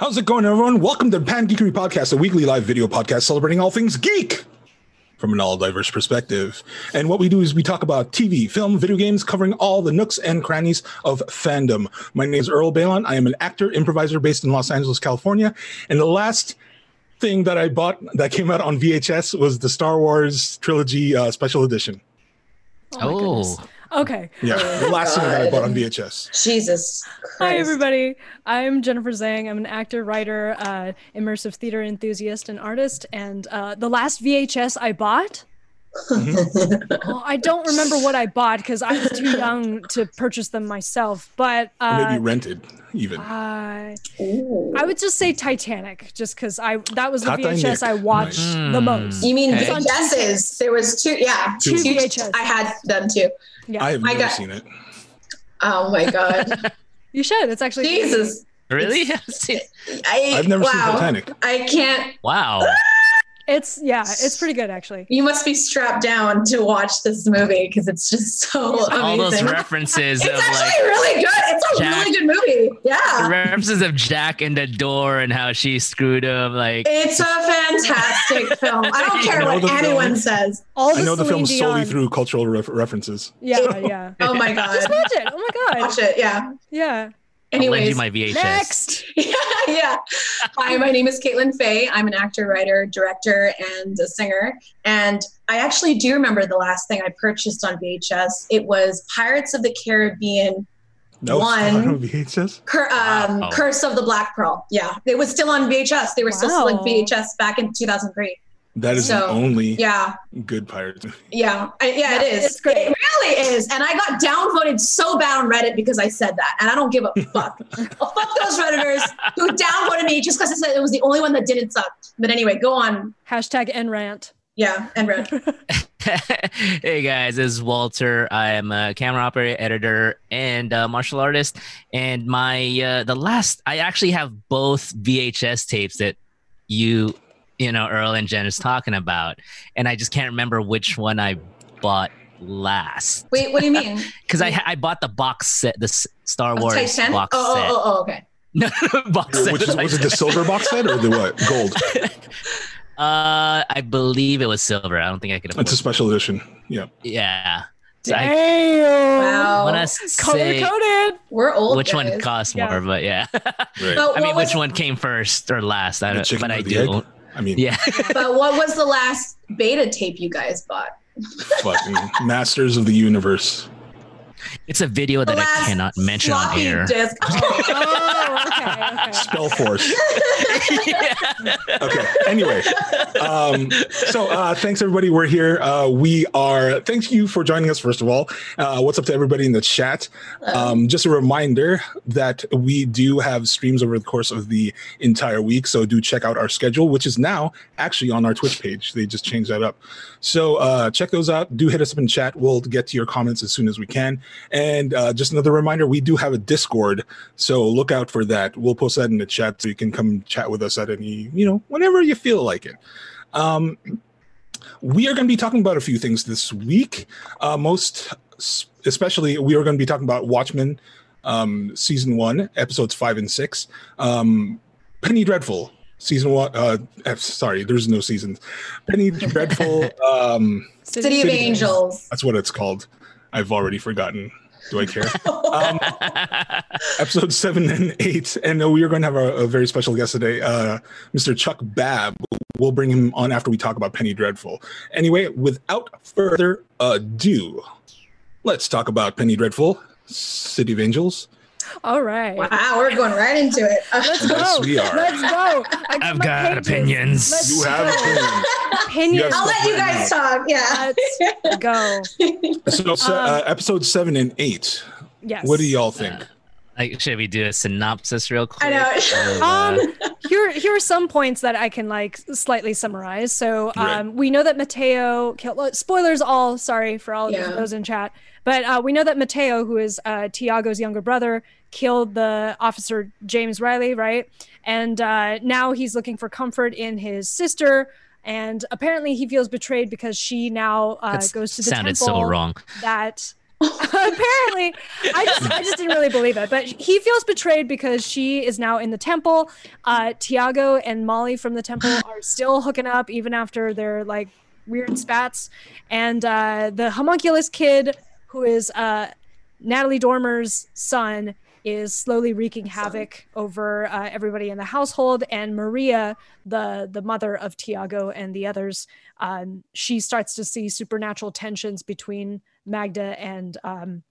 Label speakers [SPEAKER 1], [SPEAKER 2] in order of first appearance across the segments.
[SPEAKER 1] How's it going, everyone? Welcome to Pan Geekery Podcast, a weekly live video podcast celebrating all things geek from an all diverse perspective. And what we do is we talk about TV, film, video games, covering all the nooks and crannies of fandom. My name is Earl Balon. I am an actor, improviser based in Los Angeles, California. And the last thing that I bought that came out on VHS was the Star Wars trilogy uh, special edition.
[SPEAKER 2] Oh, my goodness.
[SPEAKER 3] Oh.
[SPEAKER 2] Okay.
[SPEAKER 1] Yeah,
[SPEAKER 4] Oh,
[SPEAKER 1] the last thing that I
[SPEAKER 4] God.
[SPEAKER 1] bought on VHS.
[SPEAKER 4] Jesus Christ.
[SPEAKER 2] Hi, everybody. I'm Jennifer Zhang. I'm an actor, writer, uh, immersive theater enthusiast, and artist. And uh, the last VHS I bought,
[SPEAKER 4] Mm-hmm.
[SPEAKER 2] oh, I don't remember what I bought because I was too young to purchase them myself. But
[SPEAKER 1] Or maybe
[SPEAKER 2] uh,
[SPEAKER 1] rented, even.
[SPEAKER 2] uh,
[SPEAKER 4] Ooh.
[SPEAKER 2] I would just say Titanic, just because I that was the
[SPEAKER 1] Titanic. Mm.
[SPEAKER 2] VHS I watched
[SPEAKER 3] Nice.
[SPEAKER 2] the most.
[SPEAKER 4] you mean
[SPEAKER 3] Okay.
[SPEAKER 4] VHSs? There was two. Yeah,
[SPEAKER 1] Two.
[SPEAKER 4] two
[SPEAKER 2] VHS.
[SPEAKER 4] I had them too.
[SPEAKER 2] Yeah,
[SPEAKER 1] I have
[SPEAKER 4] I
[SPEAKER 1] never
[SPEAKER 4] got-
[SPEAKER 1] seen it.
[SPEAKER 4] Oh my god,
[SPEAKER 2] you should. It's actually
[SPEAKER 4] Jesus!
[SPEAKER 3] Really? See-
[SPEAKER 4] I,
[SPEAKER 1] I've never seen
[SPEAKER 4] wow.
[SPEAKER 1] Titanic.
[SPEAKER 4] I can't.
[SPEAKER 3] wow.
[SPEAKER 2] It's yeah, it's pretty good actually.
[SPEAKER 4] You must be strapped down to watch this movie because it's just so amazing.
[SPEAKER 3] All those references
[SPEAKER 4] it's
[SPEAKER 3] of
[SPEAKER 4] actually
[SPEAKER 3] like
[SPEAKER 4] really good. It's a
[SPEAKER 3] Jack-
[SPEAKER 4] really good movie. Yeah,
[SPEAKER 3] references of Jack and the door and how she screwed him. Like
[SPEAKER 4] it's a fantastic film. I don't
[SPEAKER 3] You
[SPEAKER 4] care
[SPEAKER 1] know
[SPEAKER 4] what
[SPEAKER 1] the film?
[SPEAKER 4] anyone says.
[SPEAKER 2] All the
[SPEAKER 1] I know the
[SPEAKER 2] Celine
[SPEAKER 1] film solely
[SPEAKER 2] Dion-
[SPEAKER 1] through cultural ref- references.
[SPEAKER 2] Yeah, yeah.
[SPEAKER 4] Oh my god,
[SPEAKER 2] Just watch it. Oh my god.
[SPEAKER 4] watch it. Yeah.
[SPEAKER 2] Yeah.
[SPEAKER 3] I'll lend
[SPEAKER 4] Anyways,
[SPEAKER 3] you my VHS.
[SPEAKER 2] Next.
[SPEAKER 4] yeah, yeah. Hi, my name is Caitlin Faye. I'm an actor, writer, director, and a singer. And I actually do remember the last thing I purchased on VHS. It was Pirates of the Caribbean,
[SPEAKER 1] That was
[SPEAKER 4] One.
[SPEAKER 1] on VHS.
[SPEAKER 4] Cur- um,
[SPEAKER 3] Wow.
[SPEAKER 4] Curse of the Black Pearl. Yeah, it was still on VHS. They were still
[SPEAKER 2] Wow.
[SPEAKER 4] selling VHS back in 2003.
[SPEAKER 1] That is the
[SPEAKER 4] So,
[SPEAKER 1] only
[SPEAKER 4] Yeah,
[SPEAKER 1] good pirate. movie.
[SPEAKER 4] yeah, I- yeah,
[SPEAKER 2] Yeah,
[SPEAKER 4] It is.
[SPEAKER 2] it's great.
[SPEAKER 4] It really is. And I got downvoted so bad on Reddit because I said that, and I don't give a fuck. Oh, fuck those redditors who downvoted me just because I said it was the only one that didn't suck. But anyway, go on.
[SPEAKER 2] Hashtag end rant.
[SPEAKER 4] Yeah, and red.
[SPEAKER 3] hey guys, this is Walter. I am a camera operator, editor, and uh, martial artist. And my uh, the last I actually have both VHS tapes that you you know Earl and Jen is talking about, and I just can't remember which one I bought last
[SPEAKER 4] Wait, what do you mean?
[SPEAKER 3] because I I bought the box set, the S- Star
[SPEAKER 4] Of
[SPEAKER 3] Wars
[SPEAKER 4] Titanic? Oh,
[SPEAKER 3] box
[SPEAKER 4] oh,
[SPEAKER 3] set.
[SPEAKER 4] oh, oh, okay.
[SPEAKER 3] No, box set.
[SPEAKER 1] Which is, was it the silver box set or the what? Gold.
[SPEAKER 3] Uh, I believe it was silver. I don't think I could. Afford
[SPEAKER 1] It's a special edition. Yeah.
[SPEAKER 3] Yeah. So I
[SPEAKER 2] Damn.
[SPEAKER 4] Wow.
[SPEAKER 3] want to
[SPEAKER 2] Color
[SPEAKER 3] say
[SPEAKER 2] coded.
[SPEAKER 4] We're old.
[SPEAKER 3] which one
[SPEAKER 4] guys.
[SPEAKER 3] costs
[SPEAKER 2] Yeah.
[SPEAKER 3] more, but yeah.
[SPEAKER 1] Right.
[SPEAKER 4] But
[SPEAKER 3] I mean,
[SPEAKER 4] what was-
[SPEAKER 3] which one came first or last? I
[SPEAKER 1] The
[SPEAKER 3] don't.
[SPEAKER 1] chicken
[SPEAKER 3] But
[SPEAKER 1] or
[SPEAKER 3] I
[SPEAKER 1] the
[SPEAKER 3] do.
[SPEAKER 1] egg? I mean,
[SPEAKER 3] Yeah.
[SPEAKER 4] But what was the last beta tape you guys bought?
[SPEAKER 1] fucking masters of the universe.
[SPEAKER 3] It's a video
[SPEAKER 4] The
[SPEAKER 3] that I
[SPEAKER 4] last
[SPEAKER 3] cannot mention on
[SPEAKER 4] floppy
[SPEAKER 3] air.
[SPEAKER 4] disk. Oh,
[SPEAKER 2] Oh, okay. okay.
[SPEAKER 1] Spell Force.
[SPEAKER 3] Yeah.
[SPEAKER 1] Okay. Anyway, um, so uh, thanks everybody. We're here. Uh, we are. Thank you for joining us. First of all, uh, what's up to everybody in the chat? Um, just a reminder that we do have streams over the course of the entire week. So do check out our schedule, which is now actually on our Twitch page. They just changed that up. So uh, check those out. Do hit us up in chat. We'll get to your comments as soon as we can. And uh, just another reminder we do have a Discord. So look out for that. We'll post that in the chat so you can come chat with us at any, you know, whenever you feel like it. Um, we are going to be talking about a few things this week. Uh, most s- especially, we are going to be talking about Watchmen, um, season one, episodes five and six. Um, Penny Dreadful, season one. Uh, eh, sorry, there's no seasons. Penny Dreadful. um,
[SPEAKER 4] City of Angels.
[SPEAKER 1] that's what it's called. I've already forgotten. Do I care? Um, episode seven and eight. And uh, we are going to have a, a very special guest today, uh, Mr. Chuck Babb. We'll bring him on after we talk about Penny Dreadful. Anyway, without further ado, let's talk about Penny Dreadful, City of Angels.
[SPEAKER 2] All right.
[SPEAKER 4] wow, we're going right into it.
[SPEAKER 2] Let's go.
[SPEAKER 1] Yes, we are.
[SPEAKER 2] Let's go. I
[SPEAKER 3] I've got opinions.
[SPEAKER 1] You have opinions. You
[SPEAKER 2] opinions.
[SPEAKER 1] have
[SPEAKER 4] I'll let you guys talk. Yeah.
[SPEAKER 2] Let's go.
[SPEAKER 1] So, se- uh, episode seven and eight.
[SPEAKER 2] Yes.
[SPEAKER 1] What do y'all think?
[SPEAKER 3] like, should we do a synopsis real quick?
[SPEAKER 4] I know.
[SPEAKER 3] Or, uh,
[SPEAKER 2] Um, here, here are some points that I can like slightly summarize. So, um,
[SPEAKER 1] Right.
[SPEAKER 2] we know that Mateo killed. uh, Spoilers, all sorry for all
[SPEAKER 4] Yeah.
[SPEAKER 2] of those in chat, but uh, we know that Mateo, who is uh, Tiago's younger brother, killed the officer James Riley, right? And uh, now he's looking for comfort in his sister, and apparently he feels betrayed because she now uh,
[SPEAKER 3] that's-
[SPEAKER 2] goes to the
[SPEAKER 3] sounded
[SPEAKER 2] temple
[SPEAKER 3] so wrong.
[SPEAKER 2] that apparently really, I just, I just didn't really believe it. But he feels betrayed because she is now in the temple. Uh, Tiago and Molly from the temple are still hooking up even after their like weird spats, and uh, the homunculus kid, who is uh, Natalie Dormer's son, is slowly wreaking
[SPEAKER 4] Son.
[SPEAKER 2] havoc over uh, everybody in the household. And Maria, the the mother of Tiago and the others, um, she starts to see supernatural tensions between Magda and um,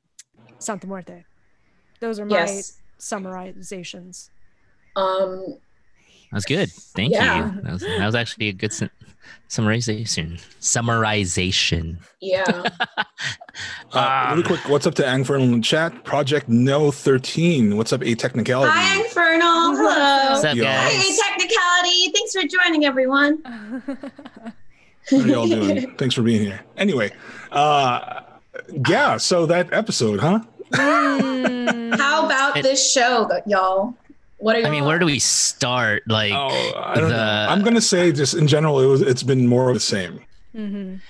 [SPEAKER 2] Santa Muerte. Those are my
[SPEAKER 4] yes.
[SPEAKER 2] summarizations.
[SPEAKER 4] Um,
[SPEAKER 3] That's good. Thank
[SPEAKER 4] Yeah.
[SPEAKER 3] you. That was, that was actually a good sum- summarization. Summarization.
[SPEAKER 4] yeah.
[SPEAKER 1] Uh,
[SPEAKER 3] Um,
[SPEAKER 1] really quick, what's up to Angfern in the chat? Project No 13. What's up, A Technicality?
[SPEAKER 4] Hi, Infernal. Hello.
[SPEAKER 3] What's up,
[SPEAKER 1] Yeah.
[SPEAKER 4] Hi,
[SPEAKER 3] guys?
[SPEAKER 4] Technicality. Thanks for joining, everyone.
[SPEAKER 1] How are y'all doing? Thanks for being here. Anyway, uh, yeah, so that episode, huh?
[SPEAKER 2] Mm.
[SPEAKER 4] How about
[SPEAKER 3] It-
[SPEAKER 4] this show, y'all? What are you?
[SPEAKER 3] I mean, where do we start? Like,
[SPEAKER 1] Oh, I don't
[SPEAKER 3] the-
[SPEAKER 1] know. I'm gonna say just in general, it was, it's been more of the same.
[SPEAKER 2] Mhm.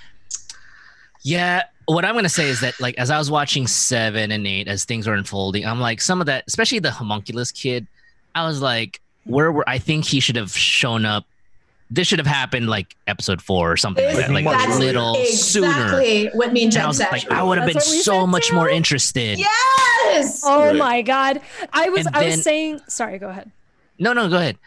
[SPEAKER 3] Yeah, what I'm gonna say is that like as I was watching seven and eight, as things were unfolding, I'm like some of that, especially the homunculus kid. I was like, where were I think he should have shown up. This should have happened like episode four or something like
[SPEAKER 1] Like
[SPEAKER 3] that, like
[SPEAKER 1] much
[SPEAKER 3] a
[SPEAKER 1] earlier.
[SPEAKER 3] little sooner.
[SPEAKER 4] exactly what me and
[SPEAKER 3] And I
[SPEAKER 4] Jen
[SPEAKER 3] was
[SPEAKER 4] said.
[SPEAKER 3] like, I would have been
[SPEAKER 2] That's what we
[SPEAKER 3] so
[SPEAKER 2] said
[SPEAKER 3] much
[SPEAKER 2] too.
[SPEAKER 3] more interested.
[SPEAKER 4] yes.
[SPEAKER 2] Oh
[SPEAKER 1] Right.
[SPEAKER 2] my god! I was
[SPEAKER 3] And
[SPEAKER 2] I
[SPEAKER 3] then-
[SPEAKER 2] was saying sorry. Go ahead.
[SPEAKER 3] No, no, go ahead.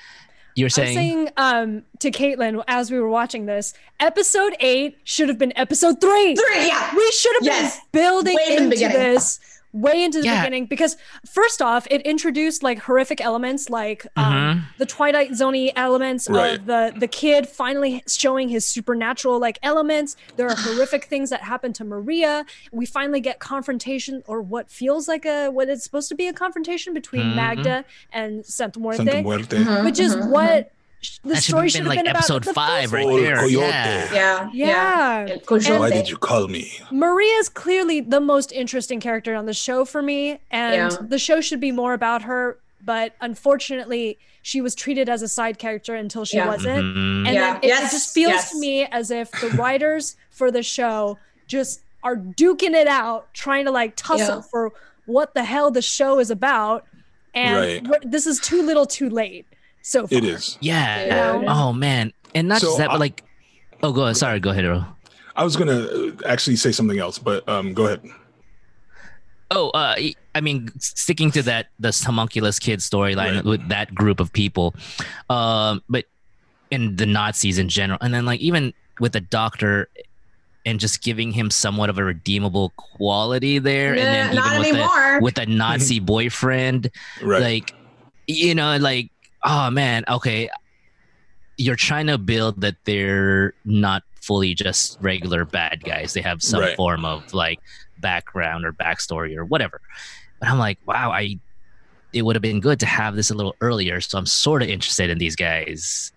[SPEAKER 3] You
[SPEAKER 2] I
[SPEAKER 3] were
[SPEAKER 2] was
[SPEAKER 3] saying,
[SPEAKER 2] saying um, to Caitlin as we were watching this, episode eight should have been episode three.
[SPEAKER 4] Three. Yeah.
[SPEAKER 2] We should have
[SPEAKER 4] Yes.
[SPEAKER 2] been building
[SPEAKER 4] Way in the
[SPEAKER 2] into
[SPEAKER 4] beginning.
[SPEAKER 2] this way into the
[SPEAKER 3] Yeah.
[SPEAKER 2] beginning because first off, it introduced like horrific elements like um,
[SPEAKER 3] Mhm.
[SPEAKER 2] the Twilight Zoney elements
[SPEAKER 1] Right.
[SPEAKER 2] of the the kid finally showing his supernatural like elements. There are horrific things that happen to Maria. We finally get confrontation or what feels like a what is supposed to be a confrontation between
[SPEAKER 3] Mhm.
[SPEAKER 2] Magda and Santa Muerte Mm-hmm.
[SPEAKER 1] Santa Muerte.
[SPEAKER 4] Mhm,
[SPEAKER 2] which is
[SPEAKER 4] mhm,
[SPEAKER 2] what sh- the
[SPEAKER 3] That should
[SPEAKER 2] story
[SPEAKER 3] have
[SPEAKER 2] should
[SPEAKER 3] been
[SPEAKER 2] have
[SPEAKER 3] like
[SPEAKER 2] been about
[SPEAKER 3] episode
[SPEAKER 2] the
[SPEAKER 3] five
[SPEAKER 2] first
[SPEAKER 3] right
[SPEAKER 1] Old
[SPEAKER 2] one.
[SPEAKER 3] there.
[SPEAKER 1] Coyote.
[SPEAKER 3] Yeah.
[SPEAKER 4] mhm. Yeah.
[SPEAKER 2] Yeah.
[SPEAKER 4] And
[SPEAKER 1] Why
[SPEAKER 4] Coyote.
[SPEAKER 1] did you call me?
[SPEAKER 2] Maria is clearly the most interesting character on the show for me, and
[SPEAKER 4] Yeah.
[SPEAKER 2] the show should be more about her. But unfortunately, she was treated as a side character until she
[SPEAKER 4] Yeah.
[SPEAKER 2] wasn't.
[SPEAKER 3] Mhm.
[SPEAKER 2] And
[SPEAKER 4] Yeah.
[SPEAKER 2] then it, it
[SPEAKER 4] Yes,
[SPEAKER 2] just feels
[SPEAKER 4] yes.
[SPEAKER 2] to me as if the writers for the show just are duking it out, trying to like tussle
[SPEAKER 4] Yeah.
[SPEAKER 2] for what the hell the show is about. And
[SPEAKER 1] Right.
[SPEAKER 2] we're- this is too little too late so far.
[SPEAKER 1] It is.
[SPEAKER 3] Yeah.
[SPEAKER 4] Yeah.
[SPEAKER 3] Oh man. And not
[SPEAKER 1] So
[SPEAKER 3] just that,
[SPEAKER 1] I-
[SPEAKER 3] but like oh go sorry, go ahead, Earl.
[SPEAKER 1] I was gonna uh, actually say something else, but um, go ahead.
[SPEAKER 3] Oh, uh, y- I mean, sticking to that the homunculus kid storyline
[SPEAKER 1] Right.
[SPEAKER 3] with that group of people, um, but and the Nazis in general, and then like even with the doctor, and just giving him somewhat of a redeemable quality there, and then
[SPEAKER 4] Nah, not
[SPEAKER 3] even with
[SPEAKER 4] anymore.
[SPEAKER 3] the with the Nazi boyfriend,
[SPEAKER 1] Right.
[SPEAKER 3] like you know like oh man okay you're trying to build that they're not fully just regular bad guys they have some
[SPEAKER 1] Right.
[SPEAKER 3] form of like background or backstory or whatever but i'm like wow i it would have been good to have this a little earlier so i'm sort of interested in these guys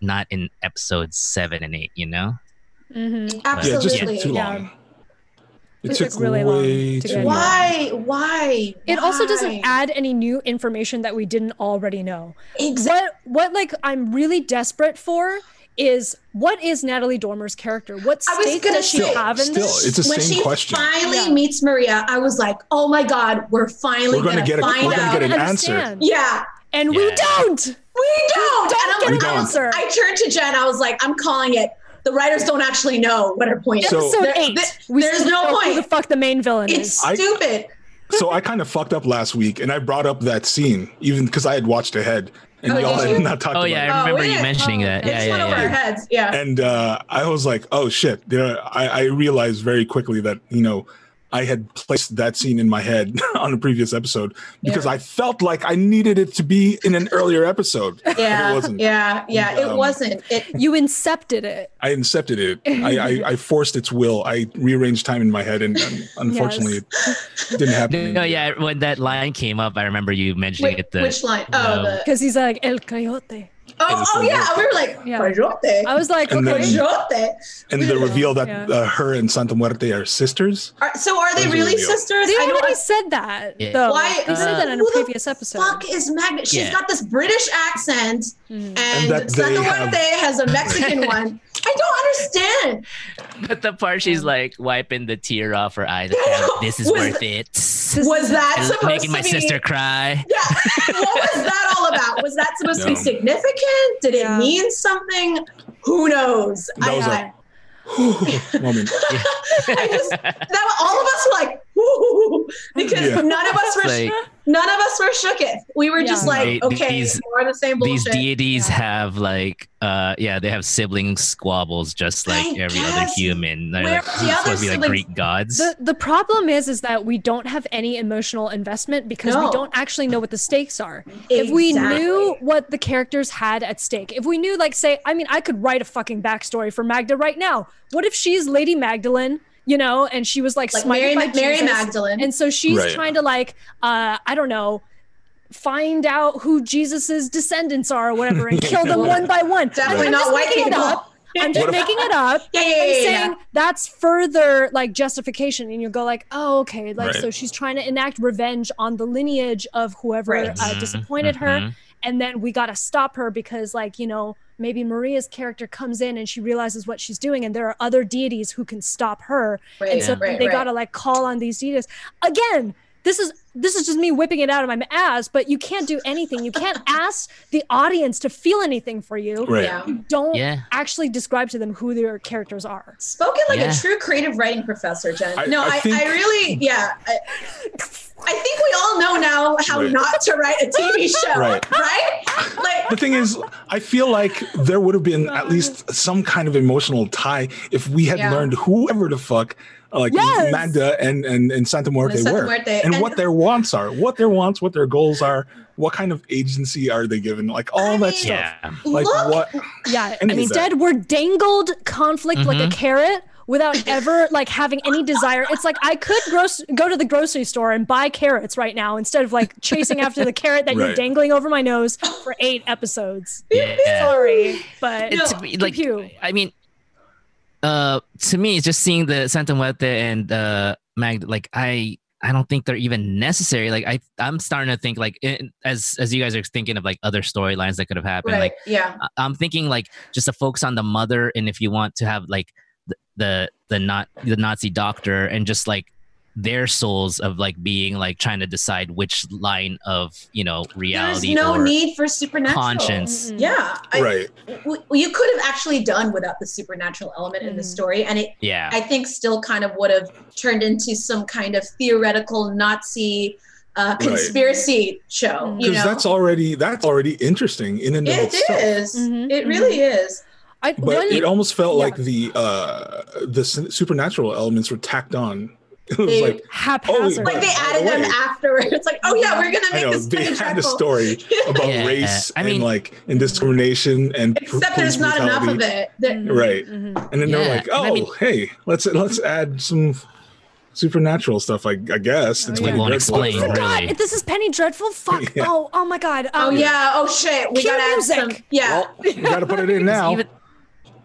[SPEAKER 3] not in episode seven and eight you know
[SPEAKER 2] Mhm.
[SPEAKER 1] yeah, it just
[SPEAKER 4] Absolutely.
[SPEAKER 1] took too
[SPEAKER 2] Yeah.
[SPEAKER 1] long. It,
[SPEAKER 2] It
[SPEAKER 1] took,
[SPEAKER 2] took really long
[SPEAKER 1] way
[SPEAKER 2] to
[SPEAKER 1] too
[SPEAKER 2] get-
[SPEAKER 1] long.
[SPEAKER 4] Why? Why?
[SPEAKER 2] It also doesn't
[SPEAKER 4] Why?
[SPEAKER 2] add any new information that we didn't already know.
[SPEAKER 4] Exactly.
[SPEAKER 2] What what like I'm really desperate for is what is Natalie Dormer's character? What
[SPEAKER 4] I was
[SPEAKER 2] stake
[SPEAKER 4] gonna
[SPEAKER 2] does she
[SPEAKER 4] say-
[SPEAKER 2] have in
[SPEAKER 1] Still,
[SPEAKER 2] this?
[SPEAKER 1] it's the
[SPEAKER 4] when
[SPEAKER 1] same
[SPEAKER 4] she
[SPEAKER 1] question.
[SPEAKER 4] finally
[SPEAKER 2] Yeah.
[SPEAKER 4] meets Maria, I was like, "Oh my God, we're finally
[SPEAKER 1] We're gonna get a-
[SPEAKER 4] find
[SPEAKER 1] we're gonna
[SPEAKER 4] out."
[SPEAKER 1] get an
[SPEAKER 2] I
[SPEAKER 1] answer.
[SPEAKER 2] understand.
[SPEAKER 4] yeah,
[SPEAKER 2] And we
[SPEAKER 3] Yeah.
[SPEAKER 2] don't.
[SPEAKER 4] we don't.
[SPEAKER 2] Don't
[SPEAKER 4] and
[SPEAKER 1] We
[SPEAKER 2] get an
[SPEAKER 4] I'm,
[SPEAKER 1] don't.
[SPEAKER 2] answer.
[SPEAKER 4] I turned to Jen. I was like, "I'm calling it." The writers don't actually know what her point
[SPEAKER 1] So-
[SPEAKER 4] is.
[SPEAKER 2] Episode
[SPEAKER 4] There-
[SPEAKER 2] eight.
[SPEAKER 4] th-
[SPEAKER 2] we
[SPEAKER 4] there's
[SPEAKER 2] still
[SPEAKER 4] no
[SPEAKER 2] don't know Who the
[SPEAKER 4] point.
[SPEAKER 2] fuck the main villain
[SPEAKER 4] It's
[SPEAKER 2] is?
[SPEAKER 1] I-
[SPEAKER 4] stupid.
[SPEAKER 1] so I kind of fucked up last week, and I brought up that scene even because I had watched ahead, and
[SPEAKER 4] Oh,
[SPEAKER 1] y'all
[SPEAKER 4] did
[SPEAKER 1] had
[SPEAKER 4] you?
[SPEAKER 1] not talked
[SPEAKER 3] oh
[SPEAKER 1] about
[SPEAKER 3] yeah
[SPEAKER 1] it.
[SPEAKER 3] i
[SPEAKER 4] Oh,
[SPEAKER 3] remember
[SPEAKER 4] yeah.
[SPEAKER 3] you mentioning
[SPEAKER 2] Oh,
[SPEAKER 3] that
[SPEAKER 4] It
[SPEAKER 3] yeah
[SPEAKER 4] just
[SPEAKER 3] yeah
[SPEAKER 4] went over our
[SPEAKER 3] yeah
[SPEAKER 4] heads. Yeah.
[SPEAKER 1] and uh, I was like, "Oh shit!" There, I, I realized very quickly that you know I had placed that scene in my head on a previous episode because I felt like I needed it to be in an earlier episode.
[SPEAKER 4] yeah,
[SPEAKER 1] wasn't.
[SPEAKER 4] yeah, yeah. It
[SPEAKER 1] Um,
[SPEAKER 4] wasn't. It.
[SPEAKER 2] you incepted it.
[SPEAKER 1] I incepted it. I, I, I forced its will. I rearranged time in my head, and um, unfortunately, it didn't happen.
[SPEAKER 3] no yeah when that line came up i remember you mentioning
[SPEAKER 4] Wait,
[SPEAKER 3] it the
[SPEAKER 4] which line? Oh,
[SPEAKER 3] um,
[SPEAKER 4] the,
[SPEAKER 2] Because he's like El Coyote.
[SPEAKER 4] oh, oh, yeah. We were like,
[SPEAKER 2] Yeah.
[SPEAKER 4] "Coyote."
[SPEAKER 2] I was like,
[SPEAKER 1] And
[SPEAKER 2] okay.
[SPEAKER 1] then-
[SPEAKER 4] Coyote.
[SPEAKER 1] And the reveal that
[SPEAKER 2] Yeah.
[SPEAKER 1] uh, her and Santa Muerte are sisters.
[SPEAKER 4] Are- So are they
[SPEAKER 1] Those are
[SPEAKER 4] really
[SPEAKER 1] real.
[SPEAKER 4] sisters?
[SPEAKER 2] they
[SPEAKER 4] I know
[SPEAKER 2] already
[SPEAKER 4] I-
[SPEAKER 2] said that
[SPEAKER 3] Yeah.
[SPEAKER 2] though.
[SPEAKER 4] Why- uh,
[SPEAKER 2] they said that in a
[SPEAKER 4] Who the
[SPEAKER 2] previous episode.
[SPEAKER 4] fuck is Magnet? She's
[SPEAKER 3] Yeah.
[SPEAKER 4] got this British accent,
[SPEAKER 2] Mhm.
[SPEAKER 4] and,
[SPEAKER 1] that they
[SPEAKER 4] Santa
[SPEAKER 1] have-
[SPEAKER 4] Muerte has a Mexican one. I don't understand.
[SPEAKER 3] But the part she's like wiping the tear off her eyes.
[SPEAKER 4] Yeah.
[SPEAKER 3] This is
[SPEAKER 4] Was-
[SPEAKER 3] worth it.
[SPEAKER 2] Sis-
[SPEAKER 4] was that supposed
[SPEAKER 3] making
[SPEAKER 4] to
[SPEAKER 3] my
[SPEAKER 4] be
[SPEAKER 3] sister cry.
[SPEAKER 4] Yeah. what was that all about? Was that supposed to
[SPEAKER 1] No.
[SPEAKER 4] be significant? Did it
[SPEAKER 2] Yeah.
[SPEAKER 4] mean something? Who knows?
[SPEAKER 1] That was
[SPEAKER 4] I,
[SPEAKER 1] a moment.
[SPEAKER 4] I, I just that all of us were like "Ooh," because
[SPEAKER 1] Yeah.
[SPEAKER 4] none of us were
[SPEAKER 3] Like
[SPEAKER 4] none of us were shooketh. We were just
[SPEAKER 2] Yeah.
[SPEAKER 4] like,
[SPEAKER 3] They-
[SPEAKER 4] okay,
[SPEAKER 3] these-
[SPEAKER 4] we're the same
[SPEAKER 3] these
[SPEAKER 4] bullshit.
[SPEAKER 3] deities
[SPEAKER 2] Yeah.
[SPEAKER 3] have like uh yeah, they have sibling squabbles just like
[SPEAKER 4] I
[SPEAKER 3] every other
[SPEAKER 4] guess.
[SPEAKER 3] human. They're
[SPEAKER 4] Where
[SPEAKER 3] like
[SPEAKER 4] are the
[SPEAKER 3] who's
[SPEAKER 4] other
[SPEAKER 3] supposed to be like
[SPEAKER 4] siblings?
[SPEAKER 3] Greek gods.
[SPEAKER 2] The the problem is is that we don't have any emotional investment because we
[SPEAKER 4] No.
[SPEAKER 2] don't actually know what the stakes are. If we
[SPEAKER 4] Exactly.
[SPEAKER 2] knew what the characters had at stake, if we knew like say, I mean, I could write a fucking backstory for Magda right now. What if she's Lady Magdalene, you know, and she was like,
[SPEAKER 4] like Mary,
[SPEAKER 2] smited by
[SPEAKER 4] Mary
[SPEAKER 2] Jesus,
[SPEAKER 4] Magdalene,
[SPEAKER 2] And so she's
[SPEAKER 1] Right.
[SPEAKER 2] trying to like uh I don't know find out who Jesus's descendants are or whatever and kill them one by one.
[SPEAKER 4] definitely
[SPEAKER 2] I'm
[SPEAKER 4] not
[SPEAKER 2] just
[SPEAKER 4] white
[SPEAKER 2] making it
[SPEAKER 4] people.
[SPEAKER 2] up. I'm just
[SPEAKER 1] What if-
[SPEAKER 2] making it up.
[SPEAKER 4] yeah, yeah,
[SPEAKER 2] I'm
[SPEAKER 4] yeah, yeah.
[SPEAKER 2] saying that's further like justification, and you go like, oh, okay, like
[SPEAKER 1] Right.
[SPEAKER 2] so she's trying to enact revenge on the lineage of whoever
[SPEAKER 4] Right.
[SPEAKER 1] Mm-hmm.
[SPEAKER 2] uh, disappointed her,
[SPEAKER 3] Mm-hmm.
[SPEAKER 2] and then we gotta stop her because like you know maybe Maria's character comes in and she realizes what she's doing, and there are other deities who can stop her,
[SPEAKER 4] Right,
[SPEAKER 2] and so
[SPEAKER 4] right,
[SPEAKER 2] they
[SPEAKER 4] right.
[SPEAKER 2] gotta like call on these deities again. This is this is just me whipping it out of my ass, but you can't do anything. You can't ask the audience to feel anything for you.
[SPEAKER 1] Right.
[SPEAKER 4] Yeah.
[SPEAKER 2] You don't
[SPEAKER 3] Yeah.
[SPEAKER 2] actually describe to them who their characters are.
[SPEAKER 4] Spoken like
[SPEAKER 3] Yeah.
[SPEAKER 4] a true creative writing professor, Jen.
[SPEAKER 1] I-
[SPEAKER 4] no,
[SPEAKER 1] I
[SPEAKER 4] I, I,
[SPEAKER 1] think-
[SPEAKER 4] really, yeah. I, I think we all know now how
[SPEAKER 1] Right.
[SPEAKER 4] not to write a TV show,
[SPEAKER 1] Right.
[SPEAKER 4] right? Like,
[SPEAKER 1] The thing is, I feel like there would have been at least some kind of emotional tie if we had
[SPEAKER 4] Yeah.
[SPEAKER 1] learned whoever the fuck, uh, like
[SPEAKER 2] Yes.
[SPEAKER 1] Magda and, and, and Santa Muerte
[SPEAKER 4] Santa
[SPEAKER 1] were,
[SPEAKER 4] Muerte.
[SPEAKER 1] and,
[SPEAKER 4] And-
[SPEAKER 1] what their wants are, what their wants, what their goals are, what kind of agency are they given, like all
[SPEAKER 4] I
[SPEAKER 1] that
[SPEAKER 4] mean-
[SPEAKER 1] stuff.
[SPEAKER 3] Yeah.
[SPEAKER 1] Like
[SPEAKER 4] look,
[SPEAKER 1] what?
[SPEAKER 2] Yeah.
[SPEAKER 1] And
[SPEAKER 2] And
[SPEAKER 1] it's-
[SPEAKER 2] instead, we're dangled conflict like a
[SPEAKER 3] Mhm.
[SPEAKER 2] carrot without ever like having any desire. It's like I could gross- go to the grocery store and buy carrots right now instead of like chasing after the carrot that
[SPEAKER 1] Right.
[SPEAKER 2] you're dangling over my nose for eight episodes.
[SPEAKER 3] Yeah.
[SPEAKER 2] Sorry, but
[SPEAKER 3] It's
[SPEAKER 4] No,
[SPEAKER 3] like
[SPEAKER 2] pew.
[SPEAKER 3] I mean, uh, to me, it's just seeing the Santa Muerte and uh, Mag. Like I, I don't think they're even necessary. Like I, I'm starting to think like in, as as you guys are thinking of like other storylines that could have happened.
[SPEAKER 4] right,
[SPEAKER 3] Like
[SPEAKER 4] yeah.
[SPEAKER 3] I- I'm thinking like just to focus on the mother, and if you want to have like th- the the not the Nazi doctor, and just like their souls of like being like trying to decide which line of you know
[SPEAKER 4] There's
[SPEAKER 3] reality
[SPEAKER 4] no
[SPEAKER 3] or
[SPEAKER 4] need for supernatural. Mm.
[SPEAKER 3] conscience.
[SPEAKER 2] Mm-mm.
[SPEAKER 4] Yeah, I,
[SPEAKER 1] Right.
[SPEAKER 4] w- you could have actually done without the supernatural element in the
[SPEAKER 2] Mm.
[SPEAKER 4] story, and it
[SPEAKER 3] Yeah.
[SPEAKER 4] I think still kind of would have turned into some kind of theoretical Nazi uh, conspiracy show.
[SPEAKER 2] Mm.
[SPEAKER 4] You
[SPEAKER 1] Because
[SPEAKER 4] know,
[SPEAKER 1] that's already that's already interesting in and of
[SPEAKER 4] it
[SPEAKER 1] itself.
[SPEAKER 4] is. e-
[SPEAKER 2] Mhm,
[SPEAKER 4] It really is.
[SPEAKER 2] I,
[SPEAKER 1] But
[SPEAKER 2] one,
[SPEAKER 1] it almost felt
[SPEAKER 2] yeah.
[SPEAKER 1] like the uh the s- supernatural elements were tacked on. It was
[SPEAKER 4] They-
[SPEAKER 1] like
[SPEAKER 2] haphazard.
[SPEAKER 1] Right,
[SPEAKER 4] Like they
[SPEAKER 1] by
[SPEAKER 4] added
[SPEAKER 1] the
[SPEAKER 4] them
[SPEAKER 1] way.
[SPEAKER 4] afterwards. It's like, oh yeah, we're gonna
[SPEAKER 1] I
[SPEAKER 4] make
[SPEAKER 1] know
[SPEAKER 4] this
[SPEAKER 1] they
[SPEAKER 4] kind of
[SPEAKER 1] had a
[SPEAKER 4] dreadful.
[SPEAKER 1] story about
[SPEAKER 3] Yeah.
[SPEAKER 1] race
[SPEAKER 3] I
[SPEAKER 1] and
[SPEAKER 3] mean-
[SPEAKER 1] like and discrimination and pr-
[SPEAKER 4] Except there's
[SPEAKER 1] police
[SPEAKER 4] not enough of
[SPEAKER 1] brutality.
[SPEAKER 4] it. There-
[SPEAKER 2] Mhm,
[SPEAKER 1] Right.
[SPEAKER 2] mhm.
[SPEAKER 1] And then
[SPEAKER 3] Yeah,
[SPEAKER 1] they're like,
[SPEAKER 3] and
[SPEAKER 1] oh
[SPEAKER 3] I mean-
[SPEAKER 1] hey, let's let's add some supernatural stuff. I, I guess
[SPEAKER 2] Oh,
[SPEAKER 1] it's
[SPEAKER 2] yeah.
[SPEAKER 1] Penny
[SPEAKER 2] We
[SPEAKER 3] won't
[SPEAKER 1] Dreadful.
[SPEAKER 3] explain,
[SPEAKER 2] Oh my God,
[SPEAKER 3] Really?
[SPEAKER 2] this is Penny Dreadful. Fuck.
[SPEAKER 1] Yeah.
[SPEAKER 2] Oh, oh my God.
[SPEAKER 4] Oh
[SPEAKER 2] Um,
[SPEAKER 4] yeah. Oh shit. We
[SPEAKER 2] Cue
[SPEAKER 4] gotta add
[SPEAKER 2] music.
[SPEAKER 4] some. Yeah.
[SPEAKER 1] Well, we gotta put it in now.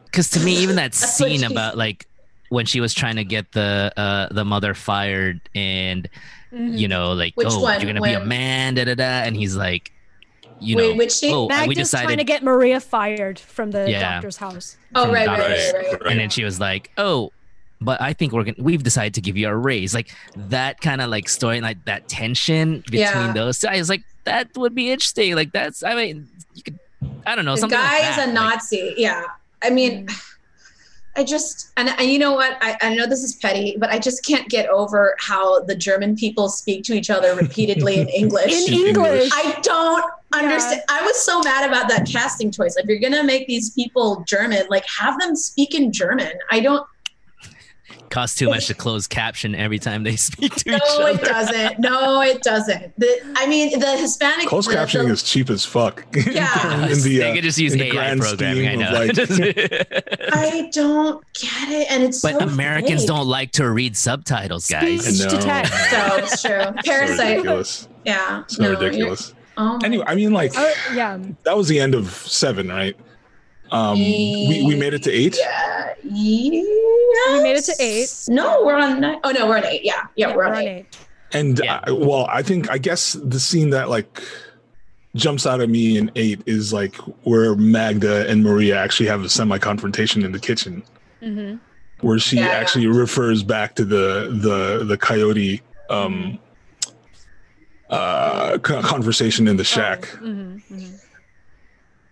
[SPEAKER 3] because to me even that
[SPEAKER 4] That's what
[SPEAKER 3] scene
[SPEAKER 4] she
[SPEAKER 3] about like when she was trying to get the uh the mother fired and
[SPEAKER 2] mhm.
[SPEAKER 3] you know like
[SPEAKER 4] Mm-hmm. Which
[SPEAKER 3] oh
[SPEAKER 4] one?
[SPEAKER 3] you're gonna be a
[SPEAKER 4] When-
[SPEAKER 3] man da da da and he's like you know
[SPEAKER 4] Wait, which scene?
[SPEAKER 3] oh we
[SPEAKER 2] Magda's trying to
[SPEAKER 3] decided
[SPEAKER 2] get Maria fired from the
[SPEAKER 3] Yeah.
[SPEAKER 2] doctor's house.
[SPEAKER 4] oh
[SPEAKER 3] from
[SPEAKER 4] right, right,
[SPEAKER 3] Doris.
[SPEAKER 4] right, right, right.
[SPEAKER 3] and then she was like oh but I think we're gonna we've decided to give you a raise like that kind of like story like that tension between
[SPEAKER 4] Yeah.
[SPEAKER 3] those two I was like that would be interesting like that's I mean you could I don't know
[SPEAKER 4] the
[SPEAKER 3] something like
[SPEAKER 4] guy
[SPEAKER 3] that,
[SPEAKER 4] is a
[SPEAKER 3] like- Mm.
[SPEAKER 4] Nazi. yeah. I mean, I just, and, and you know what? I, I know this is petty, but I just can't get over how the German people speak to each other repeatedly in English.
[SPEAKER 2] In
[SPEAKER 1] English.
[SPEAKER 2] English.
[SPEAKER 4] I don't
[SPEAKER 2] Yeah.
[SPEAKER 4] understand. I was so mad about that casting choice. If you're going to make these people German, like have them speak in German. I don't,
[SPEAKER 3] costs too much to close caption every time they speak to each
[SPEAKER 4] no, it
[SPEAKER 3] other.
[SPEAKER 4] doesn't. No, it doesn't. The, I mean, the Hispanic.
[SPEAKER 1] Closed
[SPEAKER 4] the- the-
[SPEAKER 1] captioning is cheap as fuck. in
[SPEAKER 4] Yeah.
[SPEAKER 1] the- in the,
[SPEAKER 3] they
[SPEAKER 1] uh,
[SPEAKER 3] could just use
[SPEAKER 1] in the
[SPEAKER 3] AI
[SPEAKER 1] grand
[SPEAKER 3] programming. I
[SPEAKER 1] scheme of,
[SPEAKER 3] know.
[SPEAKER 1] like-
[SPEAKER 3] Just-
[SPEAKER 4] I don't get it. And it's
[SPEAKER 3] but
[SPEAKER 4] so
[SPEAKER 3] Americans
[SPEAKER 4] fake.
[SPEAKER 3] don't like to read subtitles, guys.
[SPEAKER 1] Speech.
[SPEAKER 2] Speech to
[SPEAKER 1] No.
[SPEAKER 2] text.
[SPEAKER 4] So it's true.
[SPEAKER 1] so
[SPEAKER 4] Parasite.
[SPEAKER 1] ridiculous.
[SPEAKER 4] Yeah.
[SPEAKER 1] So
[SPEAKER 4] no, you're-
[SPEAKER 1] ridiculous.
[SPEAKER 4] Oh my
[SPEAKER 1] Anyway, I mean like
[SPEAKER 2] Oh, yeah.
[SPEAKER 1] that was the end of seven, right? Um, we, we made it to eight.
[SPEAKER 4] Yeah. We
[SPEAKER 2] made it to eight.
[SPEAKER 4] No, we're on nine. Oh no, we're on eight. Yeah, yeah, we're, on, eight.
[SPEAKER 1] And
[SPEAKER 3] Yeah.
[SPEAKER 1] I, well, I think I guess the scene that like jumps out at me in eight is like where Magda and Maria actually have a semi confrontation in the kitchen,
[SPEAKER 2] hmm
[SPEAKER 1] where she
[SPEAKER 4] Yeah.
[SPEAKER 1] actually refers back to the the the coyote um
[SPEAKER 4] Mm-hmm.
[SPEAKER 1] uh, co- conversation in the shack.
[SPEAKER 2] Mhm, mhm.
[SPEAKER 4] Mm-hmm.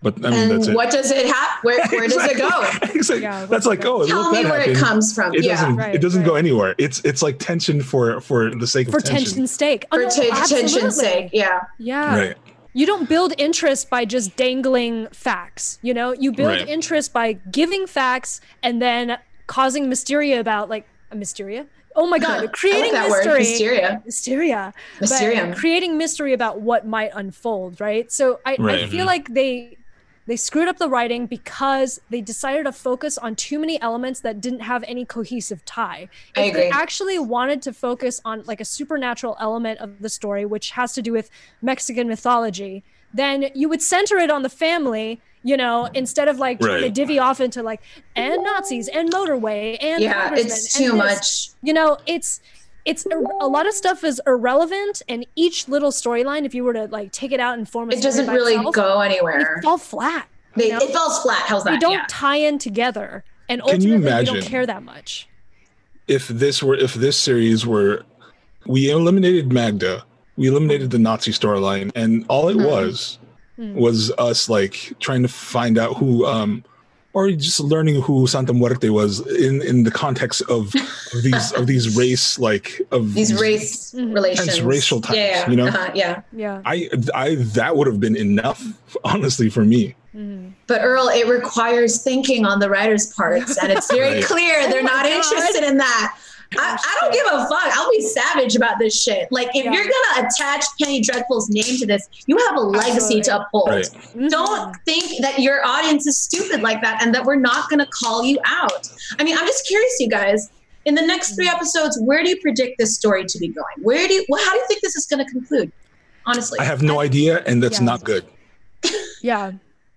[SPEAKER 1] But I mean, that's
[SPEAKER 4] Oh. and
[SPEAKER 1] it.
[SPEAKER 4] what does it have? Where, where does it go?
[SPEAKER 1] It's like-
[SPEAKER 2] Yeah,
[SPEAKER 1] that's like, oh,
[SPEAKER 4] Tell
[SPEAKER 1] look,
[SPEAKER 4] me
[SPEAKER 1] that
[SPEAKER 4] where it
[SPEAKER 1] happened.
[SPEAKER 4] comes from.
[SPEAKER 1] It
[SPEAKER 4] yeah.
[SPEAKER 1] doesn't.
[SPEAKER 2] Right,
[SPEAKER 1] it doesn't
[SPEAKER 2] right.
[SPEAKER 1] go anywhere. It's it's like tension for for the sake of
[SPEAKER 2] For
[SPEAKER 1] tension.
[SPEAKER 2] tension's sake. Oh,
[SPEAKER 4] For
[SPEAKER 2] no,
[SPEAKER 4] t- tension's sake.
[SPEAKER 2] absolutely. Oh
[SPEAKER 4] Yeah.
[SPEAKER 2] Yeah.
[SPEAKER 1] Right.
[SPEAKER 2] You don't build interest by just dangling facts, you know? You build
[SPEAKER 1] Right.
[SPEAKER 2] interest by giving facts and then causing mysteria about like a mysteria. Oh my god, creating
[SPEAKER 4] I like that word.
[SPEAKER 2] mystery.
[SPEAKER 4] Mysteria.
[SPEAKER 2] Mysteria. But
[SPEAKER 4] Mysterium.
[SPEAKER 2] creating mystery about what might unfold, right? So I, I
[SPEAKER 1] Right.
[SPEAKER 2] feel like they they screwed up the writing because they decided to focus on too many elements that didn't have any cohesive tie.
[SPEAKER 4] I
[SPEAKER 2] if they
[SPEAKER 4] agree.
[SPEAKER 2] actually wanted to focus on like a supernatural element of the story, which has to do with Mexican mythology, then you would center it on the family, you know, instead of like trying to
[SPEAKER 1] Right.
[SPEAKER 2] divvy off into like and Nazis and motorway and
[SPEAKER 4] yeah.
[SPEAKER 2] congressmen
[SPEAKER 4] It's
[SPEAKER 2] and
[SPEAKER 4] too
[SPEAKER 2] this
[SPEAKER 4] much.
[SPEAKER 2] you know it's it's ir- a lot of stuff is irrelevant and each little storyline if you were to like take it out and form a
[SPEAKER 4] It
[SPEAKER 2] story
[SPEAKER 4] doesn't
[SPEAKER 2] by
[SPEAKER 4] really
[SPEAKER 2] itself,
[SPEAKER 4] go
[SPEAKER 2] they
[SPEAKER 4] anywhere.
[SPEAKER 2] fall flat
[SPEAKER 4] They,
[SPEAKER 2] you know?
[SPEAKER 4] It falls flat. How's that?
[SPEAKER 2] they don't
[SPEAKER 4] yeah.
[SPEAKER 2] tie in together and
[SPEAKER 1] Can
[SPEAKER 2] ultimately
[SPEAKER 1] you
[SPEAKER 2] we don't
[SPEAKER 1] imagine?
[SPEAKER 2] care that much
[SPEAKER 1] If this were if this series were, we eliminated Magda, we eliminated the Nazi storyline, and all it
[SPEAKER 4] Mhm.
[SPEAKER 1] was
[SPEAKER 2] Mhm.
[SPEAKER 1] was us like trying to find out who um or just learning who Santa Muerte was in in the context of, of these of these race like of
[SPEAKER 4] These race
[SPEAKER 2] Mhm.
[SPEAKER 4] relations.
[SPEAKER 1] Hence racial ties,
[SPEAKER 4] Yeah.
[SPEAKER 1] you know?
[SPEAKER 4] Uh-huh, yeah.
[SPEAKER 2] yeah
[SPEAKER 1] I I that would have been enough honestly for me.
[SPEAKER 2] Mhm.
[SPEAKER 4] But Earl, it requires thinking on the writer's parts, and it's very
[SPEAKER 1] Right.
[SPEAKER 4] clear they're
[SPEAKER 2] Oh my
[SPEAKER 4] not
[SPEAKER 2] God.
[SPEAKER 4] interested in that. I, I don't give a fuck. I'll be savage about this shit. Like, if
[SPEAKER 2] Yeah.
[SPEAKER 4] you're gonna attach Penny Dreadful's name to this, you have a legacy to uphold.
[SPEAKER 1] Right.
[SPEAKER 2] Mhm.
[SPEAKER 4] Don't think that your audience is stupid like that and that we're not gonna call you out. I mean, I'm just curious, you guys. In the next
[SPEAKER 2] Mm-hmm.
[SPEAKER 4] three episodes, where do you predict this story to be going? Where do you, well, how do you think this is gonna conclude? Honestly.
[SPEAKER 1] I have no idea, and that's
[SPEAKER 2] Yeah.
[SPEAKER 1] not good.
[SPEAKER 2] yeah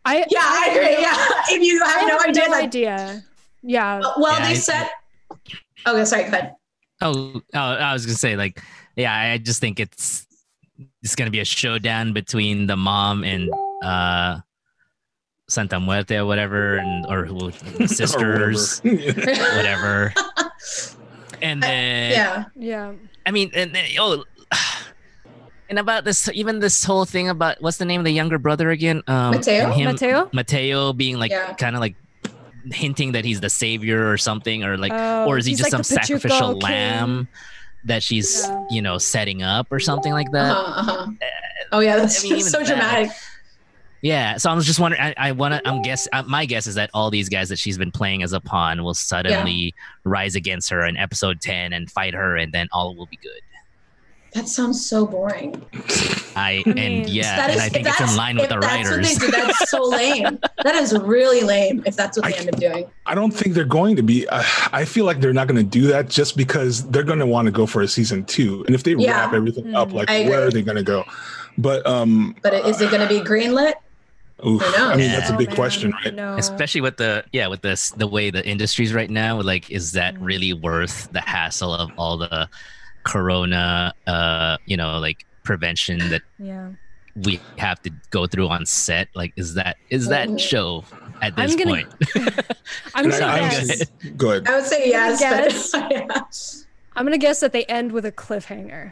[SPEAKER 2] i
[SPEAKER 4] yeah, I agree. Yeah. if you have no idea,
[SPEAKER 2] no
[SPEAKER 4] like,
[SPEAKER 2] idea yeah
[SPEAKER 4] Uh, well,
[SPEAKER 3] Yeah,
[SPEAKER 4] they
[SPEAKER 3] I-
[SPEAKER 4] said. Okay, sorry, go ahead.
[SPEAKER 3] Oh, oh, I was gonna say like, yeah, I just think it's it's gonna be a showdown between the mom and uh Santa Muerte or whatever, and or who sisters,
[SPEAKER 1] Or whatever.
[SPEAKER 3] whatever. And then,
[SPEAKER 4] yeah,
[SPEAKER 2] yeah
[SPEAKER 3] I mean, and then, oh, and about this, even this whole thing about what's the name of the younger brother again? Um,
[SPEAKER 4] Mateo?
[SPEAKER 3] and Him,
[SPEAKER 2] mateo
[SPEAKER 3] Mateo being like
[SPEAKER 4] Yeah.
[SPEAKER 3] kind of like hinting that he's the savior or something, or like
[SPEAKER 2] Oh,
[SPEAKER 3] or is he
[SPEAKER 2] he's
[SPEAKER 3] just
[SPEAKER 2] like
[SPEAKER 3] some
[SPEAKER 2] the Pachuco
[SPEAKER 3] sacrificial
[SPEAKER 2] king.
[SPEAKER 3] lamb that she's
[SPEAKER 2] Yeah.
[SPEAKER 3] you know setting up or something like that
[SPEAKER 4] uh-huh, uh-huh. oh yeah, that's
[SPEAKER 3] uh, I mean, even
[SPEAKER 4] so
[SPEAKER 3] that-
[SPEAKER 4] dramatic.
[SPEAKER 3] yeah so i'm just wondering i, I want to i'm guess uh, my guess is that all these guys that she's been playing as a pawn will suddenly rise against her in episode 10 and fight her and then all will be good
[SPEAKER 4] That sounds so boring.
[SPEAKER 3] i
[SPEAKER 2] I mean,
[SPEAKER 3] and yeah
[SPEAKER 4] that
[SPEAKER 3] and i
[SPEAKER 4] if
[SPEAKER 3] think it's in
[SPEAKER 4] that's-
[SPEAKER 3] line with
[SPEAKER 4] if
[SPEAKER 3] the
[SPEAKER 4] that's
[SPEAKER 3] writers
[SPEAKER 4] What they do, that's so lame. that is really lame. If that's what
[SPEAKER 1] I
[SPEAKER 4] they end up doing,
[SPEAKER 1] I don't think they're going to be. Uh, I feel like they're not going to do that just because they're going to want to go for a season two. And if they
[SPEAKER 4] Yeah. Mm-hmm.
[SPEAKER 1] wrap everything up,
[SPEAKER 2] Mm.
[SPEAKER 1] like
[SPEAKER 4] I agree.
[SPEAKER 1] where are they going to go? But um,
[SPEAKER 4] but it- is it going to be greenlit?
[SPEAKER 1] oof,
[SPEAKER 4] I know.
[SPEAKER 1] I mean
[SPEAKER 3] Yeah.
[SPEAKER 1] that's a
[SPEAKER 2] Oh,
[SPEAKER 1] big
[SPEAKER 2] man.
[SPEAKER 1] question, right?
[SPEAKER 2] no.
[SPEAKER 3] especially with the yeah with this the way the industry's right now with, like is that
[SPEAKER 2] Mm.
[SPEAKER 3] really worth the hassle of all the corona uh you know like prevention that
[SPEAKER 2] yeah
[SPEAKER 3] we have to go through on set like is that is
[SPEAKER 4] Mhm.
[SPEAKER 3] that show at this
[SPEAKER 2] Mm. I'm gonna-
[SPEAKER 3] point
[SPEAKER 2] i'm
[SPEAKER 1] And
[SPEAKER 2] gonna
[SPEAKER 1] I- I'm
[SPEAKER 2] guess
[SPEAKER 3] guessing.
[SPEAKER 1] just- go ahead.
[SPEAKER 4] I would say
[SPEAKER 2] I
[SPEAKER 4] yes.
[SPEAKER 2] guess.
[SPEAKER 4] But, yeah.
[SPEAKER 2] i'm gonna guess that they end with a cliffhanger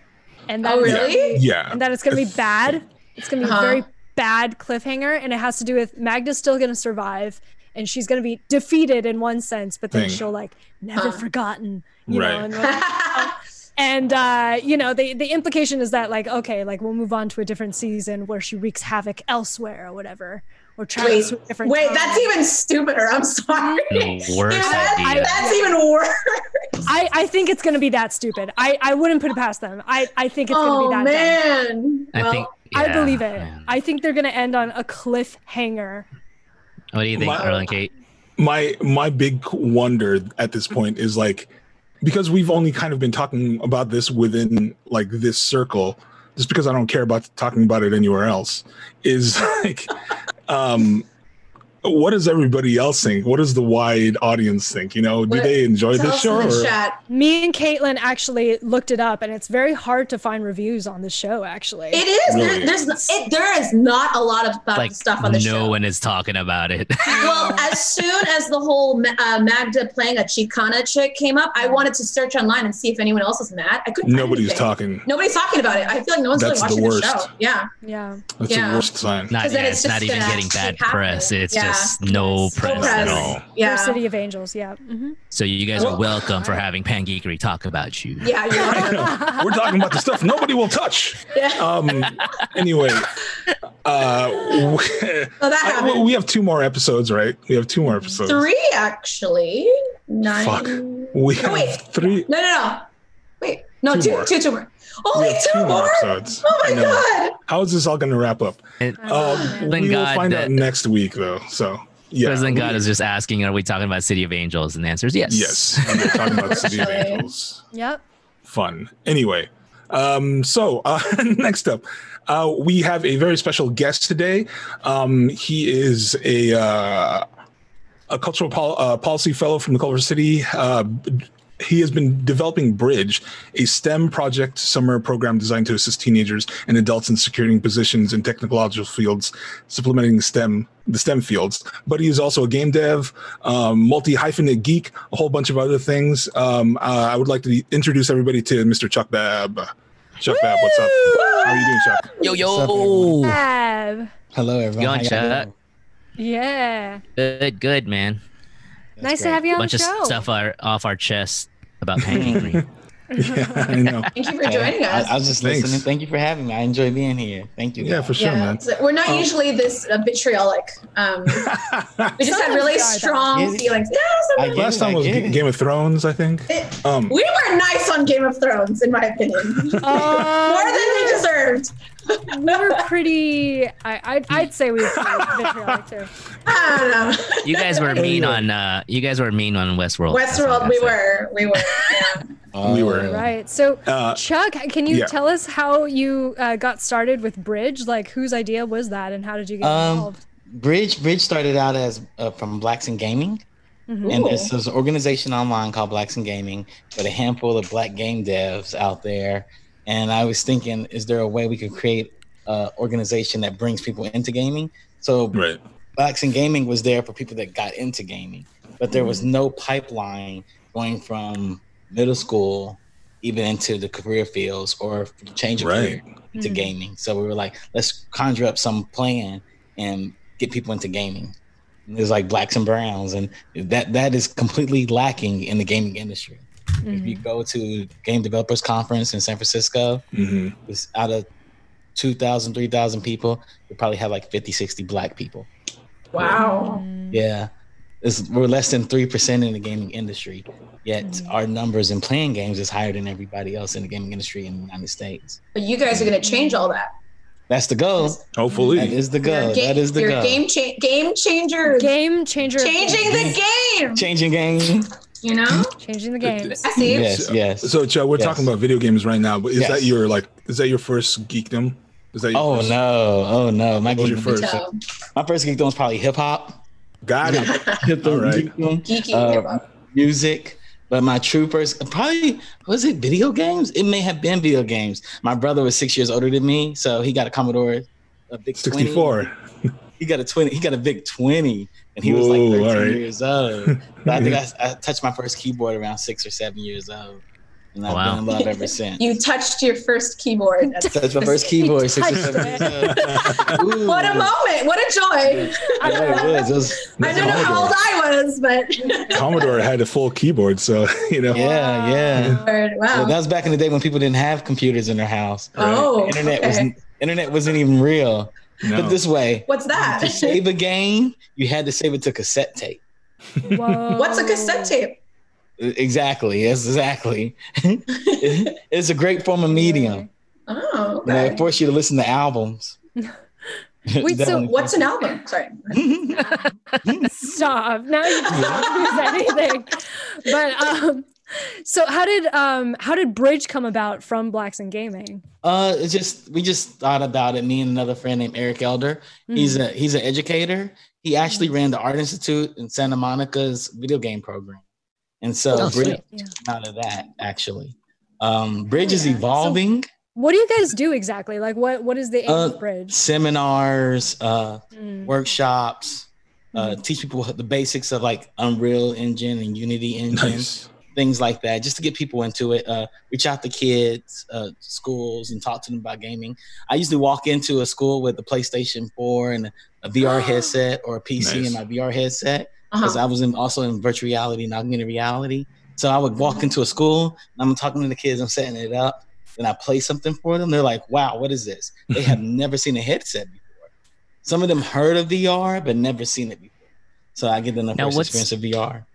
[SPEAKER 2] and that
[SPEAKER 4] Oh
[SPEAKER 2] is-
[SPEAKER 4] really?
[SPEAKER 1] Yeah,
[SPEAKER 2] and that it's going to be bad. It's going to be
[SPEAKER 4] Uh-huh.
[SPEAKER 2] a very bad cliffhanger, and it has to do with Magda's still going to survive, and she's going to be defeated in one sense, but then
[SPEAKER 1] Thing.
[SPEAKER 2] she'll like never
[SPEAKER 4] Huh.
[SPEAKER 2] forgotten, you
[SPEAKER 1] Right.
[SPEAKER 2] know. And, we're- and, uh, you know, the the implication is that like okay, like we'll move on to a different season where she wreaks havoc elsewhere or whatever, or travels to a different.
[SPEAKER 4] Wait,
[SPEAKER 2] time.
[SPEAKER 4] that's even stupider. I'm sorry.
[SPEAKER 3] the worst
[SPEAKER 4] Yeah,
[SPEAKER 3] idea
[SPEAKER 4] that's even worse.
[SPEAKER 2] I, I think it's going to be that stupid. I, I wouldn't put it past them. I, I think it's going to
[SPEAKER 4] Oh
[SPEAKER 2] be that. dumb.
[SPEAKER 4] man.
[SPEAKER 3] i
[SPEAKER 4] Well,
[SPEAKER 3] think
[SPEAKER 2] I
[SPEAKER 3] yeah,
[SPEAKER 2] believe it.
[SPEAKER 3] man.
[SPEAKER 2] I think they're going to end on a cliffhanger.
[SPEAKER 3] what do you think
[SPEAKER 1] My-
[SPEAKER 3] Earl and kate
[SPEAKER 1] my my big wonder at this point is like because we've only kind of been talking about this within like this circle just because i don't care about talking about it anywhere else is like um what does everybody else think? What does the wide audience think? You know, do
[SPEAKER 4] What-
[SPEAKER 1] they enjoy
[SPEAKER 4] Tell
[SPEAKER 1] this
[SPEAKER 4] us
[SPEAKER 1] show?
[SPEAKER 4] in the
[SPEAKER 1] or-
[SPEAKER 4] chat.
[SPEAKER 2] Me and Caitlin actually looked it up, and it's very hard to find reviews on the show. Actually,
[SPEAKER 4] It is.
[SPEAKER 1] Really?
[SPEAKER 4] There, there's it, there is not a lot of about
[SPEAKER 3] like
[SPEAKER 4] uh, stuff on the
[SPEAKER 3] no
[SPEAKER 4] show.
[SPEAKER 3] one is talking about it.
[SPEAKER 4] Well, as soon as the whole Ma- uh, Magda playing a Chicana chick came up, I wanted to search online and see if anyone else was mad. I couldn't. find
[SPEAKER 1] Nobody's
[SPEAKER 4] anything.
[SPEAKER 1] talking.
[SPEAKER 4] Nobody's talking about it. I feel like no one's
[SPEAKER 1] That's the
[SPEAKER 4] really watching the,
[SPEAKER 1] worst.
[SPEAKER 4] show. Yeah.
[SPEAKER 2] yeah,
[SPEAKER 1] That's
[SPEAKER 4] Yeah.
[SPEAKER 1] the worst sign.
[SPEAKER 3] Not,
[SPEAKER 4] Because then
[SPEAKER 3] yeah,
[SPEAKER 4] it's
[SPEAKER 3] it's not
[SPEAKER 4] just
[SPEAKER 3] even
[SPEAKER 4] that
[SPEAKER 3] getting bad
[SPEAKER 4] keep happening.
[SPEAKER 3] press. It's
[SPEAKER 4] Yeah.
[SPEAKER 3] just no
[SPEAKER 2] Yes. No
[SPEAKER 3] press, at
[SPEAKER 4] press.
[SPEAKER 3] all.
[SPEAKER 4] Yeah.
[SPEAKER 2] Or City of Angels. Yeah. Mhm.
[SPEAKER 3] So you guys
[SPEAKER 4] Well-
[SPEAKER 3] are welcome for having Pan Geekery talk about you.
[SPEAKER 4] Yeah. You're right.
[SPEAKER 1] We're talking about the stuff nobody will touch.
[SPEAKER 4] yeah.
[SPEAKER 1] Um, anyway, uh, we,
[SPEAKER 4] So that
[SPEAKER 1] I-
[SPEAKER 4] happened.
[SPEAKER 1] we have two more episodes, right? We have two more episodes.
[SPEAKER 4] Three actually. Nine.
[SPEAKER 1] Fuck. We
[SPEAKER 4] No,
[SPEAKER 1] have
[SPEAKER 4] wait.
[SPEAKER 1] three.
[SPEAKER 4] No, no, no. Wait. No,
[SPEAKER 1] Two
[SPEAKER 4] two, two, two
[SPEAKER 1] more.
[SPEAKER 4] more. Only
[SPEAKER 1] we have
[SPEAKER 4] two, more.
[SPEAKER 1] episodes.
[SPEAKER 4] Oh
[SPEAKER 1] I
[SPEAKER 4] my
[SPEAKER 1] know.
[SPEAKER 4] god.
[SPEAKER 1] How is this all going to wrap up?
[SPEAKER 3] And
[SPEAKER 2] I don't know,
[SPEAKER 1] Um,
[SPEAKER 5] Oh.
[SPEAKER 2] man.
[SPEAKER 3] Thank
[SPEAKER 1] we will
[SPEAKER 3] God
[SPEAKER 1] find out
[SPEAKER 3] that-
[SPEAKER 1] next week, though. So yeah,
[SPEAKER 3] President
[SPEAKER 1] we-
[SPEAKER 3] God is just asking, are we talking about City of Angels? And the answer is yes.
[SPEAKER 1] yes. and We're talking about City of
[SPEAKER 4] Actually.
[SPEAKER 1] Angels.
[SPEAKER 2] yep.
[SPEAKER 1] Fun. Anyway, um, so uh, next up, uh, we have a very special guest today. Um, he is a uh, a cultural pol- uh, policy fellow from Culver City. Uh, he has been developing Bridge, a STEM project summer program designed to assist teenagers and adults in securing positions in technological fields, supplementing STEM the STEM fields. But he is also a game dev, um, multi hyphenate geek, a whole bunch of other things. Um, uh, I would like to introduce everybody to Mr. Chuck Bab. Chuck Bab, what's up? How are you doing, Chuck?
[SPEAKER 3] Yo,
[SPEAKER 5] What's up,
[SPEAKER 3] yo.
[SPEAKER 5] everyone?
[SPEAKER 2] Fab.
[SPEAKER 5] Hello, everyone.
[SPEAKER 3] Yon
[SPEAKER 5] How y'all
[SPEAKER 3] Chat.
[SPEAKER 5] doing?
[SPEAKER 2] Yeah.
[SPEAKER 3] Good, good, man.
[SPEAKER 5] That's
[SPEAKER 2] nice
[SPEAKER 5] great.
[SPEAKER 2] to have you on
[SPEAKER 3] Bunch
[SPEAKER 2] the
[SPEAKER 3] of
[SPEAKER 2] show.
[SPEAKER 3] stuff are off our chest about Pan Geekery.
[SPEAKER 1] Yeah, I know.
[SPEAKER 4] Thank you for
[SPEAKER 5] Okay.
[SPEAKER 4] joining us.
[SPEAKER 5] I, I was just
[SPEAKER 1] Thanks.
[SPEAKER 5] listening. Thank you for having me. I enjoy being here. Thank you.
[SPEAKER 1] Yeah,
[SPEAKER 5] guys.
[SPEAKER 1] for sure, man.
[SPEAKER 4] so we're not
[SPEAKER 5] Um,
[SPEAKER 4] usually this uh, vitriolic. Um, we just had
[SPEAKER 2] Sometimes
[SPEAKER 4] really
[SPEAKER 2] we are, though.
[SPEAKER 4] strong
[SPEAKER 5] Yeah,
[SPEAKER 4] feelings. Yeah,
[SPEAKER 5] I
[SPEAKER 4] sometimes-
[SPEAKER 5] get
[SPEAKER 1] Last
[SPEAKER 5] it,
[SPEAKER 1] time
[SPEAKER 5] I
[SPEAKER 1] was
[SPEAKER 5] get
[SPEAKER 1] G-
[SPEAKER 5] it.
[SPEAKER 1] Game of Thrones, I think.
[SPEAKER 4] It-
[SPEAKER 1] Um,
[SPEAKER 4] we were nice on Game of Thrones, in my opinion,
[SPEAKER 2] Uh,
[SPEAKER 4] more than we deserved.
[SPEAKER 2] we were pretty. I, I I'd say we were pretty vitriolic too.
[SPEAKER 4] I don't know.
[SPEAKER 3] you guys were mean
[SPEAKER 1] Anyway.
[SPEAKER 3] on uh you guys were mean on Westworld. That's all I
[SPEAKER 4] Westworld,
[SPEAKER 3] gotta
[SPEAKER 4] we
[SPEAKER 3] say.
[SPEAKER 4] were, we were. Yeah.
[SPEAKER 5] Uh,
[SPEAKER 1] We were.
[SPEAKER 2] Right. So,
[SPEAKER 1] Uh,
[SPEAKER 2] Chuck, can you
[SPEAKER 1] yeah.
[SPEAKER 2] tell us how you uh, got started with Bridge? Like, whose idea was that, and how did you get
[SPEAKER 5] Um,
[SPEAKER 2] involved?
[SPEAKER 5] Bridge Bridge started out as uh, from Blacks in Gaming,
[SPEAKER 2] Mhm.
[SPEAKER 5] and
[SPEAKER 4] Ooh.
[SPEAKER 5] there's, there's an organization online called Blacks in Gaming with a handful of Black game devs out there. And I was thinking, is there a way we could create an organization that brings people into gaming? So
[SPEAKER 1] right.
[SPEAKER 5] Blacks in Gaming was there for people that got into gaming, but there was no pipeline going from middle school even into the career fields or change of
[SPEAKER 1] Right.
[SPEAKER 5] career
[SPEAKER 2] Mm-hmm.
[SPEAKER 5] to gaming. So we were like, let's conjure up some plan and get people into gaming. And There's like blacks and browns, and that that is completely lacking in the gaming industry. If you go to Game Developers Conference in San Francisco,
[SPEAKER 1] Mhm.
[SPEAKER 5] it's out of 2,000, 3,000 people, you probably have like 50, 60 black people.
[SPEAKER 2] Mm-hmm.
[SPEAKER 4] Wow.
[SPEAKER 5] Yeah. It's, we're less than 3% in the gaming industry, yet
[SPEAKER 4] Mm-hmm.
[SPEAKER 5] our numbers in playing games is higher than everybody else in the gaming industry in the United States.
[SPEAKER 4] But you guys are going to change all that.
[SPEAKER 5] That's the goal. That
[SPEAKER 1] Hopefully.
[SPEAKER 5] is the
[SPEAKER 4] You're
[SPEAKER 5] goal.
[SPEAKER 4] a ga-
[SPEAKER 5] that is the
[SPEAKER 4] you're a
[SPEAKER 5] goal.
[SPEAKER 4] game cha- game changer.
[SPEAKER 2] Game changer. of
[SPEAKER 4] Changing
[SPEAKER 2] games.
[SPEAKER 4] the game.
[SPEAKER 5] Changing game.
[SPEAKER 4] You know.
[SPEAKER 2] Changing the games.
[SPEAKER 4] I see.
[SPEAKER 5] Yes, yes.
[SPEAKER 1] So, Chad, we're
[SPEAKER 5] Yes.
[SPEAKER 1] talking about video games right now, but is
[SPEAKER 5] Yes.
[SPEAKER 1] that your like? Is that your first geekdom? Is that your
[SPEAKER 5] Oh
[SPEAKER 1] first-
[SPEAKER 5] no! Oh no! My
[SPEAKER 1] What was
[SPEAKER 5] geek,
[SPEAKER 1] your first?
[SPEAKER 4] So
[SPEAKER 5] my first geekdom was probably hip hop,
[SPEAKER 1] Got it.
[SPEAKER 5] hip
[SPEAKER 1] All right.
[SPEAKER 5] geekdom,
[SPEAKER 4] geeky.
[SPEAKER 5] Uh,
[SPEAKER 4] hip hop.
[SPEAKER 5] music. But my true first, probably was it video games? It may have been video games. My brother was six years older than me, so he got a Commodore, a big 20.
[SPEAKER 1] Sixty-four.
[SPEAKER 5] He got a twenty. He got a big twenty, and he was like
[SPEAKER 1] Whoa,
[SPEAKER 5] thirteen
[SPEAKER 1] all right.
[SPEAKER 5] years old. So I think I, I touched my first keyboard around six or seven years old, and I've
[SPEAKER 3] Wow.
[SPEAKER 5] been in love ever since.
[SPEAKER 4] You touched your first keyboard. That's-
[SPEAKER 5] That's my first
[SPEAKER 2] He
[SPEAKER 5] keyboard, six or
[SPEAKER 2] touched
[SPEAKER 5] seven years old. Ooh.
[SPEAKER 4] What a moment! What a joy!
[SPEAKER 5] Yeah, it was. It was
[SPEAKER 4] I don't know how old I was, but
[SPEAKER 1] Commodore had a full keyboard, so you know.
[SPEAKER 5] Yeah, yeah.
[SPEAKER 4] wow.
[SPEAKER 5] Well, that was back in the day when people didn't have computers in their house.
[SPEAKER 4] oh,
[SPEAKER 5] The internet
[SPEAKER 4] okay.
[SPEAKER 5] was internet wasn't even real.
[SPEAKER 1] no.
[SPEAKER 5] But this way,
[SPEAKER 4] What's that?
[SPEAKER 5] to save a game, you had to save it to cassette tape. E-,
[SPEAKER 2] Whoa.
[SPEAKER 4] What's a
[SPEAKER 5] Oh.
[SPEAKER 4] cassette tape?
[SPEAKER 5] Exactly. Yes, exactly. it's a great form of medium.
[SPEAKER 4] Oh,
[SPEAKER 5] You know,
[SPEAKER 4] okay.
[SPEAKER 5] it forced you to listen to albums.
[SPEAKER 2] Wait, so
[SPEAKER 4] What's an album? Sorry.
[SPEAKER 2] Stop. Now you just confuse anything. But um, So how did um how did Bridge come about from Blacks and Gaming?
[SPEAKER 5] Uh, it's just we just thought about it. Me and another friend named Eric Elder.
[SPEAKER 2] Mm-hmm.
[SPEAKER 5] He's a he's an educator. He actually ran the Art Institute in Santa Monica's video game program, and so
[SPEAKER 3] Oh,
[SPEAKER 5] Bridge
[SPEAKER 3] sweet.
[SPEAKER 2] Yeah.
[SPEAKER 5] out of that actually. Um, Bridge is
[SPEAKER 2] yeah. So-
[SPEAKER 5] evolving
[SPEAKER 2] What do you guys do exactly? Like what what is the aim
[SPEAKER 5] Uh,
[SPEAKER 2] of Bridge?
[SPEAKER 5] seminars, uh,
[SPEAKER 2] Mm.
[SPEAKER 5] workshops, uh,
[SPEAKER 2] Mm-hmm.
[SPEAKER 5] teach people the basics of like Unreal Engine and Unity Engine.
[SPEAKER 1] Nice.
[SPEAKER 5] things like that, just to get people into it. Uh, reach out to kids, uh, schools, and talk to them about gaming. I used to walk into a school with a PlayStation 4 and a VR headset or a PC
[SPEAKER 1] Nice.
[SPEAKER 5] and my VR headset because
[SPEAKER 4] Uh-huh.
[SPEAKER 5] I was in, also in virtual reality and augmented reality. So I would walk into a school and I'm talking to the kids, I'm setting it up, then I play something for them. They're like, wow, what is this? They have never seen a headset before. Some of them heard of VR, but never seen it before. So I get them the
[SPEAKER 3] Now,
[SPEAKER 5] first
[SPEAKER 3] what's-
[SPEAKER 5] experience of VR.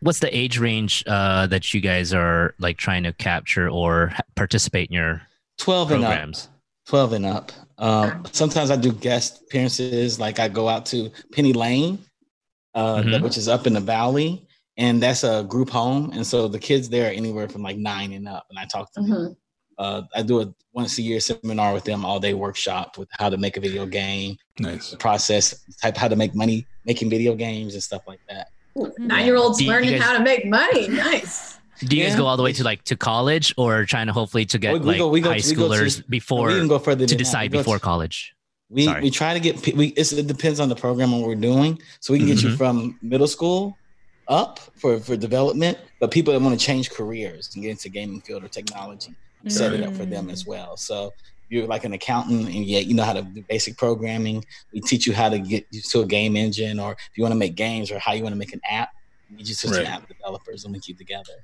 [SPEAKER 3] What's the age range uh, that you guys are like trying to capture or ha- participate in your
[SPEAKER 5] 12 and up.
[SPEAKER 3] programs?
[SPEAKER 5] 12 and up. Um, sometimes I do guest appearances, like I go out to Penny Lane, uh,
[SPEAKER 3] Mhm.
[SPEAKER 5] which is up in the valley, and that's a group home. And so the kids there are anywhere from like nine and up, and I talk to them.
[SPEAKER 4] Mhm.
[SPEAKER 5] Uh, I do a once a year seminar with them, all day workshop with how to make a video game,
[SPEAKER 1] Nice.
[SPEAKER 5] the process, type how to make money making video games and stuff like that.
[SPEAKER 4] Ooh, Nine-year-olds
[SPEAKER 3] Do you
[SPEAKER 4] learning
[SPEAKER 3] guys-
[SPEAKER 4] how to make money. Nice.
[SPEAKER 3] Do you guys
[SPEAKER 5] Yeah.
[SPEAKER 3] go all the way to like to college or trying to hopefully to get
[SPEAKER 5] We- we
[SPEAKER 3] like
[SPEAKER 5] go- we go-
[SPEAKER 3] high
[SPEAKER 5] we go to-
[SPEAKER 3] schoolers before
[SPEAKER 5] we can go further
[SPEAKER 3] to
[SPEAKER 5] than that.
[SPEAKER 3] decide
[SPEAKER 5] We go
[SPEAKER 3] before
[SPEAKER 5] to-
[SPEAKER 3] college?
[SPEAKER 5] We
[SPEAKER 3] Sorry.
[SPEAKER 5] we try to get pe- we it's, it depends on the program and what we're doing, so we can get you
[SPEAKER 3] Mhm.
[SPEAKER 5] from middle school up for for development, but people that want to change careers and get into gaming field or technology, set it up for them as well. So you're like an accountant and yet you know how to do basic programming. We teach you how to get you to a game engine, or if you want to make games, or how you want to make an app. We just teach
[SPEAKER 1] Right.
[SPEAKER 5] app developers and link you together.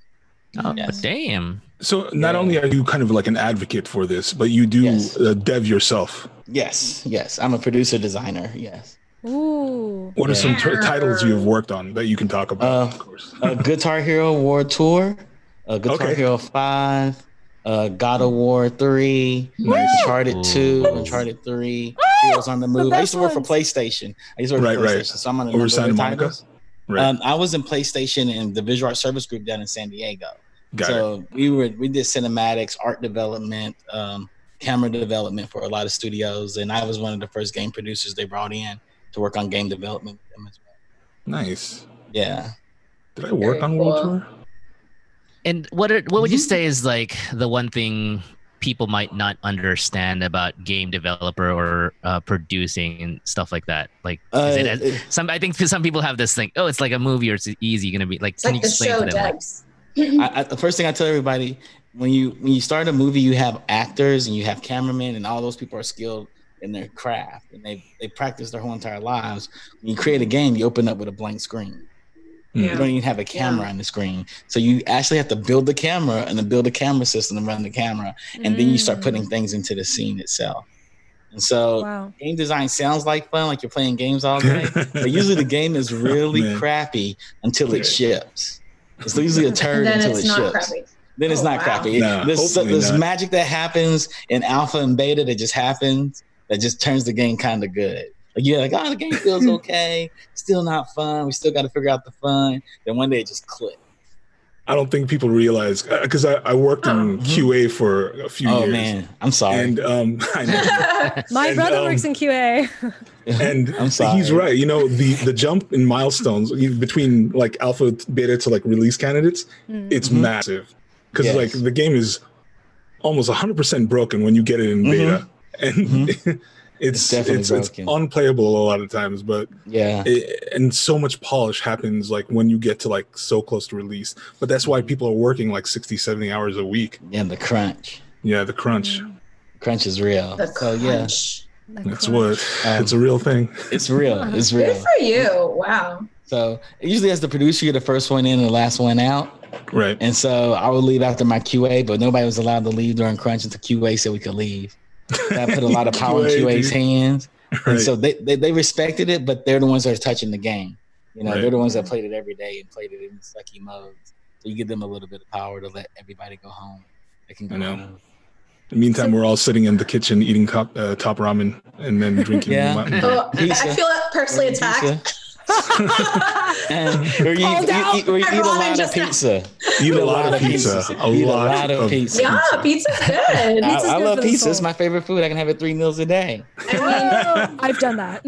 [SPEAKER 3] Oh,
[SPEAKER 5] Yes.
[SPEAKER 3] damn.
[SPEAKER 1] So not
[SPEAKER 5] Yeah.
[SPEAKER 1] only are you kind of like an advocate for this, but you do
[SPEAKER 5] Yes.
[SPEAKER 1] uh, dev yourself.
[SPEAKER 5] Yes, yes, I'm a producer designer. Yes.
[SPEAKER 2] Mm. Ooh.
[SPEAKER 1] What are some t-
[SPEAKER 4] Yeah.
[SPEAKER 1] titles you have worked on that you can talk about?
[SPEAKER 5] Uh,
[SPEAKER 1] of course.
[SPEAKER 5] uh, Guitar Hero War Tour, uh, Guitar
[SPEAKER 1] Okay.
[SPEAKER 5] Hero Five, uh, God of War Three,
[SPEAKER 1] Nice.
[SPEAKER 5] Uncharted Two,
[SPEAKER 3] Ooh.
[SPEAKER 5] Uncharted Three,
[SPEAKER 2] Oh,
[SPEAKER 5] Heroes on the
[SPEAKER 2] the
[SPEAKER 5] Move. I
[SPEAKER 2] best
[SPEAKER 5] used to work for
[SPEAKER 2] ones.
[SPEAKER 5] PlayStation. I used to work
[SPEAKER 1] Right,
[SPEAKER 5] for
[SPEAKER 1] right.
[SPEAKER 5] PlayStation, so I'm on a
[SPEAKER 1] Over
[SPEAKER 5] number of
[SPEAKER 1] Santa
[SPEAKER 5] their
[SPEAKER 1] Monica?
[SPEAKER 5] titles.
[SPEAKER 1] Right.
[SPEAKER 5] Um, I was in PlayStation and the Visual Art Service Group down in San Diego.
[SPEAKER 1] Got it.
[SPEAKER 5] so we were we did cinematics, art development, um, camera development for a lot of studios, and I was one of the first game producers they brought in to work on game development. with them as well.
[SPEAKER 1] Nice.
[SPEAKER 5] Yeah.
[SPEAKER 1] Did I work
[SPEAKER 4] Very
[SPEAKER 1] on World
[SPEAKER 4] cool.
[SPEAKER 1] Tour?
[SPEAKER 3] And what are, what would you
[SPEAKER 5] Mhm.
[SPEAKER 3] say is like the one thing people might not understand about game developer or uh, producing and stuff like that? Like is it,
[SPEAKER 5] Uh,
[SPEAKER 3] some I think some people have this thing. Oh, it's like a movie or it's easy going to be like.
[SPEAKER 4] It's
[SPEAKER 3] can
[SPEAKER 4] like
[SPEAKER 3] you
[SPEAKER 4] the
[SPEAKER 3] explain
[SPEAKER 4] show
[SPEAKER 3] to them? like,
[SPEAKER 4] Debs.
[SPEAKER 5] I, I, the first thing I tell everybody when you when you start a movie, you have actors and you have cameramen, and all those people are skilled in their craft, and they they practice their whole entire lives. When you create a game, you open up with a blank screen. You
[SPEAKER 4] Yeah.
[SPEAKER 5] don't even have a camera on the screen, so you actually have to build the camera and then build a camera system and run the camera, and then you start
[SPEAKER 2] Mm.
[SPEAKER 5] putting things into the scene itself. And so,
[SPEAKER 2] Wow.
[SPEAKER 5] game design sounds like fun, like you're playing games all day but usually the game
[SPEAKER 4] Oh,
[SPEAKER 5] is really
[SPEAKER 1] man.
[SPEAKER 5] crappy until
[SPEAKER 1] Yeah.
[SPEAKER 5] it ships. It's usually a turd
[SPEAKER 4] And then
[SPEAKER 5] until
[SPEAKER 4] it's
[SPEAKER 5] it
[SPEAKER 4] not
[SPEAKER 5] ships.
[SPEAKER 4] crappy.
[SPEAKER 5] Then it's
[SPEAKER 4] Oh,
[SPEAKER 5] not
[SPEAKER 4] wow.
[SPEAKER 5] crappy.
[SPEAKER 1] Nah,
[SPEAKER 5] there's
[SPEAKER 1] hopefully
[SPEAKER 5] there's
[SPEAKER 1] not.
[SPEAKER 5] magic that happens in alpha and beta that just happens that just turns the game kind of good. Like you're like, oh, the game feels okay. Still not fun. We still got to figure out the fun. Then one day it just clicks.
[SPEAKER 1] I don't think people realize because I, I worked in
[SPEAKER 5] Oh.
[SPEAKER 1] QA for a few
[SPEAKER 5] Oh
[SPEAKER 1] years.
[SPEAKER 5] man, I'm sorry.
[SPEAKER 1] And um, I know.
[SPEAKER 2] My
[SPEAKER 1] And,
[SPEAKER 2] brother
[SPEAKER 1] um,
[SPEAKER 2] works in QA.
[SPEAKER 1] and
[SPEAKER 5] I'm sorry.
[SPEAKER 1] he's right. You know, the the jump in milestones you- between like alpha beta to like release candidates,
[SPEAKER 2] Mm.
[SPEAKER 1] it's
[SPEAKER 5] Mhm.
[SPEAKER 1] massive because
[SPEAKER 5] Yes.
[SPEAKER 1] like the game is almost 100% broken when you get it in
[SPEAKER 5] Mhm.
[SPEAKER 1] beta, and it's
[SPEAKER 5] It's definitely
[SPEAKER 1] it's, it's
[SPEAKER 5] broken.
[SPEAKER 1] unplayable a lot of times. But
[SPEAKER 5] Yeah.
[SPEAKER 1] it, and so much polish happens like when you get to like so close to release. But that's
[SPEAKER 5] Mm-hmm.
[SPEAKER 1] why people are working like 60, 70 hours a week.
[SPEAKER 5] Yeah. The crunch.
[SPEAKER 1] Yeah, the
[SPEAKER 2] Mm,
[SPEAKER 1] crunch.
[SPEAKER 5] Crunch is real.
[SPEAKER 4] The
[SPEAKER 5] So yeah,
[SPEAKER 4] crunch. Uh-huh.
[SPEAKER 2] Like,
[SPEAKER 1] That's
[SPEAKER 2] crap.
[SPEAKER 1] what
[SPEAKER 5] Um,
[SPEAKER 1] it's a real thing.
[SPEAKER 5] it's real. It's
[SPEAKER 4] Good
[SPEAKER 5] real.
[SPEAKER 4] for you. Wow.
[SPEAKER 5] So usually, as the producer, you're the first one in and the last one out.
[SPEAKER 1] Right.
[SPEAKER 5] And so I would leave after my QA, but nobody was allowed to leave during crunch until QA said we could leave. That put a lot of power in
[SPEAKER 1] QA,
[SPEAKER 5] QA's
[SPEAKER 1] dude.
[SPEAKER 5] hands. And
[SPEAKER 1] Right.
[SPEAKER 5] so they, they, they respected it, but they're the ones that are touching the game. You know,
[SPEAKER 1] Right.
[SPEAKER 5] they're the ones that played it every day and played it in sucky modes. So you give them a little bit of power to let everybody go home. They can go
[SPEAKER 1] I know.
[SPEAKER 5] home.
[SPEAKER 1] In the meantime,
[SPEAKER 2] So-
[SPEAKER 1] we're all sitting in the kitchen eating cop, uh, top ramen and then drinking.
[SPEAKER 5] Yeah.
[SPEAKER 1] wine.
[SPEAKER 4] Oh, I I
[SPEAKER 5] Lisa.
[SPEAKER 4] feel personally
[SPEAKER 5] Pizza.
[SPEAKER 4] attacked.
[SPEAKER 5] or you,
[SPEAKER 4] Called
[SPEAKER 5] you,
[SPEAKER 4] out
[SPEAKER 5] eat, or you
[SPEAKER 4] by
[SPEAKER 5] eat a
[SPEAKER 4] Robin
[SPEAKER 5] lot of
[SPEAKER 4] just now.
[SPEAKER 5] pizza.
[SPEAKER 1] Eat a lot of pizza. A
[SPEAKER 5] Eat
[SPEAKER 1] lot of pizza.
[SPEAKER 4] yeah, pizza's good.
[SPEAKER 5] I,
[SPEAKER 2] Pizza's
[SPEAKER 5] I
[SPEAKER 2] good
[SPEAKER 5] love
[SPEAKER 2] for the
[SPEAKER 5] pizza. It's
[SPEAKER 2] soul.
[SPEAKER 5] my favorite food. I can have it three meals a day.
[SPEAKER 4] I
[SPEAKER 2] I've done that.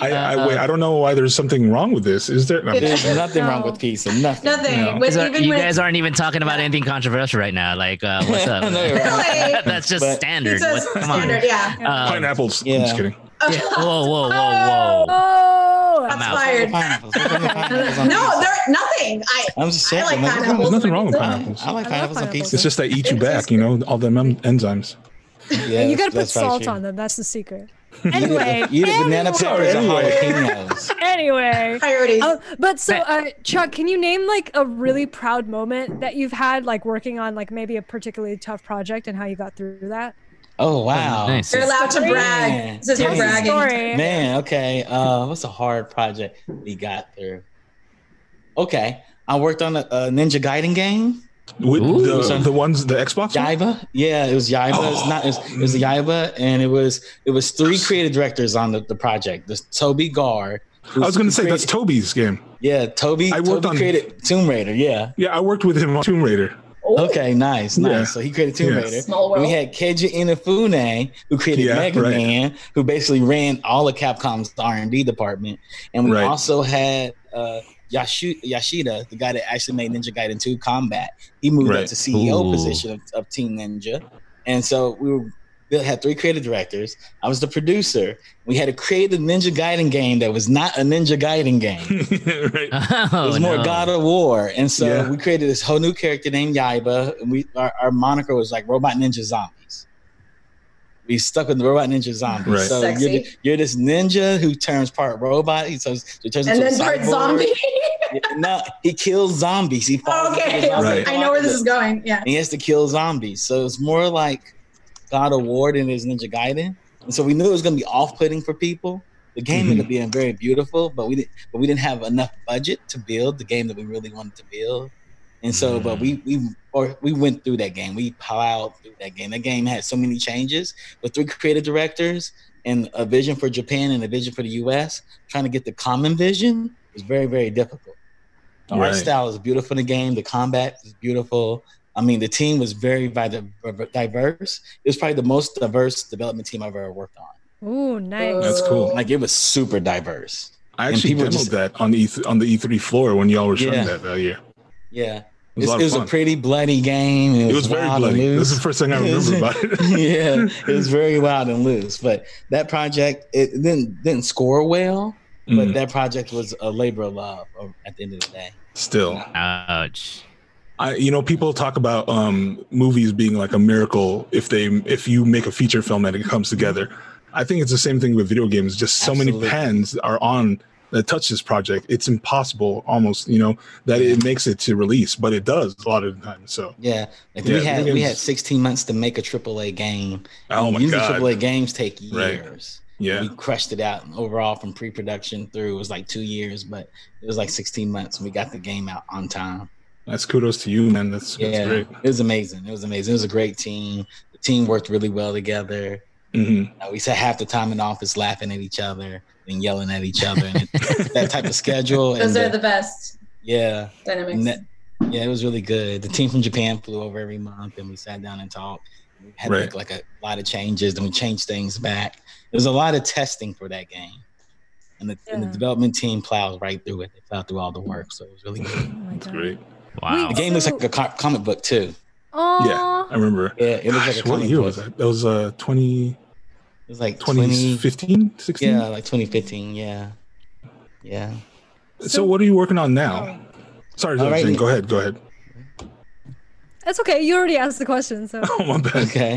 [SPEAKER 1] I, I,
[SPEAKER 3] Uh,
[SPEAKER 1] wait, I don't know why there's something wrong with this. Is there? No, I'm just-
[SPEAKER 5] There's nothing wrong
[SPEAKER 2] No.
[SPEAKER 5] with pizza. Nothing.
[SPEAKER 4] nothing.
[SPEAKER 1] No.
[SPEAKER 4] With,
[SPEAKER 3] guys are-
[SPEAKER 4] even
[SPEAKER 3] you
[SPEAKER 4] with
[SPEAKER 3] guys aren't even talking about anything controversial right now. Like, uh, what's up?
[SPEAKER 5] I know you're right.
[SPEAKER 4] Really?
[SPEAKER 3] That's just
[SPEAKER 5] But-
[SPEAKER 3] standard.
[SPEAKER 4] pizza's
[SPEAKER 3] What- come on.
[SPEAKER 4] standard, yeah.
[SPEAKER 3] Um,
[SPEAKER 1] Pineapples. I'm
[SPEAKER 5] yeah.
[SPEAKER 1] just kidding.
[SPEAKER 3] yeah. Whoa, whoa, whoa, whoa.
[SPEAKER 2] oh,
[SPEAKER 4] That's
[SPEAKER 3] out.
[SPEAKER 4] fired.
[SPEAKER 5] Pineapples. What kind of pineapples on
[SPEAKER 4] No,
[SPEAKER 5] pizza?
[SPEAKER 4] there nothing. I
[SPEAKER 5] I'm just
[SPEAKER 4] I
[SPEAKER 5] saying.
[SPEAKER 4] like
[SPEAKER 5] man.
[SPEAKER 1] There's
[SPEAKER 4] pineapples.
[SPEAKER 1] nothing wrong with
[SPEAKER 4] Pizza.
[SPEAKER 1] pineapples.
[SPEAKER 5] I like
[SPEAKER 2] I love
[SPEAKER 5] pineapples on
[SPEAKER 2] pineapples.
[SPEAKER 5] pizza.
[SPEAKER 1] It's just they eat you
[SPEAKER 4] It's
[SPEAKER 1] back,
[SPEAKER 4] just-
[SPEAKER 1] you know, all them en- enzymes.
[SPEAKER 5] Yeah,
[SPEAKER 2] you gotta
[SPEAKER 5] that's-
[SPEAKER 2] put
[SPEAKER 5] that's probably
[SPEAKER 2] salt
[SPEAKER 5] true.
[SPEAKER 2] on them. That's the secret.
[SPEAKER 5] You need a-
[SPEAKER 2] Anyway,
[SPEAKER 5] you need a banana peppers and
[SPEAKER 1] Sorry,
[SPEAKER 5] jalapenos.
[SPEAKER 2] anyway.
[SPEAKER 4] priorities.
[SPEAKER 2] Oh, but so,
[SPEAKER 3] But-
[SPEAKER 2] uh, Chuck, can you name like a really proud moment that you've had, like working on like maybe a particularly tough project and how you got through that?
[SPEAKER 5] Oh wow.
[SPEAKER 3] Nice.
[SPEAKER 4] You're allowed to
[SPEAKER 2] Story?
[SPEAKER 5] Yeah.
[SPEAKER 4] brag. This is your
[SPEAKER 5] Tell us the
[SPEAKER 4] bragging.
[SPEAKER 2] Story.
[SPEAKER 5] Man, okay. Uh, what's a hard project we got through? Okay, I worked on a, a Ninja Gaiden game.
[SPEAKER 1] With
[SPEAKER 3] Ooh.
[SPEAKER 1] the, the ones, the Xbox? one?
[SPEAKER 5] Yaiba. Yeah, it was Yaiba. It's not. It was, it was Yaiba, and it was it was three creative directors on the, the project. There's Toby Gard.
[SPEAKER 1] I was going to say that's Toby's game.
[SPEAKER 5] yeah, Toby.
[SPEAKER 1] I
[SPEAKER 5] I
[SPEAKER 1] worked
[SPEAKER 5] Toby
[SPEAKER 1] on-
[SPEAKER 5] created Tomb Raider. Yeah.
[SPEAKER 1] Yeah, I worked with him on Tomb Raider.
[SPEAKER 4] Ooh,
[SPEAKER 5] Okay, nice, nice.
[SPEAKER 1] Yeah.
[SPEAKER 5] So he created Tomb
[SPEAKER 1] Yeah.
[SPEAKER 5] Raider.
[SPEAKER 4] Small
[SPEAKER 5] And we
[SPEAKER 4] world.
[SPEAKER 5] had Keiji Inafune, who created
[SPEAKER 1] Yeah,
[SPEAKER 5] Mega
[SPEAKER 1] right.
[SPEAKER 5] Man, who basically ran all of Capcom's R and D department. And we
[SPEAKER 1] Right.
[SPEAKER 5] also had uh, Yashi- Yashida, the guy that actually made Ninja Gaiden 2 Combat. He moved
[SPEAKER 1] Right.
[SPEAKER 5] up to CEO
[SPEAKER 3] Ooh.
[SPEAKER 5] position of, of Team Ninja, and so we were. We had three creative directors. I was the producer. We had to create a Ninja Gaiden game that was not a Ninja Gaiden game
[SPEAKER 1] right.
[SPEAKER 3] Oh,
[SPEAKER 5] it was more
[SPEAKER 3] no.
[SPEAKER 5] God of War, and so
[SPEAKER 1] Yeah.
[SPEAKER 5] we created this whole new character named Yaiba, and we our, our moniker was like Robot Ninja Zombies. We stuck with the Robot Ninja Zombies.
[SPEAKER 1] Right.
[SPEAKER 5] So
[SPEAKER 4] Sexy.
[SPEAKER 5] you're, th- you're this ninja who turns part robot. He turns, he turns
[SPEAKER 4] And
[SPEAKER 5] into a
[SPEAKER 4] then part
[SPEAKER 5] cyborg.
[SPEAKER 4] zombie.
[SPEAKER 5] Yeah, no, he kills zombies. He falls. into the
[SPEAKER 4] okay.
[SPEAKER 5] zombie
[SPEAKER 1] Right.
[SPEAKER 4] I know where this is going. Yeah.
[SPEAKER 5] and he has to kill zombies. So it's more like God of War than it is Ninja Gaiden. And so we knew it was going to be off-putting for people. The game ended up being very beautiful, but we didn't. But we didn't have enough budget to build the game that we really wanted to build. And so, but we we or we went through that game. We plowed through that game. That game had so many changes with three creative directors and a vision for Japan and a vision for the U.S. Trying to get the common vision was very very difficult. The
[SPEAKER 1] Right.
[SPEAKER 5] art style is beautiful in the game. The combat is beautiful. I mean, the team was very vi- diverse. It was probably the most diverse development team I've ever worked on.
[SPEAKER 2] Ooh, nice.
[SPEAKER 1] That's cool.
[SPEAKER 5] Like it was super diverse.
[SPEAKER 1] I
[SPEAKER 5] And
[SPEAKER 1] actually
[SPEAKER 5] people
[SPEAKER 1] demoed
[SPEAKER 5] just-
[SPEAKER 1] that on the E3, on the E3 floor when y'all were showing
[SPEAKER 5] Yeah.
[SPEAKER 1] that that year.
[SPEAKER 5] Yeah,
[SPEAKER 1] It was a
[SPEAKER 5] It's-
[SPEAKER 1] lot of
[SPEAKER 5] it was
[SPEAKER 1] fun.
[SPEAKER 5] a pretty bloody game.
[SPEAKER 1] it was very
[SPEAKER 5] wild and
[SPEAKER 1] bloody. This
[SPEAKER 5] loose.
[SPEAKER 1] is the first thing I remember about it.
[SPEAKER 5] yeah, it was very wild and loose. But that project, it didn't didn't score well. But
[SPEAKER 1] Mm,
[SPEAKER 5] that project was a labor of love. uh, At the end of the day,
[SPEAKER 1] still,
[SPEAKER 3] Ouch.
[SPEAKER 1] I you know people talk about um, movies being like a miracle if they if you make a feature film and it comes together. I think it's the same thing with video games. Just so
[SPEAKER 5] Absolutely.
[SPEAKER 1] many pans are on that touch this project. It's impossible, almost you know, that it makes it to release, but it does a lot of the time. So,
[SPEAKER 5] yeah, like
[SPEAKER 1] Yeah,
[SPEAKER 5] we had
[SPEAKER 1] video
[SPEAKER 5] we
[SPEAKER 1] games-
[SPEAKER 5] had 16 months to make a AAA game.
[SPEAKER 1] oh my
[SPEAKER 5] Usually
[SPEAKER 1] god,
[SPEAKER 5] AAA games take
[SPEAKER 1] Right.
[SPEAKER 5] years.
[SPEAKER 1] yeah,
[SPEAKER 5] we crushed it out and overall from pre-production through it was like two years but it was like 16 months and we got the game out on time
[SPEAKER 1] that's kudos to you, man. That's,
[SPEAKER 5] yeah
[SPEAKER 1] that's great.
[SPEAKER 5] it was amazing it was amazing it was a great team the team worked really well together
[SPEAKER 1] hmm
[SPEAKER 5] Uh, we spent half the time in the office laughing at each other and yelling at each other and it- that type of schedule and
[SPEAKER 4] Those are
[SPEAKER 5] the-
[SPEAKER 4] the best
[SPEAKER 5] yeah
[SPEAKER 4] dynamics.
[SPEAKER 5] and that- yeah it was really good the team from japan flew over every month and we sat down and talked we had
[SPEAKER 1] Right.
[SPEAKER 5] like, like a lot of changes then we changed things back there was a lot of testing for that game and the, and the
[SPEAKER 2] Yeah.
[SPEAKER 5] development team plowed right through it they plowed through all the work so it was really good
[SPEAKER 2] Oh my
[SPEAKER 1] That's
[SPEAKER 2] God.
[SPEAKER 1] great.
[SPEAKER 3] Wow.
[SPEAKER 5] the game looks
[SPEAKER 2] So-
[SPEAKER 5] like a co- comic book too
[SPEAKER 2] Aw.
[SPEAKER 1] I remember.
[SPEAKER 5] yeah it looks like a
[SPEAKER 1] Gosh, what
[SPEAKER 5] comic
[SPEAKER 1] year
[SPEAKER 5] book
[SPEAKER 1] was that? That was uh 20,
[SPEAKER 5] it was like 20,
[SPEAKER 1] 2015, 16?
[SPEAKER 5] yeah like 2015 yeah yeah
[SPEAKER 1] So what are you working on now? Sorry,
[SPEAKER 5] All right.
[SPEAKER 1] Jane, go ahead, go ahead.
[SPEAKER 2] That's okay. You already asked the question, so
[SPEAKER 1] Oh my bad.
[SPEAKER 5] okay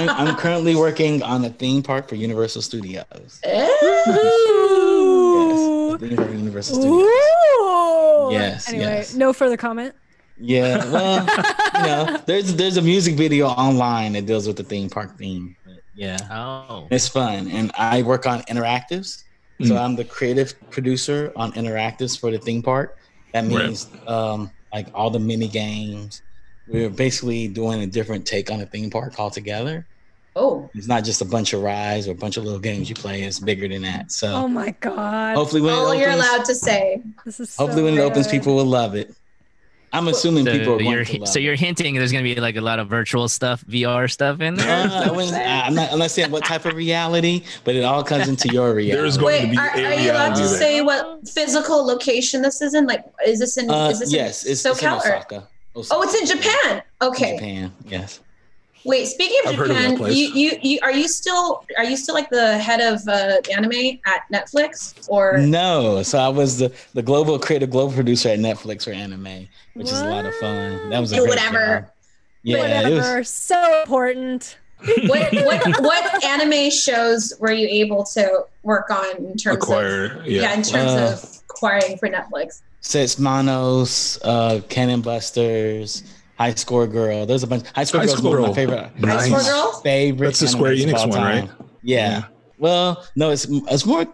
[SPEAKER 5] I'm, I'm currently working on a theme park for universal studios
[SPEAKER 4] Eh?
[SPEAKER 5] yes a theme park for universal studios
[SPEAKER 2] Ooh.
[SPEAKER 5] Yes,
[SPEAKER 2] Anyway,
[SPEAKER 5] yes.
[SPEAKER 2] no further comment.
[SPEAKER 5] Yeah, well, you know, there's there's a music video online that deals with the theme park theme. But yeah,
[SPEAKER 3] Oh.
[SPEAKER 5] it's fun, and I work on interactives, so
[SPEAKER 1] Mm.
[SPEAKER 5] I'm the creative producer on interactives for the theme park. That
[SPEAKER 1] Right.
[SPEAKER 5] means um, like all the mini games. We're basically doing a different take on the theme park altogether,
[SPEAKER 4] Oh,
[SPEAKER 5] It's not just a bunch of rides or a bunch of little games you play. It's bigger than that. So
[SPEAKER 2] Oh my god.
[SPEAKER 5] hopefully when
[SPEAKER 4] all
[SPEAKER 5] it
[SPEAKER 4] Oh, you're
[SPEAKER 5] opens,
[SPEAKER 4] allowed to say.
[SPEAKER 2] this is so
[SPEAKER 5] hopefully when it opens,
[SPEAKER 2] good.
[SPEAKER 5] people will love it. I'm assuming people are
[SPEAKER 3] So
[SPEAKER 5] going
[SPEAKER 3] you're,
[SPEAKER 5] to love
[SPEAKER 3] so
[SPEAKER 5] it.
[SPEAKER 3] you're hinting there's gonna be like a lot of virtual stuff, VR stuff in there.
[SPEAKER 5] Uh, I wouldn't- I'm not, I'm not saying what type of reality, but it all comes into your reality.
[SPEAKER 1] There's going to
[SPEAKER 4] Wait,
[SPEAKER 1] be
[SPEAKER 4] are,
[SPEAKER 1] a
[SPEAKER 4] are you allowed to
[SPEAKER 1] reality
[SPEAKER 3] there.
[SPEAKER 4] say what physical location this is in? Like, is this in?
[SPEAKER 5] Uh,
[SPEAKER 4] is this
[SPEAKER 5] yes,
[SPEAKER 4] in
[SPEAKER 5] it's, it's in
[SPEAKER 4] SoCal or?
[SPEAKER 5] Osaka. Osaka.
[SPEAKER 4] Oh, it's in Japan. Okay.
[SPEAKER 5] Japan, yes.
[SPEAKER 4] Wait, speaking of
[SPEAKER 1] I've heard of that
[SPEAKER 4] Japan,
[SPEAKER 1] place.
[SPEAKER 4] you, you you are you still are you still like the head of uh, anime at Netflix or?
[SPEAKER 5] No, so I was the, the global creative global producer at Netflix for anime, which is a lot of fun. That was a
[SPEAKER 4] Do
[SPEAKER 5] great
[SPEAKER 4] whatever.
[SPEAKER 5] job. Yeah, it was-
[SPEAKER 2] Whatever. So important.
[SPEAKER 4] what what what anime shows were you able to work on in terms of
[SPEAKER 1] acquire.
[SPEAKER 4] yeah.
[SPEAKER 1] Yeah.
[SPEAKER 4] in terms
[SPEAKER 5] Uh,
[SPEAKER 4] of acquiring for Netflix?
[SPEAKER 5] Sets Manos, uh, Cannon Busters, High Score Girl. There's a bunch. High Score
[SPEAKER 1] High
[SPEAKER 5] Girl's
[SPEAKER 1] Square
[SPEAKER 5] one of my
[SPEAKER 1] Girl.
[SPEAKER 5] favorite.
[SPEAKER 1] Nice.
[SPEAKER 4] High Score Girl?
[SPEAKER 5] Favorite.
[SPEAKER 1] That's the Square
[SPEAKER 5] animes of
[SPEAKER 1] Enix
[SPEAKER 5] all
[SPEAKER 1] one,
[SPEAKER 5] time.
[SPEAKER 1] right?
[SPEAKER 5] Yeah.
[SPEAKER 1] Yeah.
[SPEAKER 5] Well, no, it's it's more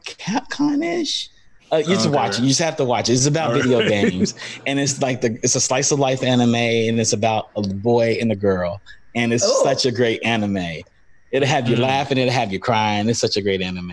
[SPEAKER 5] Capcom-ish. Uh, you just
[SPEAKER 1] Okay.
[SPEAKER 5] watch it. You just have to watch it. It's about
[SPEAKER 1] All right.
[SPEAKER 5] video games, and it's like the it's a slice of life anime, and it's about a boy and a girl, and it's
[SPEAKER 4] Oh.
[SPEAKER 5] such a great anime. It'll have you
[SPEAKER 3] Mm.
[SPEAKER 5] laughing. It'll have you crying. It's such a great anime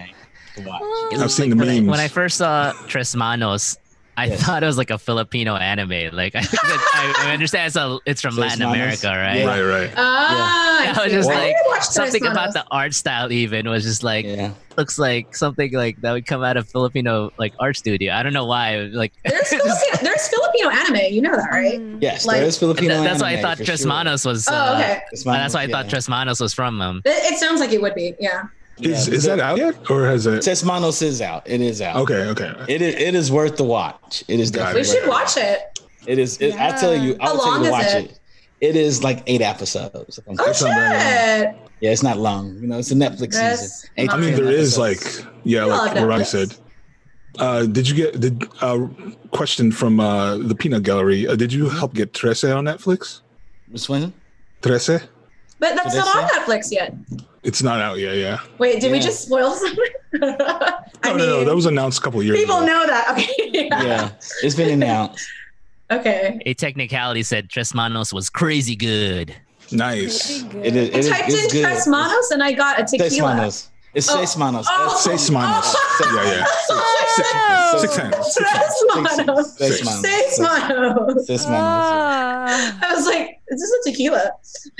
[SPEAKER 5] to watch.
[SPEAKER 3] It
[SPEAKER 1] I've
[SPEAKER 3] looks
[SPEAKER 1] seen the
[SPEAKER 3] when I-
[SPEAKER 1] memes.
[SPEAKER 3] When I first saw Tres Manos, I
[SPEAKER 5] Yes.
[SPEAKER 3] thought it was like a Filipino anime. Like I, I, I understand it's, a, it's from
[SPEAKER 5] Tres
[SPEAKER 3] Latin
[SPEAKER 5] Manos?
[SPEAKER 3] America, right?
[SPEAKER 5] Yeah.
[SPEAKER 1] Right, right.
[SPEAKER 4] Ah,
[SPEAKER 3] Yeah,
[SPEAKER 4] I
[SPEAKER 3] I was
[SPEAKER 4] see.
[SPEAKER 3] just
[SPEAKER 4] I
[SPEAKER 3] like,
[SPEAKER 4] didn't watch Tres
[SPEAKER 3] Something
[SPEAKER 4] Manos.
[SPEAKER 3] about the art style even was just like
[SPEAKER 5] Yeah,
[SPEAKER 3] looks like something like that would come out of Filipino like art studio. I don't know why. Like
[SPEAKER 4] There's Filipino, there's Filipino anime. You know that, right?
[SPEAKER 2] Mm.
[SPEAKER 5] yes,
[SPEAKER 4] Like-
[SPEAKER 5] there is Filipino.
[SPEAKER 3] th- that's why I
[SPEAKER 5] anime,
[SPEAKER 3] thought
[SPEAKER 5] for
[SPEAKER 3] Tres
[SPEAKER 5] sure.
[SPEAKER 3] Manos was.
[SPEAKER 4] Oh,
[SPEAKER 3] uh,
[SPEAKER 4] okay.
[SPEAKER 5] Tres
[SPEAKER 3] That's why I
[SPEAKER 5] Manos,
[SPEAKER 3] thought
[SPEAKER 5] yeah.
[SPEAKER 3] Tres Manos was from um. him.
[SPEAKER 4] It, it sounds like it would be. Yeah.
[SPEAKER 1] Is
[SPEAKER 5] Yeah,
[SPEAKER 1] is that
[SPEAKER 5] so-
[SPEAKER 1] out yet, or has it?
[SPEAKER 5] Tres Manos is out. It is out.
[SPEAKER 1] Okay, okay.
[SPEAKER 5] It is, it is worth the watch. It is
[SPEAKER 1] Got
[SPEAKER 4] We
[SPEAKER 5] definitely
[SPEAKER 1] it.
[SPEAKER 4] should
[SPEAKER 5] worth the
[SPEAKER 4] watch it.
[SPEAKER 5] It is. It, I tell you,
[SPEAKER 4] How
[SPEAKER 5] I would tell
[SPEAKER 4] long is
[SPEAKER 5] you to watch
[SPEAKER 4] it?
[SPEAKER 5] it. It is like eight episodes.
[SPEAKER 4] Oh
[SPEAKER 1] It's not bad
[SPEAKER 4] shit!
[SPEAKER 5] Yeah, it's not long. You know, it's a Netflix
[SPEAKER 4] That's
[SPEAKER 5] season. Eight
[SPEAKER 1] I
[SPEAKER 5] to
[SPEAKER 1] mean,
[SPEAKER 5] ten
[SPEAKER 1] there is like,
[SPEAKER 5] episodes.
[SPEAKER 1] yeah,
[SPEAKER 4] You
[SPEAKER 1] like
[SPEAKER 4] love
[SPEAKER 1] what I
[SPEAKER 4] Netflix.
[SPEAKER 1] said. Uh, did you get the uh, question from uh, the Peanut Gallery? Uh, did you
[SPEAKER 4] Mm-hmm.
[SPEAKER 1] help get Trece on Netflix?
[SPEAKER 5] Which one?
[SPEAKER 1] Trece?
[SPEAKER 4] But that's
[SPEAKER 5] Did
[SPEAKER 4] not
[SPEAKER 5] I
[SPEAKER 4] on Netflix yet.
[SPEAKER 1] It's not out yet. Yeah.
[SPEAKER 4] Wait, did we
[SPEAKER 5] Yeah.
[SPEAKER 4] just spoil something? I
[SPEAKER 1] No,
[SPEAKER 4] mean,
[SPEAKER 1] no, no. That was announced a couple years
[SPEAKER 4] people
[SPEAKER 1] ago.
[SPEAKER 4] know that. Okay.
[SPEAKER 5] Yeah, it's been announced.
[SPEAKER 4] Okay.
[SPEAKER 3] A technicality said Tres Manos was crazy good.
[SPEAKER 1] Nice.
[SPEAKER 2] Pretty good.
[SPEAKER 5] It is.
[SPEAKER 4] I
[SPEAKER 5] It is
[SPEAKER 4] typed
[SPEAKER 5] it's
[SPEAKER 4] in
[SPEAKER 5] good.
[SPEAKER 4] Tres Manos and I got a tequila.
[SPEAKER 5] Seis manos. It's
[SPEAKER 4] Oh.
[SPEAKER 5] seis manos.
[SPEAKER 4] Oh.
[SPEAKER 1] Seis manos.
[SPEAKER 4] Oh.
[SPEAKER 1] Yeah, yeah. Six,
[SPEAKER 2] Oh.
[SPEAKER 1] six hands.
[SPEAKER 4] Tres Manos.
[SPEAKER 5] Seis
[SPEAKER 1] Six.
[SPEAKER 5] manos.
[SPEAKER 4] Seis Manos.
[SPEAKER 5] Seis manos.
[SPEAKER 2] Ah.
[SPEAKER 4] I was like, is this a tequila?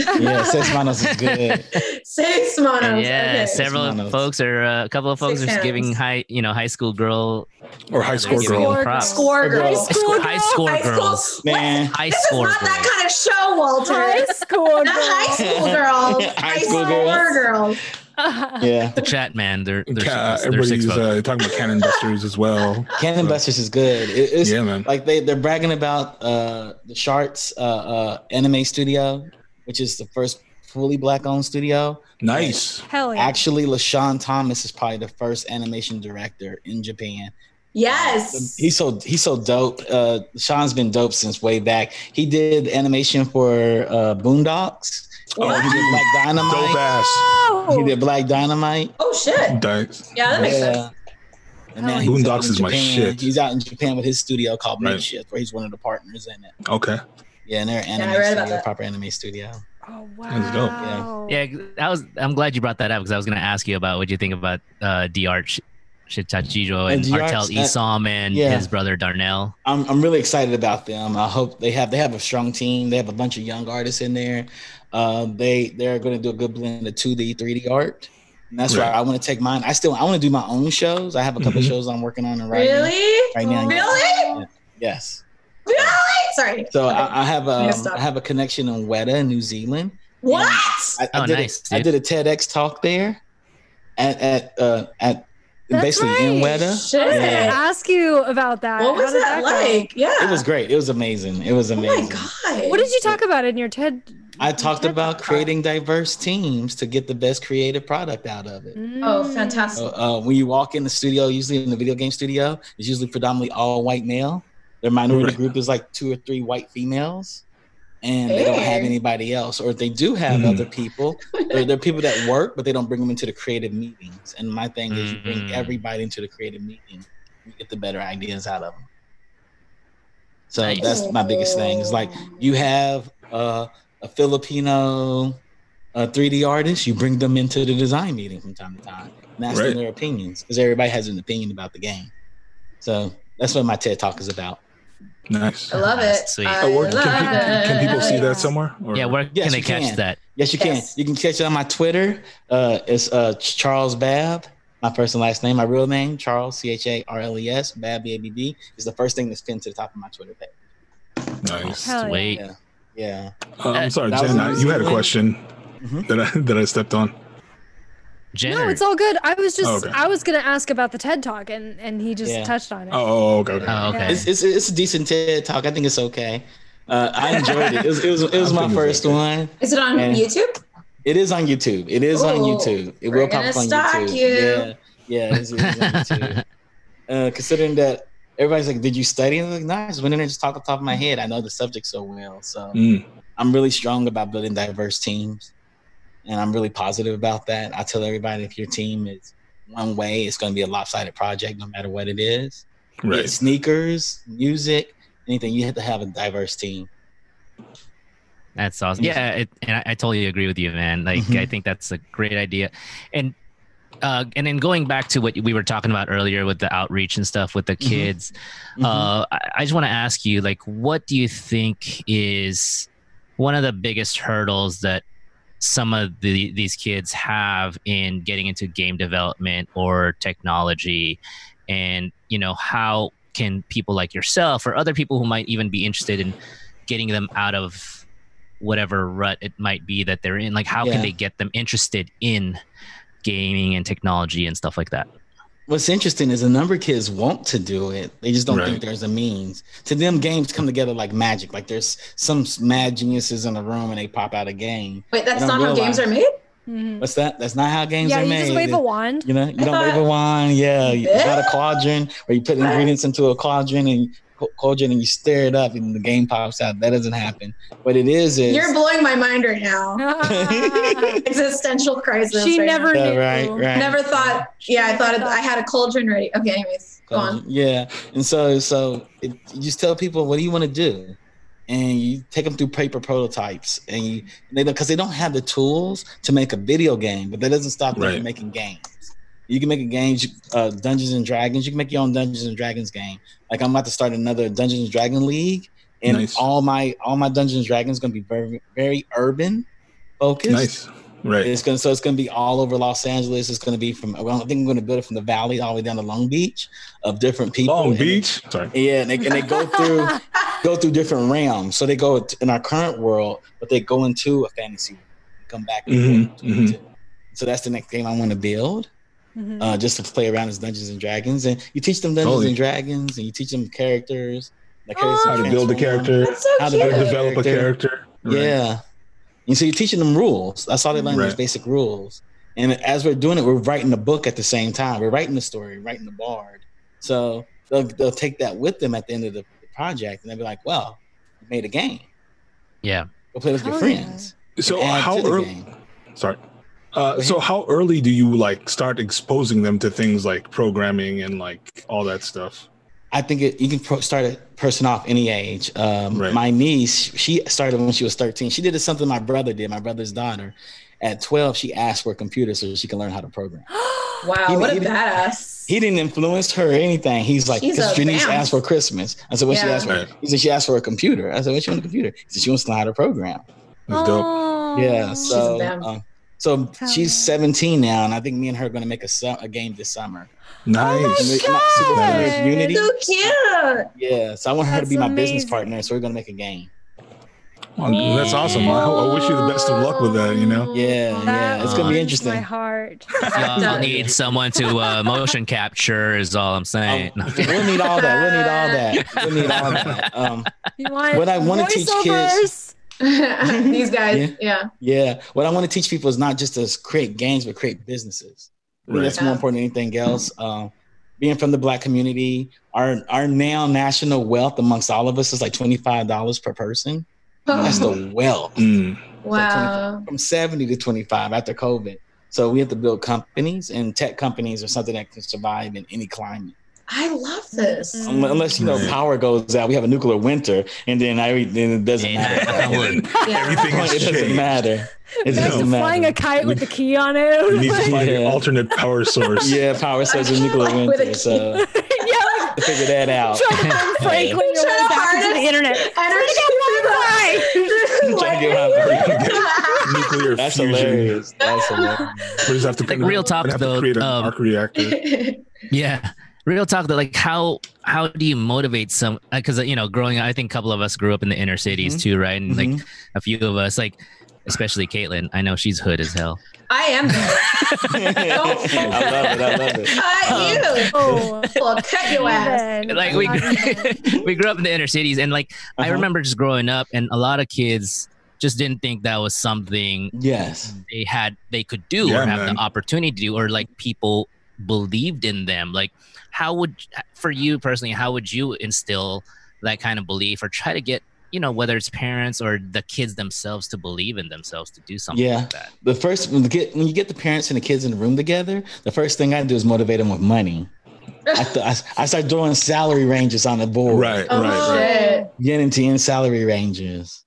[SPEAKER 4] Oh.
[SPEAKER 5] Yeah, seis manos is good.
[SPEAKER 4] Seis Manos.
[SPEAKER 3] And yeah,
[SPEAKER 4] Oh, Okay.
[SPEAKER 3] several
[SPEAKER 5] Manos.
[SPEAKER 3] folks are uh, a couple of folks
[SPEAKER 4] Six
[SPEAKER 3] are
[SPEAKER 4] hands.
[SPEAKER 3] giving high, you know, high school girl,
[SPEAKER 1] Or high score
[SPEAKER 3] giving
[SPEAKER 1] girl.
[SPEAKER 3] them props.
[SPEAKER 4] Score
[SPEAKER 5] Girl.
[SPEAKER 4] girls.
[SPEAKER 3] High score,
[SPEAKER 2] School
[SPEAKER 3] high
[SPEAKER 2] girl.
[SPEAKER 3] score
[SPEAKER 4] High
[SPEAKER 3] girls,
[SPEAKER 4] school.
[SPEAKER 5] Man.
[SPEAKER 3] high
[SPEAKER 4] This is
[SPEAKER 3] score
[SPEAKER 4] not that
[SPEAKER 3] girls.
[SPEAKER 4] kind of show, Walter.
[SPEAKER 2] High school
[SPEAKER 4] Not high
[SPEAKER 2] girl.
[SPEAKER 4] school girls.
[SPEAKER 5] High school
[SPEAKER 4] score girls.
[SPEAKER 5] Yeah.
[SPEAKER 3] The chat man, they're, they're,
[SPEAKER 1] Ca-
[SPEAKER 3] six- they're
[SPEAKER 1] everybody's
[SPEAKER 3] six folks.
[SPEAKER 1] uh, talking about Cannon Busters as well.
[SPEAKER 5] Cannon Busters is good. It, it's
[SPEAKER 1] Yeah, man.
[SPEAKER 5] like they they're bragging about uh the Sharks uh, uh anime studio, which is the first fully black owned studio.
[SPEAKER 1] Nice.
[SPEAKER 2] Hell yeah.
[SPEAKER 5] Actually, LaShawn Thomas is probably the first animation director in Japan.
[SPEAKER 4] Yes.
[SPEAKER 5] He's so he's so dope. Uh, Sean's been dope since way back. He did animation for uh, Boondocks.
[SPEAKER 1] Oh,
[SPEAKER 5] Uh, he did Black
[SPEAKER 1] Dope
[SPEAKER 5] Dynamite.
[SPEAKER 1] ass.
[SPEAKER 5] He did Black Dynamite.
[SPEAKER 4] Oh shit.
[SPEAKER 1] Nice.
[SPEAKER 4] Yeah, that makes sense.
[SPEAKER 5] Yeah. And now
[SPEAKER 2] Oh.
[SPEAKER 5] he's out
[SPEAKER 1] Boondocks
[SPEAKER 5] in
[SPEAKER 1] is my
[SPEAKER 5] Japan.
[SPEAKER 1] shit.
[SPEAKER 5] He's out in Japan with his studio called
[SPEAKER 1] Right.
[SPEAKER 5] Makeshift, where he's one of the partners in it.
[SPEAKER 1] Okay.
[SPEAKER 5] Yeah, and they're an
[SPEAKER 4] Yeah, I
[SPEAKER 5] anime
[SPEAKER 4] read about
[SPEAKER 5] studio,
[SPEAKER 4] that.
[SPEAKER 5] proper anime studio.
[SPEAKER 2] Oh wow.
[SPEAKER 1] That's dope.
[SPEAKER 5] Yeah.
[SPEAKER 3] Yeah, that was. I'm glad you brought that up because I was going to ask you about what you think about uh, D'Arch Shitachijo and
[SPEAKER 5] Uh, D'Arch,
[SPEAKER 3] Artel
[SPEAKER 5] uh,
[SPEAKER 3] Isom and
[SPEAKER 5] yeah.
[SPEAKER 3] his brother Darnell.
[SPEAKER 5] I'm I'm really excited about them. I hope they have they have a strong team. They have a bunch of young artists in there. Uh, they they're going to do a good blend of 2D, 3D art, and that's
[SPEAKER 1] Right.
[SPEAKER 5] why I want to take mine. I still I want to do my own shows. I have a couple
[SPEAKER 3] Mm-hmm.
[SPEAKER 1] Mhm.
[SPEAKER 5] shows I'm working on and writing
[SPEAKER 4] Really?
[SPEAKER 5] right now.
[SPEAKER 4] Really?
[SPEAKER 5] Yes.
[SPEAKER 4] Really? Sorry.
[SPEAKER 5] So
[SPEAKER 4] Okay.
[SPEAKER 5] I, I have um,
[SPEAKER 4] stop.
[SPEAKER 5] I have a connection in Weta, New Zealand.
[SPEAKER 4] what?
[SPEAKER 5] I, I
[SPEAKER 3] Oh,
[SPEAKER 5] did
[SPEAKER 3] nice,
[SPEAKER 5] a, I
[SPEAKER 3] dude.
[SPEAKER 5] did a TEDx talk there, at at uh, at
[SPEAKER 2] That's
[SPEAKER 5] basically in
[SPEAKER 2] right.
[SPEAKER 5] Weta.
[SPEAKER 4] Shit.
[SPEAKER 2] I was gonna
[SPEAKER 5] Yeah.
[SPEAKER 2] ask you about that.
[SPEAKER 4] What was
[SPEAKER 2] How did
[SPEAKER 4] that
[SPEAKER 2] go?
[SPEAKER 4] like? Yeah.
[SPEAKER 5] It was great. It was amazing. It was
[SPEAKER 4] Oh
[SPEAKER 5] amazing.
[SPEAKER 4] my god.
[SPEAKER 2] What did you talk about in your TED?
[SPEAKER 5] I talked
[SPEAKER 2] TED
[SPEAKER 5] about
[SPEAKER 2] Talk?
[SPEAKER 5] creating diverse teams to get the best creative product out of it.
[SPEAKER 2] Mm.
[SPEAKER 4] Oh, fantastic.
[SPEAKER 5] So, uh, when you walk in the studio, usually in the video game studio, it's usually predominantly all white male. Their minority
[SPEAKER 1] Right.
[SPEAKER 5] group is like two or three white females, and they don't have
[SPEAKER 4] Hey.
[SPEAKER 5] anybody else, or if they do have
[SPEAKER 1] Mhm.
[SPEAKER 5] other people, they're, they're people that work, but they don't bring them into the creative meetings. And my thing is, you bring
[SPEAKER 3] Mm.
[SPEAKER 5] everybody into the creative meeting, you get the better ideas out of them. So
[SPEAKER 3] Nice.
[SPEAKER 5] that's my biggest thing. Is like you have uh, a Filipino, uh, 3D artists, you bring them into the design meeting from time to time and ask
[SPEAKER 1] Right.
[SPEAKER 5] them their opinions because everybody has an opinion about the game. So that's what my TED talk is about.
[SPEAKER 1] Nice.
[SPEAKER 4] I love it.
[SPEAKER 3] That's sweet.
[SPEAKER 4] I
[SPEAKER 1] Oh, where- can,
[SPEAKER 4] love
[SPEAKER 1] pe- can- can people see
[SPEAKER 4] it.
[SPEAKER 1] that somewhere? Or-
[SPEAKER 3] Yeah, where
[SPEAKER 5] Yes,
[SPEAKER 3] can they
[SPEAKER 5] you
[SPEAKER 3] catch
[SPEAKER 5] can.
[SPEAKER 3] that?
[SPEAKER 5] Yes, you
[SPEAKER 4] Yes.
[SPEAKER 5] can. You can catch it on my Twitter. Uh, it's uh, Ch- Charles Babb, my first and last name, my real name, Charles, C H A R L E S, Babb, B A B B, is the first thing that's pinned to the top of my Twitter page.
[SPEAKER 1] nice.
[SPEAKER 2] Hell yeah.
[SPEAKER 3] Sweet.
[SPEAKER 5] Yeah. Yeah.
[SPEAKER 1] Uh, I'm sorry,
[SPEAKER 5] That was
[SPEAKER 1] Jen. I- you had a
[SPEAKER 5] amazing.
[SPEAKER 1] question
[SPEAKER 5] Mhm.
[SPEAKER 1] that I that I stepped on.
[SPEAKER 3] Jen,
[SPEAKER 2] No,
[SPEAKER 3] or-
[SPEAKER 2] it's all good. I was just
[SPEAKER 1] Okay.
[SPEAKER 2] I was gonna ask about the TED Talk and and he just
[SPEAKER 5] Oh, Yeah.
[SPEAKER 2] touched on it.
[SPEAKER 1] Oh, okay. okay.
[SPEAKER 3] Oh, okay.
[SPEAKER 5] It's, it's, it's a decent TED talk. I think it's okay. Uh, I enjoyed it. It was, it was, it was
[SPEAKER 1] I
[SPEAKER 5] my
[SPEAKER 1] think it's
[SPEAKER 5] first
[SPEAKER 1] okay.
[SPEAKER 5] one.
[SPEAKER 4] Is it on
[SPEAKER 5] Yeah.
[SPEAKER 4] YouTube?
[SPEAKER 5] It is on YouTube. It is on
[SPEAKER 4] Ooh,
[SPEAKER 5] YouTube. It
[SPEAKER 4] we're
[SPEAKER 5] will pop
[SPEAKER 4] gonna
[SPEAKER 5] up on
[SPEAKER 4] stalk
[SPEAKER 5] YouTube.
[SPEAKER 4] you.
[SPEAKER 5] Yeah, yeah. It is, it is on YouTube. Uh, considering that everybody's like, "Did you study?" And I'm like, "Nah, I just went in there and just talked off the top of my head. I know the subject so well, so
[SPEAKER 1] Mm,
[SPEAKER 5] I'm really strong about building diverse teams, and I'm really positive about that. I tell everybody if your team is one way, it's going to be a lopsided project, no matter what it is
[SPEAKER 1] right.
[SPEAKER 5] right. sneakers, music, anything. You have to have a diverse team.
[SPEAKER 3] That's awesome. Yeah, it, and I, I totally agree with you, man. Like,
[SPEAKER 5] Mhm.
[SPEAKER 3] I think that's a great idea, and uh, and then going back to what we were talking about earlier with the outreach and stuff with the
[SPEAKER 5] Mhm.
[SPEAKER 3] kids, uh, I, I just want to ask you, like, what do you think is one of the biggest hurdles that some of the, these kids have in getting into game development or technology, and you know how can people like yourself or other people who might even be interested in getting them out of whatever rut it might be that they're in like how
[SPEAKER 5] Yeah.
[SPEAKER 3] can they get them interested in gaming and technology and stuff like that
[SPEAKER 5] What's interesting is a number of kids want to do it. They just don't
[SPEAKER 1] Right.
[SPEAKER 5] think there's a means. To them, games come together like magic. Like there's some mad geniuses in a room and they pop out a game.
[SPEAKER 4] Wait, that's
[SPEAKER 5] I
[SPEAKER 4] not
[SPEAKER 5] don't
[SPEAKER 4] how games
[SPEAKER 5] realize.
[SPEAKER 4] are made?
[SPEAKER 2] Mhm.
[SPEAKER 5] What's that? That's not how games
[SPEAKER 2] Yeah,
[SPEAKER 5] are
[SPEAKER 2] you
[SPEAKER 5] made.
[SPEAKER 2] just wave a wand.
[SPEAKER 5] You know, you
[SPEAKER 4] I
[SPEAKER 5] don't wave a
[SPEAKER 4] thought-
[SPEAKER 5] wand. Yeah, you- it's not a quadrant where you put ingredients into a quadrant and qu- quadrant and you stir it up and the game pops out. That doesn't happen. What it is is
[SPEAKER 4] You're blowing my mind right now.
[SPEAKER 2] Ah,
[SPEAKER 4] Existential crisis.
[SPEAKER 2] she
[SPEAKER 4] right
[SPEAKER 2] never
[SPEAKER 4] now.
[SPEAKER 5] Yeah,
[SPEAKER 2] knew.
[SPEAKER 5] right, right.
[SPEAKER 4] never thought. Yeah, I thought it, I had a cauldron ready. Okay, anyways, go
[SPEAKER 5] Cause-
[SPEAKER 4] on.
[SPEAKER 5] Yeah, and so so it, you just tell people what do you want to do, and you take them through paper prototypes, and you they because they don't have the tools to make a video game, but that doesn't stop them
[SPEAKER 1] Right.
[SPEAKER 5] from making games. You can make a game, uh, Dungeons and Dragons. You can make your own Dungeons and Dragons game. Like I'm about to start another Dungeons and Dragon League, and
[SPEAKER 1] Nice.
[SPEAKER 5] all my all my Dungeons and Dragons gonna be very very urban focused.
[SPEAKER 1] Nice. Right.
[SPEAKER 5] It's gonna so it's gonna be all over Los Angeles. It's gonna be from well, I think I'm gonna build it from the valley all the way down to Long Beach of different people.
[SPEAKER 1] Long
[SPEAKER 5] And-
[SPEAKER 1] Beach. Sorry.
[SPEAKER 5] yeah, and they, and they go through go through different realms. So they go t- in our current world, but they go into a fantasy world, come back.
[SPEAKER 1] Mhm,
[SPEAKER 5] and forth between the two. So that's the next game I want to build,
[SPEAKER 2] Mhm.
[SPEAKER 5] uh, just to play around as Dungeons and Dragons. And you teach them Dungeons
[SPEAKER 1] Totally.
[SPEAKER 5] and Dragons, and you teach them characters, like
[SPEAKER 1] How to build a character.
[SPEAKER 4] That's so
[SPEAKER 5] How to
[SPEAKER 4] cute.
[SPEAKER 1] How to
[SPEAKER 5] Yeah.
[SPEAKER 1] develop a character. Right.
[SPEAKER 5] Yeah. And so you're teaching them rules. That's all they learn
[SPEAKER 1] Right.
[SPEAKER 5] is basic rules. And as we're doing it, we're writing the book at the same time. We're writing the story, writing the bard. So they'll, they'll take that with them at the end of the project and they'll be like, well, you made a game.
[SPEAKER 3] yeah
[SPEAKER 5] Go play with your
[SPEAKER 2] Hell
[SPEAKER 5] friends.
[SPEAKER 1] So
[SPEAKER 5] Add to
[SPEAKER 1] how
[SPEAKER 5] the
[SPEAKER 1] early?
[SPEAKER 5] game.
[SPEAKER 1] Sorry. Uh, so how early do you like start exposing them to things like programming and like all that stuff?
[SPEAKER 5] I think it, you can pro- start a person off any age. Um,
[SPEAKER 1] Right.
[SPEAKER 5] My niece, she started when she was 13. She did something my brother did, my brother's daughter. At 12, she asked for a computer so she can learn how to program.
[SPEAKER 4] Wow,
[SPEAKER 5] He-
[SPEAKER 4] what
[SPEAKER 5] he
[SPEAKER 4] a
[SPEAKER 5] did-
[SPEAKER 4] badass.
[SPEAKER 5] He didn't influence her or anything. He's like,
[SPEAKER 4] She's
[SPEAKER 5] "'Cause
[SPEAKER 4] a
[SPEAKER 5] Janice
[SPEAKER 4] vamp."
[SPEAKER 5] asked for Christmas. I said, what she
[SPEAKER 4] Yeah.
[SPEAKER 5] asked for?
[SPEAKER 1] Right.
[SPEAKER 5] He said, she asked for a computer. I said, what you want a computer? He said, she wants to learn how to program.
[SPEAKER 1] That's dope.
[SPEAKER 2] Oh.
[SPEAKER 5] yeah. So,
[SPEAKER 4] vamp.
[SPEAKER 5] um, so
[SPEAKER 2] Hell yeah.
[SPEAKER 5] she's 17 now, and I think me and her are going to make a, su- a game this summer.
[SPEAKER 4] Oh
[SPEAKER 1] Nice.
[SPEAKER 5] Not Super
[SPEAKER 2] God!
[SPEAKER 5] Mario Unity.
[SPEAKER 4] So cute.
[SPEAKER 5] Yeah. So I want her to
[SPEAKER 2] That's
[SPEAKER 5] be my business
[SPEAKER 2] amazing.
[SPEAKER 5] partner. So we're going to make a game.
[SPEAKER 1] Well, that's awesome. I, ho- I wish you the best of luck with that. You know.
[SPEAKER 5] Yeah. yeah. It's going
[SPEAKER 2] warms
[SPEAKER 5] to be
[SPEAKER 2] My
[SPEAKER 5] interesting.
[SPEAKER 2] heart.
[SPEAKER 3] y'all
[SPEAKER 4] Done.
[SPEAKER 3] need someone to uh, motion capture is all i'm saying
[SPEAKER 5] Um, we'll need all that. We'll need all that. We'll need all that. Um,
[SPEAKER 2] You want
[SPEAKER 5] What I wanna teach kids-
[SPEAKER 2] voiceovers?
[SPEAKER 4] These guys,
[SPEAKER 5] Yeah.
[SPEAKER 4] yeah.
[SPEAKER 5] yeah. What I want to teach people is not just to create games, but create businesses. I think
[SPEAKER 1] Right.
[SPEAKER 5] that's more important than anything else. Um, being from the black community, our our now national wealth amongst all of us is like twenty five dollars per person. That's the wealth
[SPEAKER 1] Mm,
[SPEAKER 4] wow.
[SPEAKER 5] from seventy to twenty five after COVID. So we have to build companies, and tech companies are something that can survive in any climate.
[SPEAKER 4] I love this.
[SPEAKER 5] Un- Unless you know
[SPEAKER 1] Right.
[SPEAKER 5] power goes out, we have a nuclear winter, and then I then it doesn't
[SPEAKER 3] Yeah,
[SPEAKER 5] matter.
[SPEAKER 3] that would-
[SPEAKER 1] And
[SPEAKER 4] Yeah.
[SPEAKER 1] Everything
[SPEAKER 5] it
[SPEAKER 1] has
[SPEAKER 5] doesn't
[SPEAKER 1] changed.
[SPEAKER 5] matter. It
[SPEAKER 2] Back
[SPEAKER 5] doesn't
[SPEAKER 2] to
[SPEAKER 5] matter.
[SPEAKER 2] flying a kite with the key on it.
[SPEAKER 1] We need to find an
[SPEAKER 5] Yeah.
[SPEAKER 1] alternate power source.
[SPEAKER 5] yeah, power says a nuclear
[SPEAKER 4] Like with a
[SPEAKER 5] winter, so
[SPEAKER 2] yeah, like
[SPEAKER 5] figure that out.
[SPEAKER 2] trying to Ben Franklin your way
[SPEAKER 4] Trying to
[SPEAKER 2] back into
[SPEAKER 4] harness
[SPEAKER 2] the internet.
[SPEAKER 5] Trying to get out.
[SPEAKER 1] Nuclear
[SPEAKER 5] That's
[SPEAKER 1] fusion.
[SPEAKER 5] hilarious. That's hilarious.
[SPEAKER 1] We just have to
[SPEAKER 3] Like
[SPEAKER 1] create-
[SPEAKER 3] real talk,
[SPEAKER 1] we'd have to
[SPEAKER 3] though,
[SPEAKER 1] create an
[SPEAKER 3] um,
[SPEAKER 1] arc reactor.
[SPEAKER 3] Yeah. Real talk though, like how how do you motivate some? Because you know, growing, up, I think a couple of us grew up in the inner cities too, right? And like a few of us, like especially Caitlin, I know she's hood as hell.
[SPEAKER 4] I am.
[SPEAKER 5] I love it. I love it.
[SPEAKER 4] Cut you.
[SPEAKER 2] Oh,
[SPEAKER 4] Well, cut your ass.
[SPEAKER 2] Ben.
[SPEAKER 3] Like we
[SPEAKER 2] Not even.
[SPEAKER 3] grew, we grew up in the inner cities, and like I
[SPEAKER 5] Uh-huh.
[SPEAKER 3] remember just growing up, and a lot of kids just didn't think that was something
[SPEAKER 5] Yes.
[SPEAKER 3] they had they could do
[SPEAKER 1] Yeah,
[SPEAKER 3] or have
[SPEAKER 1] man.
[SPEAKER 3] the opportunity to do or like people believed in them like how would for you personally how would you instill that kind of belief or try to get you know whether it's parents or the kids themselves to believe in themselves to do something
[SPEAKER 5] Yeah.
[SPEAKER 3] like that
[SPEAKER 5] The first when you get when you get the parents and the kids in the room together, the first thing I do is motivate them with money. I, th- I, I start throwing salary ranges on the board.
[SPEAKER 1] Right,
[SPEAKER 4] Oh,
[SPEAKER 1] right, right.
[SPEAKER 4] shit.
[SPEAKER 5] yen and yen salary ranges.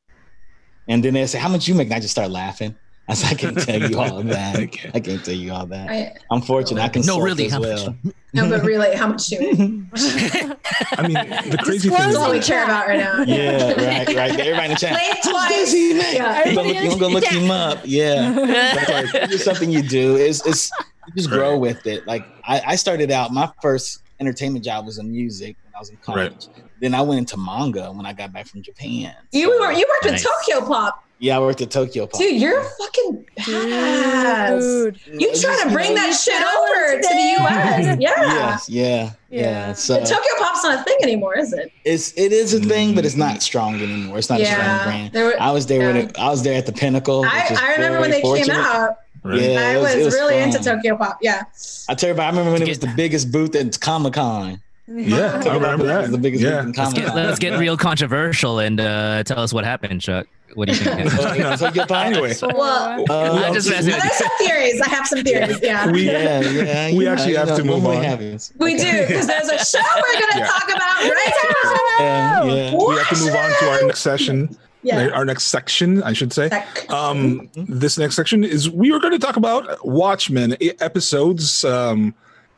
[SPEAKER 5] And then they say, How much you make? And I just start laughing. I said, I can't tell you all that.
[SPEAKER 1] I
[SPEAKER 5] I
[SPEAKER 1] can't.
[SPEAKER 5] can't, tell you all that.
[SPEAKER 4] I,
[SPEAKER 5] I'm fortunate. I can
[SPEAKER 3] no
[SPEAKER 5] no,
[SPEAKER 3] really
[SPEAKER 5] as
[SPEAKER 3] how much-
[SPEAKER 5] well.
[SPEAKER 4] no, but really, how much you make?
[SPEAKER 1] I mean, the crazy thing
[SPEAKER 4] That's
[SPEAKER 1] is,
[SPEAKER 4] all we care about right now.
[SPEAKER 5] Yeah, right, right. Everybody in the chat.
[SPEAKER 4] Play it
[SPEAKER 5] "How much
[SPEAKER 4] twice."
[SPEAKER 5] does he make?
[SPEAKER 4] Yeah.
[SPEAKER 5] You gonna look- you gonna look him up. Yeah. That's like, it's just something you do. It's, it's you just grow with it. Like I, I started out, my first entertainment job was in music when I was in college. Then I went into manga when I got back from Japan.
[SPEAKER 4] You were you worked
[SPEAKER 3] Nice.
[SPEAKER 4] with Tokyo Pop,
[SPEAKER 5] Yeah, I worked at Tokyo Pop.
[SPEAKER 4] dude. You're a fucking badass.
[SPEAKER 2] Dude.
[SPEAKER 4] You
[SPEAKER 5] It's
[SPEAKER 4] try
[SPEAKER 5] just,
[SPEAKER 4] to bring
[SPEAKER 5] know,
[SPEAKER 4] that shit over to the U.S. Yeah.
[SPEAKER 5] Yes, yeah, yeah.
[SPEAKER 2] Yeah.
[SPEAKER 5] So
[SPEAKER 4] But Tokyo Pop's not a thing anymore, is it?
[SPEAKER 5] it's it is a thing, but it's
[SPEAKER 1] Mm-hmm.
[SPEAKER 5] not strong anymore. It's not a strong
[SPEAKER 4] yeah.
[SPEAKER 5] brand.
[SPEAKER 4] There were, I,
[SPEAKER 5] I was there
[SPEAKER 4] Yeah.
[SPEAKER 5] when it, I was there at the pinnacle. which is
[SPEAKER 4] I remember when they
[SPEAKER 5] very fortunate.
[SPEAKER 4] came out.
[SPEAKER 1] right?
[SPEAKER 5] Yeah,
[SPEAKER 4] I
[SPEAKER 5] it
[SPEAKER 4] was,
[SPEAKER 5] it
[SPEAKER 4] really into
[SPEAKER 5] fun.
[SPEAKER 4] Tokyo Pop. Yeah.
[SPEAKER 5] I tell you, about- I remember when it
[SPEAKER 3] Let's
[SPEAKER 5] was
[SPEAKER 3] get-
[SPEAKER 5] the biggest booth at Comic Con.
[SPEAKER 1] Yeah, I remember that.
[SPEAKER 5] The biggest
[SPEAKER 1] Yeah.
[SPEAKER 5] booth in
[SPEAKER 3] let's
[SPEAKER 5] Comic
[SPEAKER 3] get
[SPEAKER 5] Con.
[SPEAKER 3] let's get real controversial and uh tell us what happened chuck what do you think
[SPEAKER 5] Tokyo Pop.
[SPEAKER 1] Anyway,
[SPEAKER 4] Well,
[SPEAKER 5] Uh,
[SPEAKER 3] I just
[SPEAKER 4] But there's some theories. I have some theories. Yeah.
[SPEAKER 1] we
[SPEAKER 5] yeah, yeah.
[SPEAKER 1] We
[SPEAKER 5] you
[SPEAKER 1] actually
[SPEAKER 5] you
[SPEAKER 1] have to move
[SPEAKER 5] normally
[SPEAKER 1] on.
[SPEAKER 5] happens.
[SPEAKER 4] We do, because there's a show we're going to
[SPEAKER 1] Yeah.
[SPEAKER 4] talk about right now.
[SPEAKER 5] Yeah, yeah.
[SPEAKER 1] we have to move on to our next session.
[SPEAKER 4] Yeah.
[SPEAKER 1] Our next section, I should say.
[SPEAKER 4] Sec-
[SPEAKER 1] Um,
[SPEAKER 5] Mm-hmm.
[SPEAKER 1] this next section is we are going to talk about Watchmen e- episodes. Um,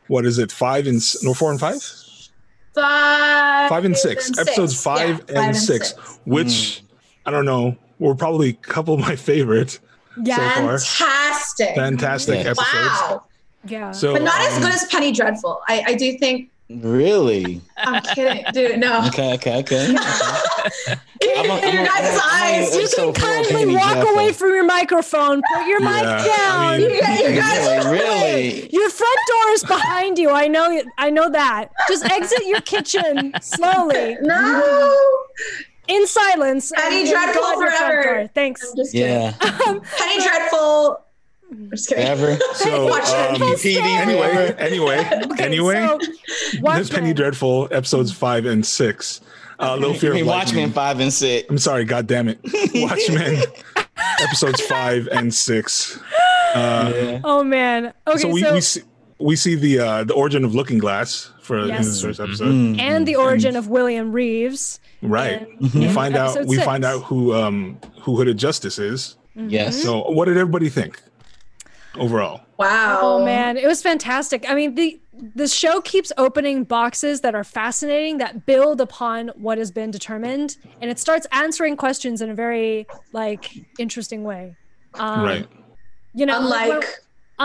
[SPEAKER 1] what is it? Five and s- no, four and five,
[SPEAKER 4] Five,
[SPEAKER 1] five and six. Episodes
[SPEAKER 4] Yeah,
[SPEAKER 1] five, and, six,
[SPEAKER 5] Mm.
[SPEAKER 1] which I don't know, were probably a couple of my favorite.
[SPEAKER 2] Yeah.
[SPEAKER 1] So far.
[SPEAKER 4] Fantastic.
[SPEAKER 1] Fantastic
[SPEAKER 5] Yeah.
[SPEAKER 1] episodes.
[SPEAKER 4] Wow.
[SPEAKER 2] Yeah.
[SPEAKER 1] So,
[SPEAKER 4] But not as
[SPEAKER 1] um,
[SPEAKER 4] good as Penny Dreadful. I, I do think,
[SPEAKER 5] Really?
[SPEAKER 4] I'm kidding. Dude, no.
[SPEAKER 5] Okay, okay, okay.
[SPEAKER 4] In
[SPEAKER 5] I'm a- I'm
[SPEAKER 4] your
[SPEAKER 5] a-
[SPEAKER 4] guys'
[SPEAKER 5] I'm a-
[SPEAKER 4] eyes.
[SPEAKER 5] I'm
[SPEAKER 2] you
[SPEAKER 5] so
[SPEAKER 2] can
[SPEAKER 5] full of
[SPEAKER 2] kindly
[SPEAKER 5] Penny
[SPEAKER 2] walk
[SPEAKER 5] Dreadful.
[SPEAKER 2] away from your microphone. Put your mic
[SPEAKER 1] Yeah, I
[SPEAKER 2] down.
[SPEAKER 1] mean-
[SPEAKER 4] You guys- you guys
[SPEAKER 5] really, really?
[SPEAKER 2] your front door is behind you. I know. I know that. Just exit your kitchen slowly
[SPEAKER 4] No.
[SPEAKER 2] in silence.
[SPEAKER 4] Penny
[SPEAKER 2] and- and go
[SPEAKER 4] Dreadful
[SPEAKER 2] out your front
[SPEAKER 4] forever.
[SPEAKER 2] door. Thanks.
[SPEAKER 4] I'm just kidding.
[SPEAKER 5] Yeah.
[SPEAKER 4] Penny Dreadful. I'm just kidding.
[SPEAKER 5] Ever.
[SPEAKER 1] so,
[SPEAKER 4] Watchmen.
[SPEAKER 1] um,
[SPEAKER 5] PD
[SPEAKER 1] anyway,
[SPEAKER 5] forever.
[SPEAKER 1] anyway,
[SPEAKER 2] Okay,
[SPEAKER 1] anyway.
[SPEAKER 2] so,
[SPEAKER 1] This Penny
[SPEAKER 2] Watchmen.
[SPEAKER 1] Dreadful episodes five and six. Uh, Little Fear
[SPEAKER 5] I mean,
[SPEAKER 1] of
[SPEAKER 5] Watchmen
[SPEAKER 1] Lightning.
[SPEAKER 5] five and six.
[SPEAKER 1] I'm sorry, God damn it. Watchmen episodes five and six. Uh,
[SPEAKER 5] Yeah.
[SPEAKER 2] Oh man.
[SPEAKER 1] so
[SPEAKER 2] Okay. So,
[SPEAKER 1] we, we see we see the uh, the origin of Looking Glass for in this
[SPEAKER 2] Yes.
[SPEAKER 1] first episode,
[SPEAKER 5] Mm.
[SPEAKER 2] and the origin of William Reeves.
[SPEAKER 1] right?
[SPEAKER 2] And-
[SPEAKER 1] We
[SPEAKER 2] and
[SPEAKER 1] find out
[SPEAKER 2] episode
[SPEAKER 1] we
[SPEAKER 2] six.
[SPEAKER 1] find out who um who Hooded Justice is.
[SPEAKER 5] Yes.
[SPEAKER 1] So what did everybody think overall?
[SPEAKER 4] Wow.
[SPEAKER 1] Um,
[SPEAKER 2] Oh man, it was fantastic. I mean, the the show keeps opening boxes that are fascinating that build upon what has been determined, and it starts answering questions in a very like interesting way. Um,
[SPEAKER 1] right.
[SPEAKER 2] You know, like,
[SPEAKER 4] Unlike.
[SPEAKER 2] when-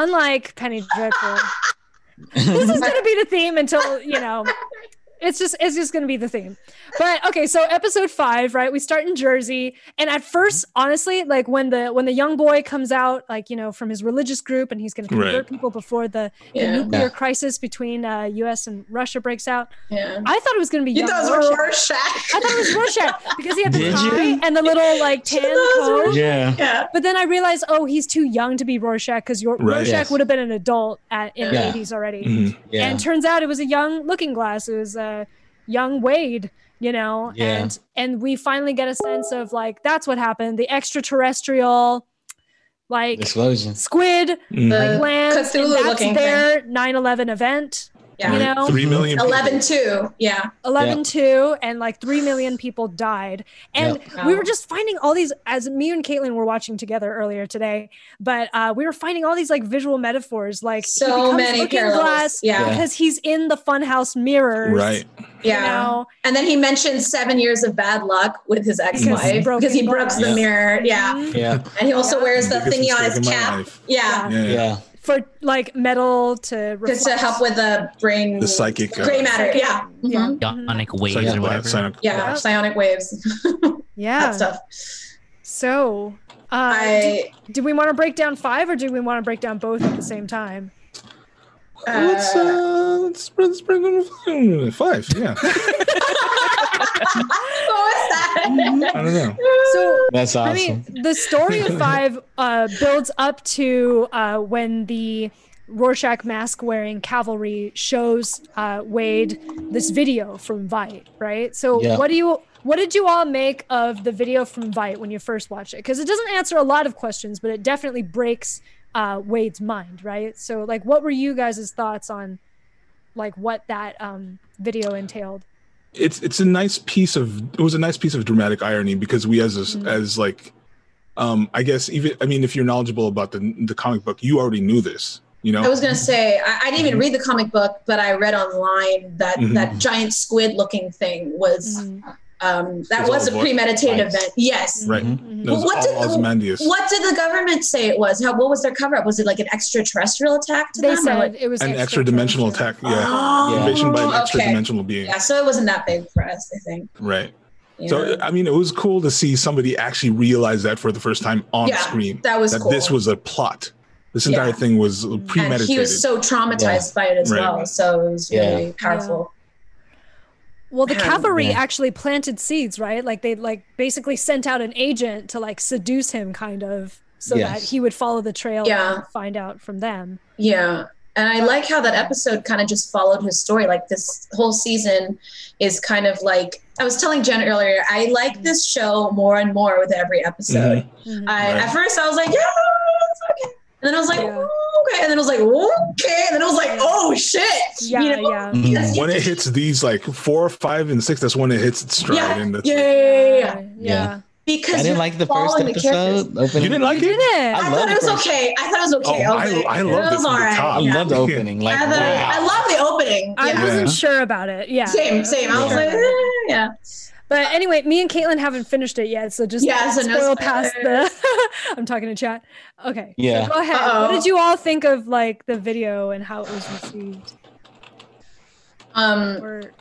[SPEAKER 2] unlike Penny Dreadful, this is gonna be the theme until you know. It's just it's just gonna be the theme. But okay, so episode five, right? We start in Jersey, and at first, honestly, like when the when the young boy comes out, like you know, from his religious group, and he's gonna convert
[SPEAKER 1] Right.
[SPEAKER 2] people before the
[SPEAKER 4] Yeah.
[SPEAKER 2] nuclear
[SPEAKER 5] Yeah.
[SPEAKER 2] crisis between uh, U.S. and Russia breaks out.
[SPEAKER 4] Yeah.
[SPEAKER 2] I thought it was going to be
[SPEAKER 4] You
[SPEAKER 2] young
[SPEAKER 4] thought it was
[SPEAKER 2] Rorschach.
[SPEAKER 4] Rorschach.
[SPEAKER 2] I thought it was Rorschach because he had the
[SPEAKER 5] Did
[SPEAKER 2] tie
[SPEAKER 5] you?
[SPEAKER 2] and the little like tan
[SPEAKER 4] thought it was
[SPEAKER 2] coat.
[SPEAKER 5] Yeah.
[SPEAKER 4] Yeah.
[SPEAKER 2] But then I realized, oh, he's too young to be Rorschach because your
[SPEAKER 1] Right.
[SPEAKER 2] Rorschach
[SPEAKER 5] Yes.
[SPEAKER 2] would have been an adult at, in
[SPEAKER 5] Yeah.
[SPEAKER 2] the
[SPEAKER 5] Mm-hmm.
[SPEAKER 2] 80s already.
[SPEAKER 1] Mhm.
[SPEAKER 5] Yeah.
[SPEAKER 2] And turns out it was a young Looking Glass. It was a young Wade, you know.
[SPEAKER 5] Yeah.
[SPEAKER 2] And and we finally get a sense of like that's what happened. The extraterrestrial, like
[SPEAKER 5] Explosion.
[SPEAKER 2] squid
[SPEAKER 1] Mhm.
[SPEAKER 4] The
[SPEAKER 2] land. and
[SPEAKER 4] Uh, Cthulhu
[SPEAKER 2] that's
[SPEAKER 4] looking
[SPEAKER 2] their 9/11 event.
[SPEAKER 4] Yeah.
[SPEAKER 2] You know?
[SPEAKER 1] Three million. people.
[SPEAKER 4] 11 2. Yeah.
[SPEAKER 2] 11 2 and like 3 million people died and we
[SPEAKER 4] Wow.
[SPEAKER 2] were just finding all these as me and caitlin were watching together earlier today but uh, we were finding all these like visual metaphors like he
[SPEAKER 4] So
[SPEAKER 2] becomes
[SPEAKER 4] many
[SPEAKER 2] looking
[SPEAKER 4] parallels.
[SPEAKER 2] glass
[SPEAKER 4] Yeah.
[SPEAKER 2] because he's in the funhouse mirrors
[SPEAKER 1] Right.
[SPEAKER 4] Yeah.
[SPEAKER 2] you know?
[SPEAKER 4] And then he mentioned seven years of bad luck with his ex
[SPEAKER 2] Because he
[SPEAKER 4] wife
[SPEAKER 2] broke
[SPEAKER 4] because he
[SPEAKER 2] his
[SPEAKER 4] breaks the
[SPEAKER 5] glass.
[SPEAKER 4] mirror. Yeah.
[SPEAKER 2] Mhm.
[SPEAKER 5] Yeah.
[SPEAKER 4] And he also
[SPEAKER 2] Yeah.
[SPEAKER 4] wears the
[SPEAKER 1] Biggest
[SPEAKER 4] thingy on
[SPEAKER 1] mistake
[SPEAKER 4] his
[SPEAKER 1] of my
[SPEAKER 4] cap.
[SPEAKER 1] life.
[SPEAKER 4] Yeah.
[SPEAKER 1] Yeah.
[SPEAKER 5] Yeah.
[SPEAKER 2] for like metal to
[SPEAKER 4] Just to
[SPEAKER 2] reflect.
[SPEAKER 4] help with the brain.
[SPEAKER 1] The psychic. uh,
[SPEAKER 4] Gray matter. Yeah.
[SPEAKER 2] Yeah.
[SPEAKER 4] Mhm.
[SPEAKER 3] Ionic waves
[SPEAKER 1] psychic
[SPEAKER 3] or
[SPEAKER 1] black-
[SPEAKER 3] whatever.
[SPEAKER 1] psychic-
[SPEAKER 4] Yeah.
[SPEAKER 2] Yeah.
[SPEAKER 4] Psionic waves.
[SPEAKER 2] yeah
[SPEAKER 4] That stuff.
[SPEAKER 2] so uh,
[SPEAKER 4] I.
[SPEAKER 2] do, do we want to break down five or do we want to break down both at the same time
[SPEAKER 1] Let's
[SPEAKER 4] uh,
[SPEAKER 1] uh, let's bring, let's bring them five. Yeah,
[SPEAKER 4] what was
[SPEAKER 2] Mm-hmm.
[SPEAKER 4] that?
[SPEAKER 1] I don't know.
[SPEAKER 2] so
[SPEAKER 5] That's awesome.
[SPEAKER 2] I mean, the story of Five uh, builds up to uh, when the Rorschach mask wearing cavalry shows uh, Wade this video from Vite, right? So,
[SPEAKER 5] Yeah.
[SPEAKER 2] what do you? What did you all make of the video from Vite when you first watched it? Because it doesn't answer a lot of questions, but it definitely breaks uh, Wade's mind, right? So, like, what were you guys' thoughts on, like, what that um, video entailed?
[SPEAKER 1] It's it's a nice piece of it was a nice piece of dramatic irony because we as as,
[SPEAKER 4] Mm.
[SPEAKER 2] Mhm.
[SPEAKER 1] as like, um, I guess even I mean if you're knowledgeable about the the comic book, you already knew this. You know,
[SPEAKER 4] I was gonna say I, I
[SPEAKER 1] Mm-hmm.
[SPEAKER 4] didn't even read the comic book, but I read online that
[SPEAKER 1] Mhm.
[SPEAKER 4] that giant squid-looking thing was
[SPEAKER 2] Mhm.
[SPEAKER 4] um, that
[SPEAKER 1] It's
[SPEAKER 4] was a
[SPEAKER 1] all vo-
[SPEAKER 4] premeditated
[SPEAKER 5] lights.
[SPEAKER 4] event. Yes.
[SPEAKER 1] right?
[SPEAKER 5] Mhm.
[SPEAKER 2] Mhm.
[SPEAKER 1] That was
[SPEAKER 4] Mm-hmm. What
[SPEAKER 1] all
[SPEAKER 4] did-
[SPEAKER 1] Ozymandias.
[SPEAKER 4] What did the government say it was? How, what was their cover up? Was it like an extraterrestrial attack to
[SPEAKER 2] They
[SPEAKER 4] them? or
[SPEAKER 2] said
[SPEAKER 4] what-
[SPEAKER 2] it was
[SPEAKER 1] An extra dimensional attack. Yeah,
[SPEAKER 4] Oh,
[SPEAKER 1] invasion by an extra
[SPEAKER 4] okay.
[SPEAKER 1] dimensional being.
[SPEAKER 4] Yeah, so it wasn't that big for us, I think.
[SPEAKER 1] Right.
[SPEAKER 4] Yeah.
[SPEAKER 1] So I mean, it was cool to see somebody actually realize that for the first time on
[SPEAKER 4] Yeah,
[SPEAKER 1] screen
[SPEAKER 4] that was
[SPEAKER 1] that
[SPEAKER 4] cool.
[SPEAKER 1] this was a plot. This entire
[SPEAKER 4] Yeah.
[SPEAKER 1] thing was
[SPEAKER 4] and
[SPEAKER 1] premeditated.
[SPEAKER 4] he was so traumatized by it as
[SPEAKER 1] Right.
[SPEAKER 4] well. So it was
[SPEAKER 5] Yeah.
[SPEAKER 4] really powerful.
[SPEAKER 2] Well, the
[SPEAKER 4] Um,
[SPEAKER 2] cavalry
[SPEAKER 5] yeah.
[SPEAKER 2] actually planted seeds, right? Like they like basically sent out an agent to like seduce him, kind of, so that
[SPEAKER 5] Yes.
[SPEAKER 2] he would follow the trail
[SPEAKER 4] Yeah.
[SPEAKER 2] and find out from them.
[SPEAKER 4] Yeah. And I like how that episode kind of just followed his story. Like this whole season is kind of like I was telling Jen earlier, I like this show more and more with every episode.
[SPEAKER 5] Mm-hmm.
[SPEAKER 2] Mhm.
[SPEAKER 4] I,
[SPEAKER 1] Right.
[SPEAKER 4] At first, I was like, yeah, it's okay. And then I was like, "Oh,
[SPEAKER 2] Yeah.
[SPEAKER 4] okay. And then I was like, okay. And then I was like, oh shit.
[SPEAKER 2] Yeah,
[SPEAKER 4] you know?
[SPEAKER 2] yeah.
[SPEAKER 5] Mhm.
[SPEAKER 4] Yes,
[SPEAKER 1] when it hits these like four, five, and six, that's when it hits its stride.
[SPEAKER 4] Yeah,
[SPEAKER 1] And that's
[SPEAKER 4] yeah,
[SPEAKER 1] it.
[SPEAKER 4] yeah, yeah, yeah.
[SPEAKER 2] yeah.
[SPEAKER 4] Because
[SPEAKER 5] I
[SPEAKER 4] you're
[SPEAKER 5] didn't like the first
[SPEAKER 4] following the characters.
[SPEAKER 5] episode.
[SPEAKER 1] You
[SPEAKER 5] opening.
[SPEAKER 1] didn't like
[SPEAKER 2] You
[SPEAKER 1] it?
[SPEAKER 2] did
[SPEAKER 4] I,
[SPEAKER 5] I
[SPEAKER 2] it.
[SPEAKER 5] love
[SPEAKER 4] thought
[SPEAKER 5] the
[SPEAKER 4] it was
[SPEAKER 5] first-
[SPEAKER 4] okay. I thought it was okay.
[SPEAKER 1] Oh,
[SPEAKER 4] was
[SPEAKER 1] I-
[SPEAKER 4] like,
[SPEAKER 1] I loved it
[SPEAKER 4] it was
[SPEAKER 1] from the
[SPEAKER 4] all right.
[SPEAKER 1] top.
[SPEAKER 5] I
[SPEAKER 4] Yeah.
[SPEAKER 5] love the opening. Like,
[SPEAKER 4] I, thought it-
[SPEAKER 5] wow.
[SPEAKER 4] I love the opening.
[SPEAKER 2] I
[SPEAKER 4] yeah.
[SPEAKER 2] wasn't
[SPEAKER 1] Yeah.
[SPEAKER 2] sure about it. Yeah.
[SPEAKER 4] Same, same. I was
[SPEAKER 5] Yeah.
[SPEAKER 4] like, eh, yeah.
[SPEAKER 2] But anyway, me and Caitlin haven't finished it yet, so just
[SPEAKER 4] Yeah, so no
[SPEAKER 2] spoil past
[SPEAKER 4] spoilers.
[SPEAKER 2] the. I'm talking to chat. Okay. so
[SPEAKER 5] Yeah.
[SPEAKER 2] go ahead. What
[SPEAKER 4] Uh-oh.
[SPEAKER 2] did you all think of like the video and how it was received?
[SPEAKER 4] Um,
[SPEAKER 2] Or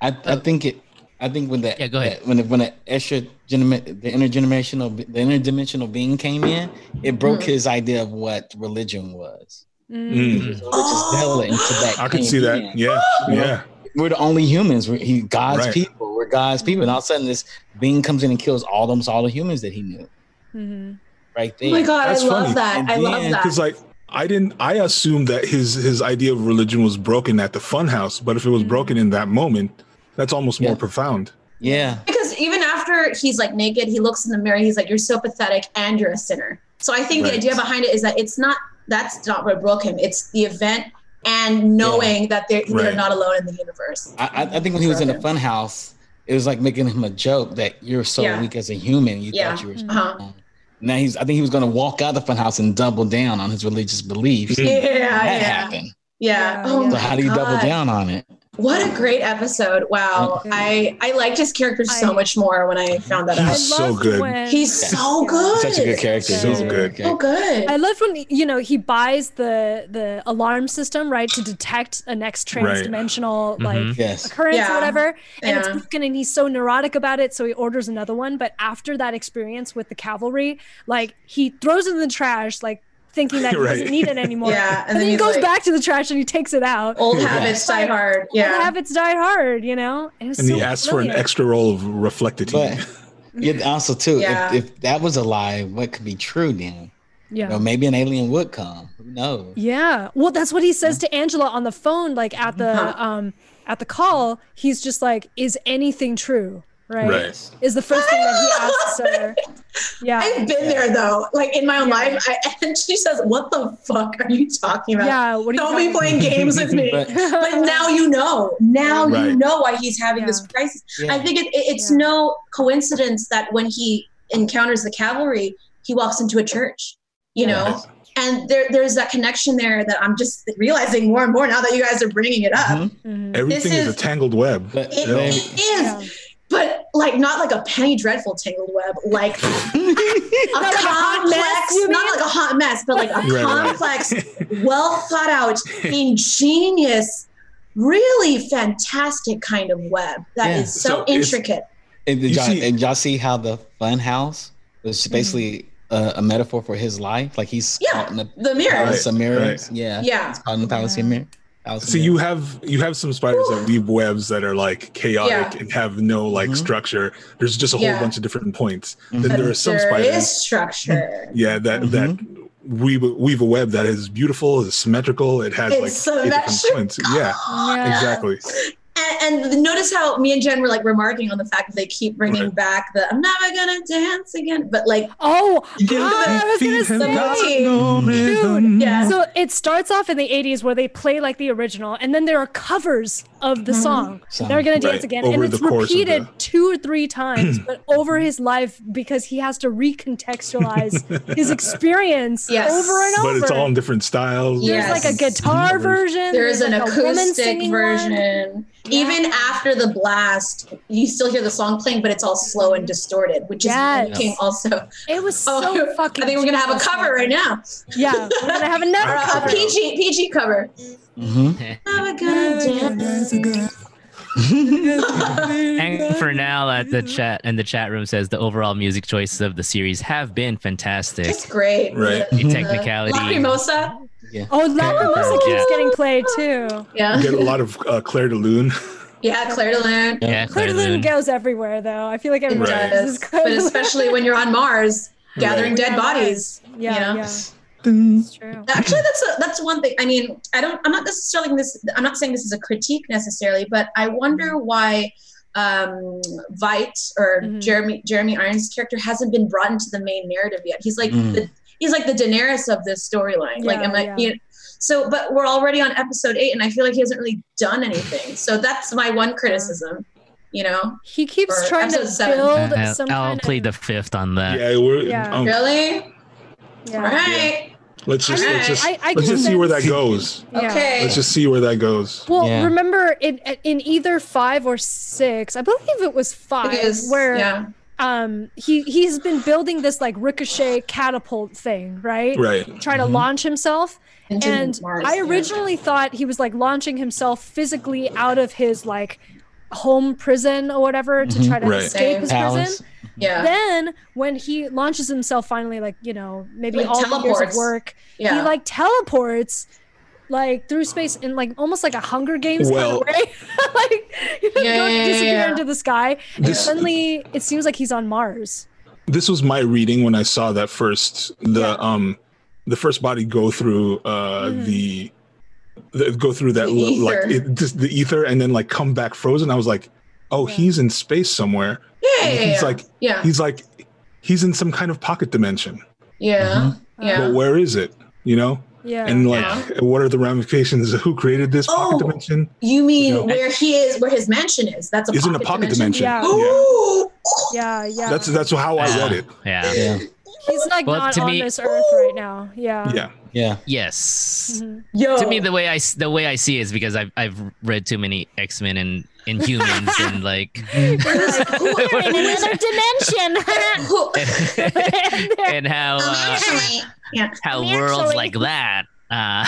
[SPEAKER 5] I, I think it. I think when that
[SPEAKER 3] Yeah, go ahead.
[SPEAKER 5] when the, when the extra gener- the intergenerational the interdimensional being came in, it broke
[SPEAKER 4] Mhm.
[SPEAKER 5] his idea of what religion was,
[SPEAKER 2] Mm.
[SPEAKER 1] Mm.
[SPEAKER 5] which is
[SPEAKER 4] Oh.
[SPEAKER 5] hella into that.
[SPEAKER 1] I can
[SPEAKER 5] came
[SPEAKER 1] see that.
[SPEAKER 5] in.
[SPEAKER 1] Yeah, yeah.
[SPEAKER 5] We're the only humans. We're he, God's
[SPEAKER 1] Right.
[SPEAKER 5] people. We're God's people, and all of a sudden this being comes in and kills all them all the humans that he knew
[SPEAKER 2] Mhm.
[SPEAKER 5] right
[SPEAKER 4] oh
[SPEAKER 5] there.
[SPEAKER 4] my God,
[SPEAKER 1] That's
[SPEAKER 4] I love
[SPEAKER 1] funny.
[SPEAKER 4] that.
[SPEAKER 5] And
[SPEAKER 4] I love
[SPEAKER 5] then-
[SPEAKER 4] that.
[SPEAKER 1] Because like I didn't, I assumed that his his idea of religion was broken at the funhouse, but if it was
[SPEAKER 2] Mhm.
[SPEAKER 1] broken in that moment, that's almost more
[SPEAKER 5] Yeah.
[SPEAKER 1] profound.
[SPEAKER 5] Yeah,
[SPEAKER 4] because even after he's like naked, he looks in the mirror. He's like, "You're so pathetic, and you're a sinner." So I think
[SPEAKER 1] Right.
[SPEAKER 4] the idea behind it is that it's not that's not what broke him. It's the event and knowing that they're
[SPEAKER 1] Right.
[SPEAKER 4] they're not alone in the universe.
[SPEAKER 5] I, I- I think when he was in the funhouse, it was like making him a joke that you're so
[SPEAKER 4] Yeah.
[SPEAKER 5] weak as a human. You
[SPEAKER 4] Yeah.
[SPEAKER 5] thought you were
[SPEAKER 2] Mhm.
[SPEAKER 4] Uh-huh.
[SPEAKER 5] Now he's. I think he was going to walk out of the funhouse and double down on his religious beliefs.
[SPEAKER 1] Mhm.
[SPEAKER 4] Yeah, yeah,
[SPEAKER 5] That
[SPEAKER 4] yeah.
[SPEAKER 5] happened.
[SPEAKER 2] Yeah,
[SPEAKER 4] Oh
[SPEAKER 2] yeah.
[SPEAKER 5] So
[SPEAKER 4] my
[SPEAKER 5] how do you double
[SPEAKER 4] God.
[SPEAKER 5] down on it?
[SPEAKER 4] What a great episode! Wow,
[SPEAKER 2] Mhm.
[SPEAKER 4] I I liked his character so
[SPEAKER 2] I-
[SPEAKER 4] much more when I found that
[SPEAKER 1] He's
[SPEAKER 2] I
[SPEAKER 4] out.
[SPEAKER 1] so
[SPEAKER 2] loved
[SPEAKER 1] good.
[SPEAKER 2] when-
[SPEAKER 4] He's
[SPEAKER 5] Yeah.
[SPEAKER 4] so
[SPEAKER 2] Yeah.
[SPEAKER 4] good.
[SPEAKER 5] Such a good character.
[SPEAKER 2] So
[SPEAKER 5] He's a
[SPEAKER 1] good.
[SPEAKER 5] character.
[SPEAKER 4] So good.
[SPEAKER 2] I love when you know he buys the the alarm system right to detect a next
[SPEAKER 1] Right. Mm-hmm.
[SPEAKER 2] transdimensional like
[SPEAKER 3] Mhm.
[SPEAKER 5] Yes.
[SPEAKER 2] occurrence
[SPEAKER 4] Yeah.
[SPEAKER 2] or whatever, and it's
[SPEAKER 4] Yeah.
[SPEAKER 2] broken, and he's so neurotic about it, so he orders another one. But after that experience with the cavalry, like he throws it in the trash, like thinking that he
[SPEAKER 1] Right.
[SPEAKER 2] doesn't need it anymore.
[SPEAKER 4] yeah,
[SPEAKER 2] And, then he
[SPEAKER 4] he's
[SPEAKER 2] goes
[SPEAKER 4] like,
[SPEAKER 2] back to the trash and he takes it out.
[SPEAKER 4] Old
[SPEAKER 1] Yeah.
[SPEAKER 4] habits die hard. Yeah.
[SPEAKER 2] Old habits die hard, you know. it's
[SPEAKER 1] And
[SPEAKER 2] so
[SPEAKER 1] he asked for an
[SPEAKER 2] brilliant.
[SPEAKER 1] extra roll of reflected
[SPEAKER 5] But yeah, also too,
[SPEAKER 4] Yeah.
[SPEAKER 5] if, if that was a lie, what could be true then? You know,
[SPEAKER 2] Yeah.
[SPEAKER 5] maybe an alien would come. Who knows?
[SPEAKER 2] Yeah. Well, that's what he says to Angela on the phone, like at the
[SPEAKER 4] Huh.
[SPEAKER 2] um at the call. He's just like, "Is anything true?" right? Is the first thing that he asks her. Yeah.
[SPEAKER 4] I've been there though, like in my own life. I, and she says, "What the fuck are you talking about?
[SPEAKER 2] Yeah. What do you
[SPEAKER 4] Don't be
[SPEAKER 2] talking-
[SPEAKER 4] playing games with me."
[SPEAKER 5] But-
[SPEAKER 4] but now you know. Now you
[SPEAKER 1] Right.
[SPEAKER 4] know why he's having
[SPEAKER 2] Yeah.
[SPEAKER 4] this crisis.
[SPEAKER 5] Yeah.
[SPEAKER 4] I think it, it, it's
[SPEAKER 2] Yeah.
[SPEAKER 4] no coincidence that when he encounters the cavalry, he walks into a church. You know,
[SPEAKER 1] Yes.
[SPEAKER 4] and there, there's that connection there that I'm just realizing more and more now that you guys are bringing it up.
[SPEAKER 5] Mhm.
[SPEAKER 2] Mhm.
[SPEAKER 1] Everything
[SPEAKER 4] This
[SPEAKER 1] is, a
[SPEAKER 4] is-
[SPEAKER 1] tangled web.
[SPEAKER 5] But
[SPEAKER 4] It,
[SPEAKER 1] Yeah.
[SPEAKER 5] maybe-
[SPEAKER 4] it is,
[SPEAKER 2] Yeah.
[SPEAKER 4] but like not like a penny dreadful tangled web, like a
[SPEAKER 2] Not like a hot
[SPEAKER 4] complex,
[SPEAKER 2] mess, you
[SPEAKER 4] not
[SPEAKER 2] mean?
[SPEAKER 4] like a hot mess, but like a
[SPEAKER 1] Right, right.
[SPEAKER 4] complex, well thought out, ingenious, really fantastic kind of web that is
[SPEAKER 5] Yeah.
[SPEAKER 1] So
[SPEAKER 4] so,
[SPEAKER 1] it's-
[SPEAKER 4] intricate.
[SPEAKER 5] And did
[SPEAKER 1] You
[SPEAKER 5] y'all,
[SPEAKER 1] see-
[SPEAKER 5] and y'all see how the fun house was basically a, a metaphor for his life? Like he's
[SPEAKER 4] Yeah.
[SPEAKER 5] caught in the
[SPEAKER 4] The mirrors,
[SPEAKER 5] palace of mirrors.
[SPEAKER 1] Right.
[SPEAKER 5] Yeah.
[SPEAKER 4] yeah.
[SPEAKER 5] He's caught in the palace of mirrors. Palace of
[SPEAKER 1] So
[SPEAKER 5] mirrors.
[SPEAKER 1] you have you have some spiders that weave webs that are like chaotic and have no like
[SPEAKER 5] Mhm.
[SPEAKER 1] structure. There's just a whole
[SPEAKER 4] Yeah.
[SPEAKER 1] bunch of different points.
[SPEAKER 5] Mhm.
[SPEAKER 1] Then there are some
[SPEAKER 4] There
[SPEAKER 1] spiders.
[SPEAKER 4] is structure.
[SPEAKER 1] Yeah, that
[SPEAKER 2] Mm-hmm.
[SPEAKER 1] that weave weave a web that is beautiful, is symmetrical. It has
[SPEAKER 4] It's
[SPEAKER 1] like eight different
[SPEAKER 4] symmetrical.
[SPEAKER 1] points. Yeah,
[SPEAKER 2] Yeah.
[SPEAKER 1] exactly.
[SPEAKER 4] And, and notice how me and Jen were like remarking on the fact that they keep bringing
[SPEAKER 1] Right.
[SPEAKER 4] back the "I'm never gonna dance again," but like
[SPEAKER 2] Oh,
[SPEAKER 1] Give
[SPEAKER 2] I
[SPEAKER 1] me
[SPEAKER 2] was gonna
[SPEAKER 1] feet and
[SPEAKER 2] say-
[SPEAKER 1] not
[SPEAKER 4] Dude,
[SPEAKER 1] rhythm.
[SPEAKER 4] yeah.
[SPEAKER 2] So it starts off in the 80s where they play like the original, and then there are covers of the
[SPEAKER 4] Mhm.
[SPEAKER 2] song.
[SPEAKER 5] Song,
[SPEAKER 2] They're gonna
[SPEAKER 1] right,
[SPEAKER 2] dance again,
[SPEAKER 1] over
[SPEAKER 2] and it's
[SPEAKER 1] the course of
[SPEAKER 2] repeated
[SPEAKER 1] the-
[SPEAKER 2] two or three times, but over his life because he has to recontextualize his experience
[SPEAKER 4] Yes.
[SPEAKER 2] over and over.
[SPEAKER 1] but it's all in different styles.
[SPEAKER 2] There's
[SPEAKER 4] Yes.
[SPEAKER 2] like a guitar
[SPEAKER 1] There's-
[SPEAKER 2] version.
[SPEAKER 4] there is an
[SPEAKER 2] there's, like, a woman
[SPEAKER 4] acoustic
[SPEAKER 2] singing one.
[SPEAKER 4] version. Even
[SPEAKER 2] Yeah.
[SPEAKER 4] after the blast, you still hear the song playing, but it's all slow and distorted, which is
[SPEAKER 2] Yes.
[SPEAKER 4] linking also.
[SPEAKER 2] It was so
[SPEAKER 4] Oh,
[SPEAKER 2] fucking.
[SPEAKER 4] I think we're gonna have a
[SPEAKER 2] genius,
[SPEAKER 4] cover
[SPEAKER 2] man.
[SPEAKER 4] right now,
[SPEAKER 2] Yeah, we're gonna have another
[SPEAKER 4] or a
[SPEAKER 1] Okay.
[SPEAKER 2] cover.
[SPEAKER 4] PG PG cover.
[SPEAKER 5] Mhm.
[SPEAKER 4] Never gonna dance.
[SPEAKER 3] And for now, uh, the chat and the chat room says the overall music choices of the series have been fantastic.
[SPEAKER 4] It's great.
[SPEAKER 1] Right.
[SPEAKER 4] The-
[SPEAKER 3] The technicality.
[SPEAKER 4] Lacrimosa.
[SPEAKER 2] Oh, Lacrimosa
[SPEAKER 3] Yeah.
[SPEAKER 2] keeps getting played too.
[SPEAKER 1] You
[SPEAKER 4] Yeah.
[SPEAKER 1] get a lot of uh, Claire de Lune.
[SPEAKER 4] Yeah. Claire de Lune.
[SPEAKER 5] Yeah.
[SPEAKER 2] Claire
[SPEAKER 3] Yeah, Claire
[SPEAKER 2] de Lune
[SPEAKER 3] Lune.
[SPEAKER 2] goes everywhere, though. I feel like
[SPEAKER 4] It
[SPEAKER 2] everyone
[SPEAKER 1] Right.
[SPEAKER 2] does.
[SPEAKER 4] does, but especially when you're on Mars, gathering
[SPEAKER 1] Right.
[SPEAKER 4] dead bodies.
[SPEAKER 2] yeah,
[SPEAKER 4] you know?
[SPEAKER 2] yeah, it's true.
[SPEAKER 4] Actually, that's a, that's one thing. I mean, I don't. I'm not necessarily this. I'm not saying this is a critique necessarily, but I wonder
[SPEAKER 2] Mm-hmm.
[SPEAKER 4] why um Veit or
[SPEAKER 2] Mhm.
[SPEAKER 4] Jeremy Jeremy Irons' character hasn't been brought into the main narrative yet. He's like
[SPEAKER 5] Mm.
[SPEAKER 4] the he's like the Daenerys of this storyline. like,
[SPEAKER 2] Yeah,
[SPEAKER 4] am I?
[SPEAKER 2] yeah.
[SPEAKER 4] You know, so, but we're already on episode eight, and I feel like he hasn't really done anything. So that's my one criticism. You know,
[SPEAKER 2] He keeps
[SPEAKER 4] Or
[SPEAKER 2] trying to
[SPEAKER 4] episode seven.
[SPEAKER 2] build
[SPEAKER 3] Uh,
[SPEAKER 2] some
[SPEAKER 3] I'll
[SPEAKER 2] kind
[SPEAKER 3] play
[SPEAKER 2] of,
[SPEAKER 3] the fifth on that.
[SPEAKER 1] Yeah, we're,
[SPEAKER 2] Yeah.
[SPEAKER 1] um,
[SPEAKER 4] really? All
[SPEAKER 2] Yeah.
[SPEAKER 4] right.
[SPEAKER 1] let's just let's
[SPEAKER 4] Okay.
[SPEAKER 1] just
[SPEAKER 2] I, I
[SPEAKER 1] let's
[SPEAKER 2] can
[SPEAKER 1] just see where that
[SPEAKER 2] sense-
[SPEAKER 1] goes.
[SPEAKER 2] yeah.
[SPEAKER 4] Okay.
[SPEAKER 1] Let's just see where that goes.
[SPEAKER 2] Well,
[SPEAKER 5] Yeah.
[SPEAKER 2] remember in in either five or six, I believe it was five,
[SPEAKER 4] Because-
[SPEAKER 2] where
[SPEAKER 4] yeah.
[SPEAKER 2] um he he's been building this like ricochet catapult thing, right?
[SPEAKER 1] Right.
[SPEAKER 2] Trying to launch himself,
[SPEAKER 4] Into
[SPEAKER 2] and
[SPEAKER 4] Mars,
[SPEAKER 2] I
[SPEAKER 4] yeah.
[SPEAKER 2] originally thought he was like launching himself physically out of his like home prison or whatever to
[SPEAKER 5] Mhm.
[SPEAKER 2] try to
[SPEAKER 1] Right.
[SPEAKER 2] escape his
[SPEAKER 5] Palace.
[SPEAKER 2] prison.
[SPEAKER 4] yeah.
[SPEAKER 2] Then when he launches himself finally, like you know, maybe
[SPEAKER 4] Like
[SPEAKER 2] all the years of
[SPEAKER 4] teleports.
[SPEAKER 2] work,
[SPEAKER 4] yeah.
[SPEAKER 2] he like teleports like through space in like almost like a Hunger Games
[SPEAKER 1] Well-
[SPEAKER 2] kind of way, like you know,
[SPEAKER 4] Yeah,
[SPEAKER 2] go
[SPEAKER 4] yeah, yeah,
[SPEAKER 2] disappear
[SPEAKER 4] yeah.
[SPEAKER 2] into the sky, and
[SPEAKER 1] This-
[SPEAKER 2] suddenly it seems like he's on Mars.
[SPEAKER 1] This was my reading when I saw that first the
[SPEAKER 2] Yeah.
[SPEAKER 1] um the first body go through uh
[SPEAKER 2] Mhm.
[SPEAKER 1] the, the go through that
[SPEAKER 4] Mm-hmm. The
[SPEAKER 1] lo- like
[SPEAKER 4] ether.
[SPEAKER 1] it, just the ether and then like come back frozen. I was like, oh,
[SPEAKER 2] Yeah.
[SPEAKER 1] he's in space somewhere.
[SPEAKER 4] yeah,
[SPEAKER 1] And
[SPEAKER 4] yeah,
[SPEAKER 1] he's
[SPEAKER 4] yeah.
[SPEAKER 1] like
[SPEAKER 4] yeah,
[SPEAKER 1] he's like he's in some kind of pocket dimension.
[SPEAKER 4] yeah, yeah.
[SPEAKER 1] But where is it? You know,
[SPEAKER 2] Yeah,
[SPEAKER 1] and like,
[SPEAKER 4] Yeah.
[SPEAKER 1] what are the ramifications? Who created this pocket
[SPEAKER 4] Oh.
[SPEAKER 1] dimension?
[SPEAKER 4] you mean
[SPEAKER 1] No.
[SPEAKER 4] where he is, where his mansion is? That's a
[SPEAKER 1] Is in a
[SPEAKER 4] pocket
[SPEAKER 1] pocket
[SPEAKER 4] dimension.
[SPEAKER 1] dimension.
[SPEAKER 2] Yeah.
[SPEAKER 4] Ooh,
[SPEAKER 2] yeah, yeah.
[SPEAKER 1] That's that's how I read it.
[SPEAKER 3] Yeah.
[SPEAKER 5] Yeah.
[SPEAKER 2] he's like
[SPEAKER 3] Well,
[SPEAKER 2] not
[SPEAKER 3] to
[SPEAKER 2] on
[SPEAKER 3] me-
[SPEAKER 2] this earth right now. Yeah,
[SPEAKER 1] Yeah,
[SPEAKER 5] Yeah.
[SPEAKER 3] Yes.
[SPEAKER 2] Mhm.
[SPEAKER 4] yo.
[SPEAKER 3] To me, the way I s- the way I see it is because I've I've read too many X Men and Inhumans and like
[SPEAKER 2] We're in another dimension.
[SPEAKER 4] Who-
[SPEAKER 2] And they're-
[SPEAKER 3] and how uh,
[SPEAKER 4] yeah.
[SPEAKER 3] how
[SPEAKER 2] I'm
[SPEAKER 3] worlds
[SPEAKER 2] actually-
[SPEAKER 3] like that. Uh,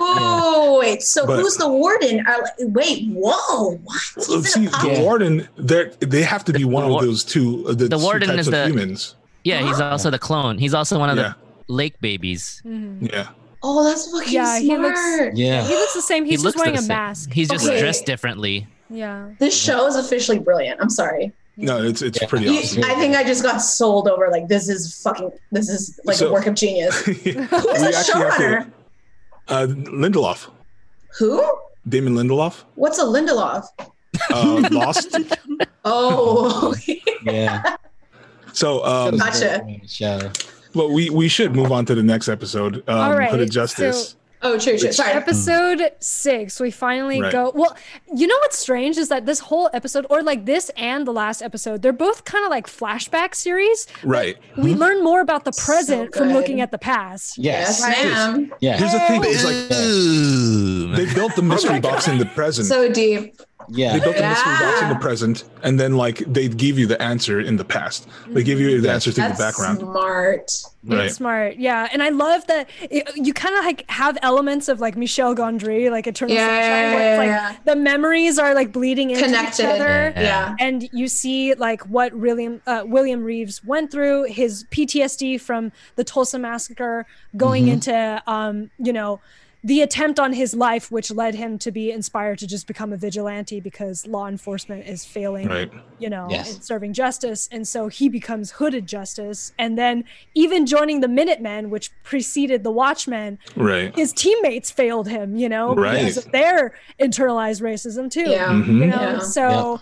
[SPEAKER 4] Oh wait. So
[SPEAKER 1] But-
[SPEAKER 4] who's the warden? Are like, wait. Whoa. What? He's
[SPEAKER 1] Well, see,
[SPEAKER 4] in a pocket.
[SPEAKER 1] the warden, they they have to be one of
[SPEAKER 3] war-
[SPEAKER 1] those two. uh, The,
[SPEAKER 3] the
[SPEAKER 1] two
[SPEAKER 3] warden
[SPEAKER 1] types
[SPEAKER 3] is
[SPEAKER 1] of
[SPEAKER 3] the-
[SPEAKER 1] humans.
[SPEAKER 3] yeah, he's also the clone. He's also one of
[SPEAKER 1] Yeah,
[SPEAKER 3] the Lake babies.
[SPEAKER 2] Mhm.
[SPEAKER 1] yeah.
[SPEAKER 4] Oh, that's fucking
[SPEAKER 2] Yeah, he
[SPEAKER 4] smart.
[SPEAKER 2] looks-
[SPEAKER 5] Yeah.
[SPEAKER 2] He looks the same. He's
[SPEAKER 3] he
[SPEAKER 2] just
[SPEAKER 3] looks
[SPEAKER 2] wearing
[SPEAKER 3] the
[SPEAKER 2] a
[SPEAKER 3] same.
[SPEAKER 2] mask.
[SPEAKER 3] He's just
[SPEAKER 4] Okay.
[SPEAKER 3] dressed differently.
[SPEAKER 2] Yeah.
[SPEAKER 4] This show is officially brilliant. I'm sorry.
[SPEAKER 1] No, it's it's
[SPEAKER 5] Yeah.
[SPEAKER 1] pretty
[SPEAKER 4] You-
[SPEAKER 1] awesome.
[SPEAKER 4] I think I just got sold over. Like this is fucking. This is like
[SPEAKER 1] So-
[SPEAKER 4] a work of genius.
[SPEAKER 1] we
[SPEAKER 4] Who's the
[SPEAKER 1] actually have
[SPEAKER 4] showrunner?
[SPEAKER 1] to. Uh, Lindelof,
[SPEAKER 4] Who?
[SPEAKER 1] Damon Lindelof.
[SPEAKER 4] What's a Lindelof?
[SPEAKER 1] uh, Lost.
[SPEAKER 4] Oh, okay.
[SPEAKER 5] Yeah.
[SPEAKER 1] So, um,
[SPEAKER 4] Gotcha.
[SPEAKER 5] Show.
[SPEAKER 1] but we we should move on to the next episode. Um,
[SPEAKER 2] All right,
[SPEAKER 1] Hood of Justice.
[SPEAKER 4] oh, true, true. Sorry.
[SPEAKER 2] episode six we finally
[SPEAKER 1] Mm. Right.
[SPEAKER 2] go well you know what's strange is that this whole episode or like this and the last episode they're both kind of like flashback series
[SPEAKER 1] right.
[SPEAKER 2] we learn more about the present from
[SPEAKER 4] good.
[SPEAKER 2] looking at the past
[SPEAKER 5] Yes.
[SPEAKER 4] Yes, ma'am.
[SPEAKER 5] Yeah.
[SPEAKER 1] Here's the thing: is like
[SPEAKER 3] Boom.
[SPEAKER 1] they built the mystery box in the present.
[SPEAKER 4] So deep.
[SPEAKER 1] they
[SPEAKER 5] Yeah.
[SPEAKER 1] built the mystery box in
[SPEAKER 4] Yeah.
[SPEAKER 1] the present, and then like they give you the answer in the past. They give you the answer through the
[SPEAKER 4] That's
[SPEAKER 1] background.
[SPEAKER 4] smart.
[SPEAKER 2] That's
[SPEAKER 1] Right.
[SPEAKER 2] smart yeah and i love that it, you kind of like have elements of like michel gondry like eternal
[SPEAKER 4] Yeah,
[SPEAKER 2] sunshine where it's like
[SPEAKER 4] yeah, yeah.
[SPEAKER 2] the memories are like bleeding into
[SPEAKER 4] Connected.
[SPEAKER 2] each other
[SPEAKER 3] Yeah.
[SPEAKER 4] Yeah.
[SPEAKER 2] and you see like what William uh, William Reeves went through, his PTSD from the Tulsa massacre, going
[SPEAKER 1] Mm-hmm.
[SPEAKER 5] Mhm.
[SPEAKER 2] into um, you know the attempt on his life, which led him to be inspired to just become a vigilante because law enforcement is failing,
[SPEAKER 1] Right.
[SPEAKER 2] you know,
[SPEAKER 5] Yes.
[SPEAKER 2] in serving justice, and so he becomes hooded justice, and then even joining the Minutemen, which preceded the Watchmen,
[SPEAKER 1] Right.
[SPEAKER 2] his teammates failed him, you know,
[SPEAKER 1] Right.
[SPEAKER 2] because of their internalized racism too
[SPEAKER 4] Yeah.
[SPEAKER 1] Mhm.
[SPEAKER 2] you know
[SPEAKER 4] Yeah.
[SPEAKER 2] so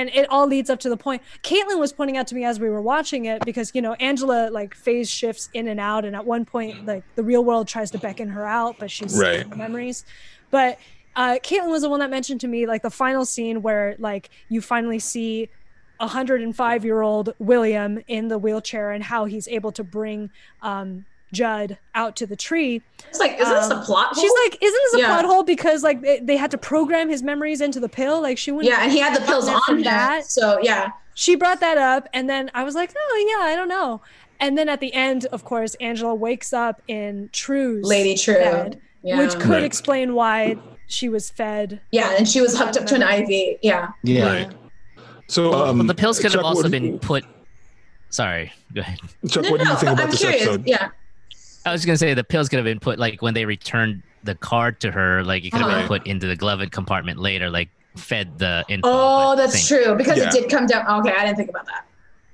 [SPEAKER 2] and it all leads up to the point caitlin was pointing out to me as we were watching it because you know angela like phase shifts in and out and at one point like the real world tries to beckon her out but she's
[SPEAKER 1] Right.
[SPEAKER 2] right. memories but uh, caitlin was the one that mentioned to me like the final scene where like you finally see 105 year old william in the wheelchair and how he's able to bring um, judd out to the tree
[SPEAKER 4] It's like, isn't this
[SPEAKER 2] Um,
[SPEAKER 4] a plot?
[SPEAKER 2] She's
[SPEAKER 4] hole?
[SPEAKER 2] like, isn't this a
[SPEAKER 4] Yeah.
[SPEAKER 2] plot hole? Because like they, they had to program his memories into the pill. Like she wouldn't.
[SPEAKER 4] yeah, and he had the pills
[SPEAKER 2] gotten it from
[SPEAKER 4] on him. So yeah,
[SPEAKER 2] She brought that up, and then I was like, oh yeah, I don't know. And then at the end, of course, Angela wakes up in True's
[SPEAKER 4] Lady True.
[SPEAKER 2] bed,
[SPEAKER 4] Yeah.
[SPEAKER 2] which could
[SPEAKER 1] Right.
[SPEAKER 2] explain why she was fed.
[SPEAKER 4] yeah, and she was hooked up to an IV. Yeah.
[SPEAKER 5] Yeah.
[SPEAKER 1] Right. So
[SPEAKER 3] Well,
[SPEAKER 1] um,
[SPEAKER 3] the pills could
[SPEAKER 1] Chuck,
[SPEAKER 3] have also
[SPEAKER 1] what-
[SPEAKER 3] been put. Sorry, go ahead.
[SPEAKER 1] Chuck, what do you think about
[SPEAKER 4] I'm
[SPEAKER 1] this
[SPEAKER 4] curious.
[SPEAKER 1] episode?
[SPEAKER 4] Yeah.
[SPEAKER 3] I was gonna say the pills could have been put like when they returned the card to her, like it could have
[SPEAKER 1] Uh-huh.
[SPEAKER 3] been put into the glove compartment later, like fed the info.
[SPEAKER 4] Oh,
[SPEAKER 3] but
[SPEAKER 4] that's
[SPEAKER 3] same.
[SPEAKER 4] true because
[SPEAKER 1] Yeah.
[SPEAKER 4] it did come down. Okay, I didn't think about that.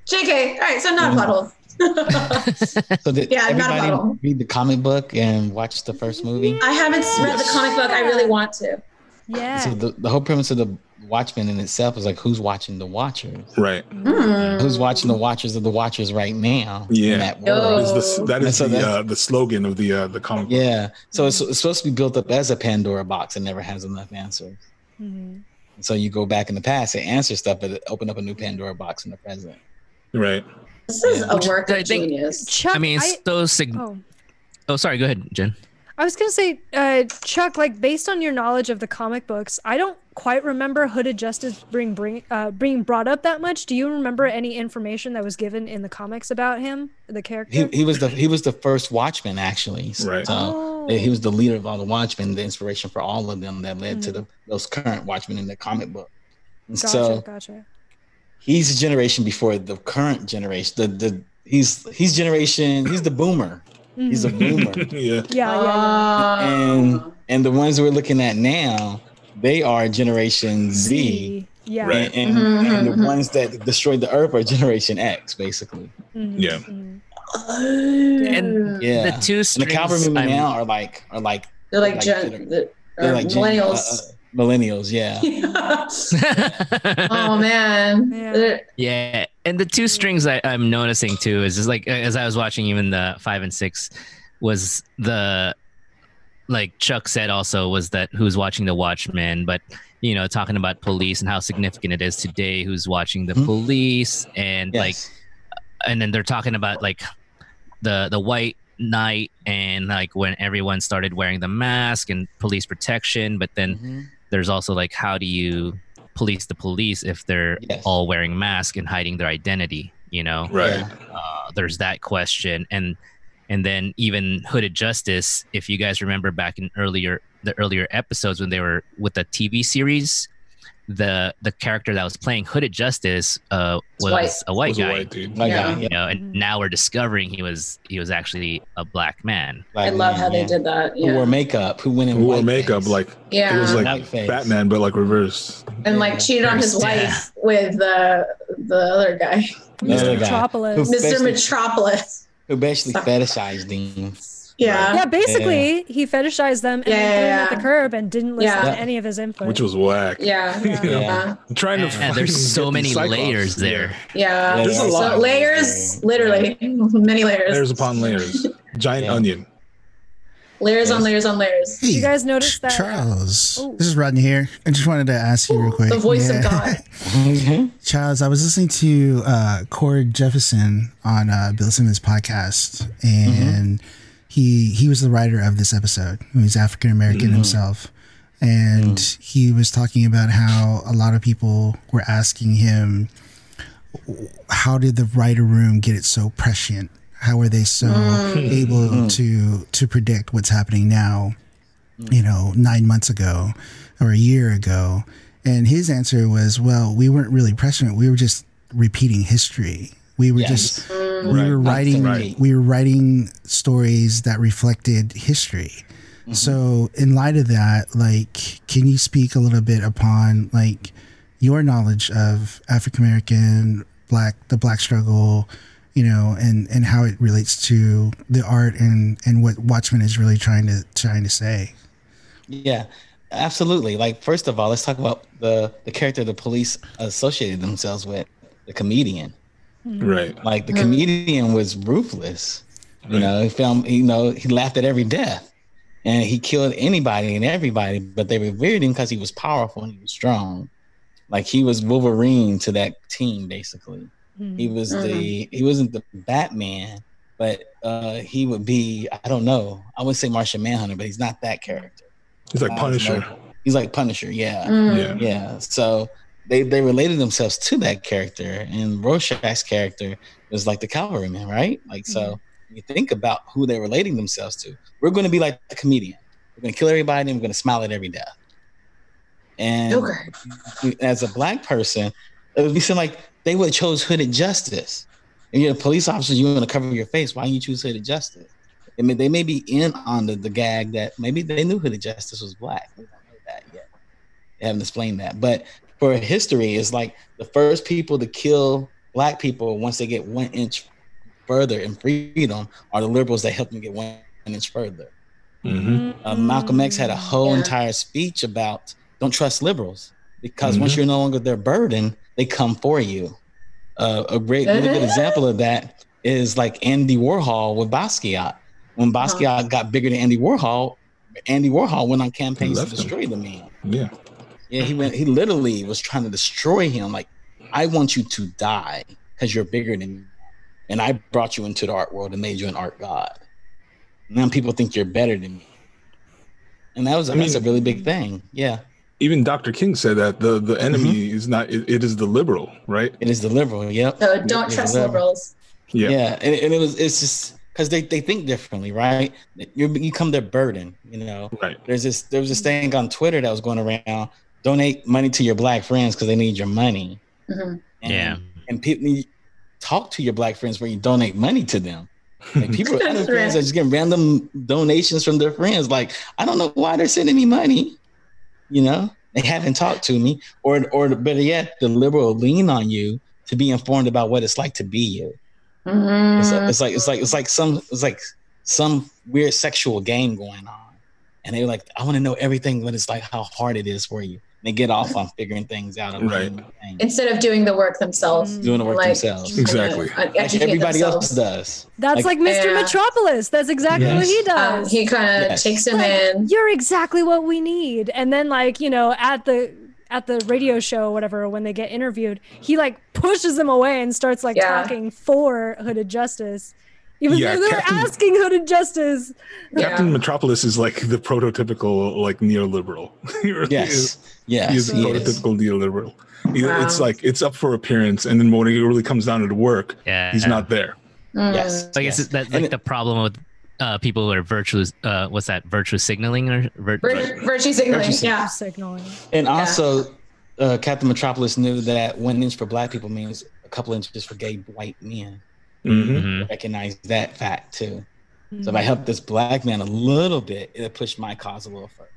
[SPEAKER 4] JK. All right, so not
[SPEAKER 1] Mm.
[SPEAKER 4] a plot hole.
[SPEAKER 5] So did
[SPEAKER 4] Yeah, I'm not a
[SPEAKER 5] everybody
[SPEAKER 4] model.
[SPEAKER 5] read the comic book and watch the first movie?
[SPEAKER 4] I haven't read the
[SPEAKER 1] Yes.
[SPEAKER 4] comic book. I really want to.
[SPEAKER 2] Yeah.
[SPEAKER 5] So the, the whole premise of the Watchmen in itself is like who's watching the Watchers?
[SPEAKER 1] Right.
[SPEAKER 4] Hmm.
[SPEAKER 5] Who's watching the Watchers of the Watchers right now?
[SPEAKER 1] Yeah.
[SPEAKER 5] In that
[SPEAKER 4] Yo.
[SPEAKER 5] world.
[SPEAKER 1] Is this, that is
[SPEAKER 5] So
[SPEAKER 1] the
[SPEAKER 5] that's-
[SPEAKER 1] uh, the slogan of the uh, the comic. book.
[SPEAKER 5] Yeah. So it's, it's supposed to be built up as a Pandora box and never has enough answers.
[SPEAKER 2] Mhm.
[SPEAKER 5] So you go back in the past and answer stuff, but it open up a new Pandora box in the present.
[SPEAKER 1] Right.
[SPEAKER 4] This is a
[SPEAKER 3] Which
[SPEAKER 4] work
[SPEAKER 3] I
[SPEAKER 4] of
[SPEAKER 3] think-
[SPEAKER 4] genius.
[SPEAKER 2] Chuck,
[SPEAKER 3] I mean, it's so sig-
[SPEAKER 2] oh,
[SPEAKER 3] Oh, sorry. Go ahead, Jen.
[SPEAKER 2] I was gonna say, uh, Chuck, like based on your knowledge of the comic books, I don't quite remember Hooded Justice being bring uh, being brought up that much. Do you remember any information that was given in the comics about him, the character?
[SPEAKER 5] He, he was the he was the first Watchman actually. Um, So,
[SPEAKER 1] Right.
[SPEAKER 2] Oh.
[SPEAKER 5] he was the leader of all the Watchmen, the inspiration for all of them that led to the those current Watchmen in the comic book. And
[SPEAKER 2] gotcha,
[SPEAKER 5] so
[SPEAKER 2] gotcha.
[SPEAKER 5] he's a generation before the current generation. The the he's he's generation he's the boomer. He's a
[SPEAKER 2] Mhm.
[SPEAKER 5] boomer.
[SPEAKER 1] yeah.
[SPEAKER 2] yeah, yeah,
[SPEAKER 4] Uh,
[SPEAKER 2] yeah.
[SPEAKER 5] and and the ones we're looking at now, they are generation Z.
[SPEAKER 2] Z. Yeah.
[SPEAKER 1] Right.
[SPEAKER 5] And, and,
[SPEAKER 4] Mhm,
[SPEAKER 5] and
[SPEAKER 4] mhm.
[SPEAKER 5] the ones that destroyed the earth are generation X, basically.
[SPEAKER 2] Mhm,
[SPEAKER 1] Yeah.
[SPEAKER 2] mhm.
[SPEAKER 4] and
[SPEAKER 3] And-
[SPEAKER 5] Yeah.
[SPEAKER 3] The two
[SPEAKER 5] and the
[SPEAKER 3] strings.
[SPEAKER 5] Calvin
[SPEAKER 3] I'm-
[SPEAKER 5] now are like are like
[SPEAKER 4] they're like,
[SPEAKER 5] like
[SPEAKER 4] gen,
[SPEAKER 5] gener-
[SPEAKER 4] the,
[SPEAKER 5] they're
[SPEAKER 4] or
[SPEAKER 5] like gen-
[SPEAKER 4] millennials.
[SPEAKER 5] uh, uh, millennials, yeah.
[SPEAKER 4] oh man,
[SPEAKER 2] Yeah.
[SPEAKER 4] They're-
[SPEAKER 3] yeah, and the two strings I, I'm noticing too is just like as I was watching even the five and six was the like Chuck said also was that who's watching the Watchmen, but you know talking about police and how significant it is today. Who's watching the
[SPEAKER 5] Mhm.
[SPEAKER 3] police and like
[SPEAKER 5] Yes.
[SPEAKER 3] and then they're talking about like the the white knight and like when everyone started wearing the mask and police protection but then
[SPEAKER 5] Mhm.
[SPEAKER 3] there's also like how do you police the police if they're
[SPEAKER 5] Yes.
[SPEAKER 3] all wearing masks and hiding their identity you know
[SPEAKER 1] Right.
[SPEAKER 5] Yeah.
[SPEAKER 3] uh, there's that question and and then even hooded justice if you guys remember back in earlier the earlier episodes when they were with the tv series the the character that was playing hooded justice uh was
[SPEAKER 4] white.
[SPEAKER 3] a white
[SPEAKER 1] Was a
[SPEAKER 3] guy
[SPEAKER 1] white dude.
[SPEAKER 5] Like,
[SPEAKER 4] Yeah.
[SPEAKER 5] uh, yeah,
[SPEAKER 3] you know, and
[SPEAKER 2] Mhm.
[SPEAKER 3] now we're discovering he was he was actually a black man.
[SPEAKER 4] I
[SPEAKER 5] like,
[SPEAKER 4] love how they
[SPEAKER 5] yeah.
[SPEAKER 4] did that.
[SPEAKER 5] Who
[SPEAKER 4] Yeah,
[SPEAKER 5] wore makeup? Who went in
[SPEAKER 1] Who wore
[SPEAKER 5] white
[SPEAKER 1] makeup
[SPEAKER 5] face.
[SPEAKER 1] like
[SPEAKER 4] yeah,
[SPEAKER 1] it was like
[SPEAKER 5] White face.
[SPEAKER 1] Batman, but like reversed.
[SPEAKER 4] and like cheated on his
[SPEAKER 3] Yeah.
[SPEAKER 4] wife with the the other guy,
[SPEAKER 5] The other guy
[SPEAKER 2] Metropolis.
[SPEAKER 5] Who-
[SPEAKER 4] Mr.
[SPEAKER 5] Especially-
[SPEAKER 4] Metropolis.
[SPEAKER 5] who basically
[SPEAKER 4] Sorry.
[SPEAKER 5] fetishized him
[SPEAKER 4] Yeah.
[SPEAKER 2] Yeah, basically, he fetishized them and
[SPEAKER 4] Yeah,
[SPEAKER 2] then threw
[SPEAKER 4] yeah,
[SPEAKER 2] them at
[SPEAKER 4] yeah.
[SPEAKER 2] the curb and didn't listen
[SPEAKER 4] Yeah.
[SPEAKER 2] to any of his input.
[SPEAKER 1] which was whack.
[SPEAKER 4] Yeah.
[SPEAKER 1] You know,
[SPEAKER 5] Yeah.
[SPEAKER 1] I'm trying to.
[SPEAKER 3] Man,
[SPEAKER 1] fucking
[SPEAKER 3] there's so
[SPEAKER 1] get
[SPEAKER 3] many
[SPEAKER 1] these Cyclops.
[SPEAKER 3] layers
[SPEAKER 1] Yeah.
[SPEAKER 3] there.
[SPEAKER 4] Yeah.
[SPEAKER 1] There's a lot.
[SPEAKER 4] So layers, literally, many layers.
[SPEAKER 1] Layers upon layers. Giant
[SPEAKER 5] Yeah.
[SPEAKER 1] onion.
[SPEAKER 4] layers on layers on layers.
[SPEAKER 2] Did you guys notice that? Oh.
[SPEAKER 6] Charles,
[SPEAKER 2] Ooh.
[SPEAKER 6] this is Rodney here. I just wanted to ask you real quick.
[SPEAKER 4] The voice
[SPEAKER 6] Yeah.
[SPEAKER 4] of God.
[SPEAKER 5] Mhm.
[SPEAKER 6] Charles, I was listening to uh, Cord Jefferson on uh, Bill Simmons' podcast,
[SPEAKER 4] Mm-hmm.
[SPEAKER 6] and he he was the writer of this episode. He's African American himself, and he was talking about how a lot of people were asking him, "How did the writer room get it so prescient? How are they so able to to predict what's happening now?" you know, nine months ago or a year ago. And his answer was, well, we weren't really prescient. We were just repeating history. We were
[SPEAKER 5] Yes.
[SPEAKER 6] just, we were writing,
[SPEAKER 5] Right.
[SPEAKER 6] we were writing stories that reflected history.
[SPEAKER 5] Mm-hmm.
[SPEAKER 6] So, in light of that, like, can you speak a little bit upon like your knowledge of African American, Black, the Black struggle, you know, and and how it relates to the art and and what Watchmen is really trying to trying to say?
[SPEAKER 5] Yeah, absolutely. Like, first of all, let's talk about the the character the police associated themselves with, the comedian.
[SPEAKER 1] Right.
[SPEAKER 5] Like the comedian was ruthless. You know, he filmed, you know, he laughed at every death. And he killed anybody and everybody, but they revered him because he was powerful and he was strong. Like he was Wolverine to that team, basically.
[SPEAKER 2] Mm-hmm.
[SPEAKER 5] He was the he wasn't the Batman, but uh he would be, I don't know, I would say Martian Manhunter, but he's not that character.
[SPEAKER 1] It's like
[SPEAKER 5] Uh,
[SPEAKER 1] Punisher.
[SPEAKER 5] no. He's like Punisher, yeah.
[SPEAKER 4] Mm.
[SPEAKER 1] Yeah.
[SPEAKER 5] Yeah. So they, they related themselves to that character, and Rorschach's character was like the cavalryman, right? Like, so you think about who they're relating themselves to. We're going to be like the comedian. We're going to kill everybody, and we're going to smile at every death. And
[SPEAKER 4] Joker.
[SPEAKER 5] as a black person, it would be something like they would have chose hooded justice. And you're a police officer, you want to cover your face. Why you choose hooded justice? I mean, they may be in on the, the gag that maybe they knew hooded justice was black. We don't know that yet. They haven't explained that. But for history, it's like the first people to kill black people once they get one inch further in freedom are the liberals that helped them get one inch further.
[SPEAKER 1] Mhm.
[SPEAKER 5] Uh,
[SPEAKER 2] Mm-hmm.
[SPEAKER 5] Malcolm X had a whole
[SPEAKER 4] Yeah.
[SPEAKER 5] entire speech about don't trust liberals because
[SPEAKER 1] Mm-hmm.
[SPEAKER 5] once you're no longer their burden, they come for you. Uh, a great really good example of that is like Andy Warhol with Basquiat. When Basquiat got bigger than Andy Warhol, Andy Warhol went on campaigns to
[SPEAKER 1] Left him.
[SPEAKER 5] destroy the man.
[SPEAKER 1] Yeah.
[SPEAKER 5] Yeah, he went. He literally was trying to destroy him. Like, I want you to die because you're bigger than me, and I brought you into the art world and made you an art god. Now people think you're better than me, and that was
[SPEAKER 1] I mean-
[SPEAKER 5] that's a really big thing. Yeah,
[SPEAKER 1] Even Dr. King said that the the enemy
[SPEAKER 5] Mm-hmm.
[SPEAKER 1] is not. It, it is the liberal, right?
[SPEAKER 5] it is the liberal. Yep.
[SPEAKER 4] So don't trust
[SPEAKER 5] Yeah.
[SPEAKER 4] liberals.
[SPEAKER 1] Yeah.
[SPEAKER 5] Yeah, And, and it was. It's just because they they think differently, right? You become their burden. You know.
[SPEAKER 1] Right.
[SPEAKER 5] There's this there was this thing on Twitter that was going around. Donate money to your black friends because they need your money.
[SPEAKER 4] Mhm.
[SPEAKER 5] And-
[SPEAKER 3] Yeah.
[SPEAKER 5] and people you talk to your black friends when you donate money to them.
[SPEAKER 1] Mhm.
[SPEAKER 5] Like people, I know friends are just getting random donations from their friends. Like I don't know why they're sending me money. You know, they haven't talked to me, or or better yet, the liberal lean on you to be informed about what it's like to be you.
[SPEAKER 4] Mhm.
[SPEAKER 5] It's, it's like it's like it's like some it's like some weird sexual game going on, and they're like, I want to know everything, but it's like how hard it is for you. And they get off on figuring things out, and
[SPEAKER 1] Right.
[SPEAKER 5] learning things,
[SPEAKER 4] Instead of doing the work
[SPEAKER 2] Mm-hmm.
[SPEAKER 4] themselves.
[SPEAKER 5] doing the work
[SPEAKER 4] like-
[SPEAKER 5] themselves,
[SPEAKER 1] Exactly.
[SPEAKER 4] Uh,
[SPEAKER 5] like
[SPEAKER 4] educate
[SPEAKER 5] everybody
[SPEAKER 4] themselves.
[SPEAKER 5] else does.
[SPEAKER 2] That's like,
[SPEAKER 5] Like-
[SPEAKER 2] Mr.
[SPEAKER 4] Yeah.
[SPEAKER 2] Metropolis. That's exactly what
[SPEAKER 5] Yes.
[SPEAKER 2] he does.
[SPEAKER 4] Um, he kind of
[SPEAKER 5] Yes.
[SPEAKER 4] takes him
[SPEAKER 2] Like,
[SPEAKER 4] in.
[SPEAKER 2] You're exactly what we need. And then like, you know, at the at the radio show or whatever, when they get interviewed, he like pushes them away and starts like
[SPEAKER 4] Yeah.
[SPEAKER 2] talking for Hooded Justice. Even
[SPEAKER 1] Yeah,
[SPEAKER 2] though they're
[SPEAKER 1] Captain-
[SPEAKER 2] asking Hooded Justice.
[SPEAKER 1] Captain
[SPEAKER 4] Yeah.
[SPEAKER 1] Metropolis is like the prototypical like neoliberal. He really is.
[SPEAKER 5] Yes. Yes.
[SPEAKER 1] He is the
[SPEAKER 5] he is.
[SPEAKER 1] prototypical neoliberal. He-
[SPEAKER 4] Wow.
[SPEAKER 1] It's like it's up for appearance, and then when it really comes down to the work,
[SPEAKER 3] Yeah.
[SPEAKER 1] he's not there.
[SPEAKER 4] Mm.
[SPEAKER 5] Yes.
[SPEAKER 3] So I guess
[SPEAKER 5] yes.
[SPEAKER 3] that's
[SPEAKER 5] And
[SPEAKER 3] like the problem with uh, people who are virtue. Uh, what's that? Virtue signaling or vir-
[SPEAKER 4] Vir- virtue signaling.
[SPEAKER 5] Virtue
[SPEAKER 4] Yeah.
[SPEAKER 2] Signaling.
[SPEAKER 5] And also, uh, Captain Metropolis knew that one inch for black people means a couple inches for gay white men.
[SPEAKER 1] Mhm.
[SPEAKER 3] Mhm.
[SPEAKER 5] Recognize that fact too. So if I help this black man a little bit, it'll push my cause a little further.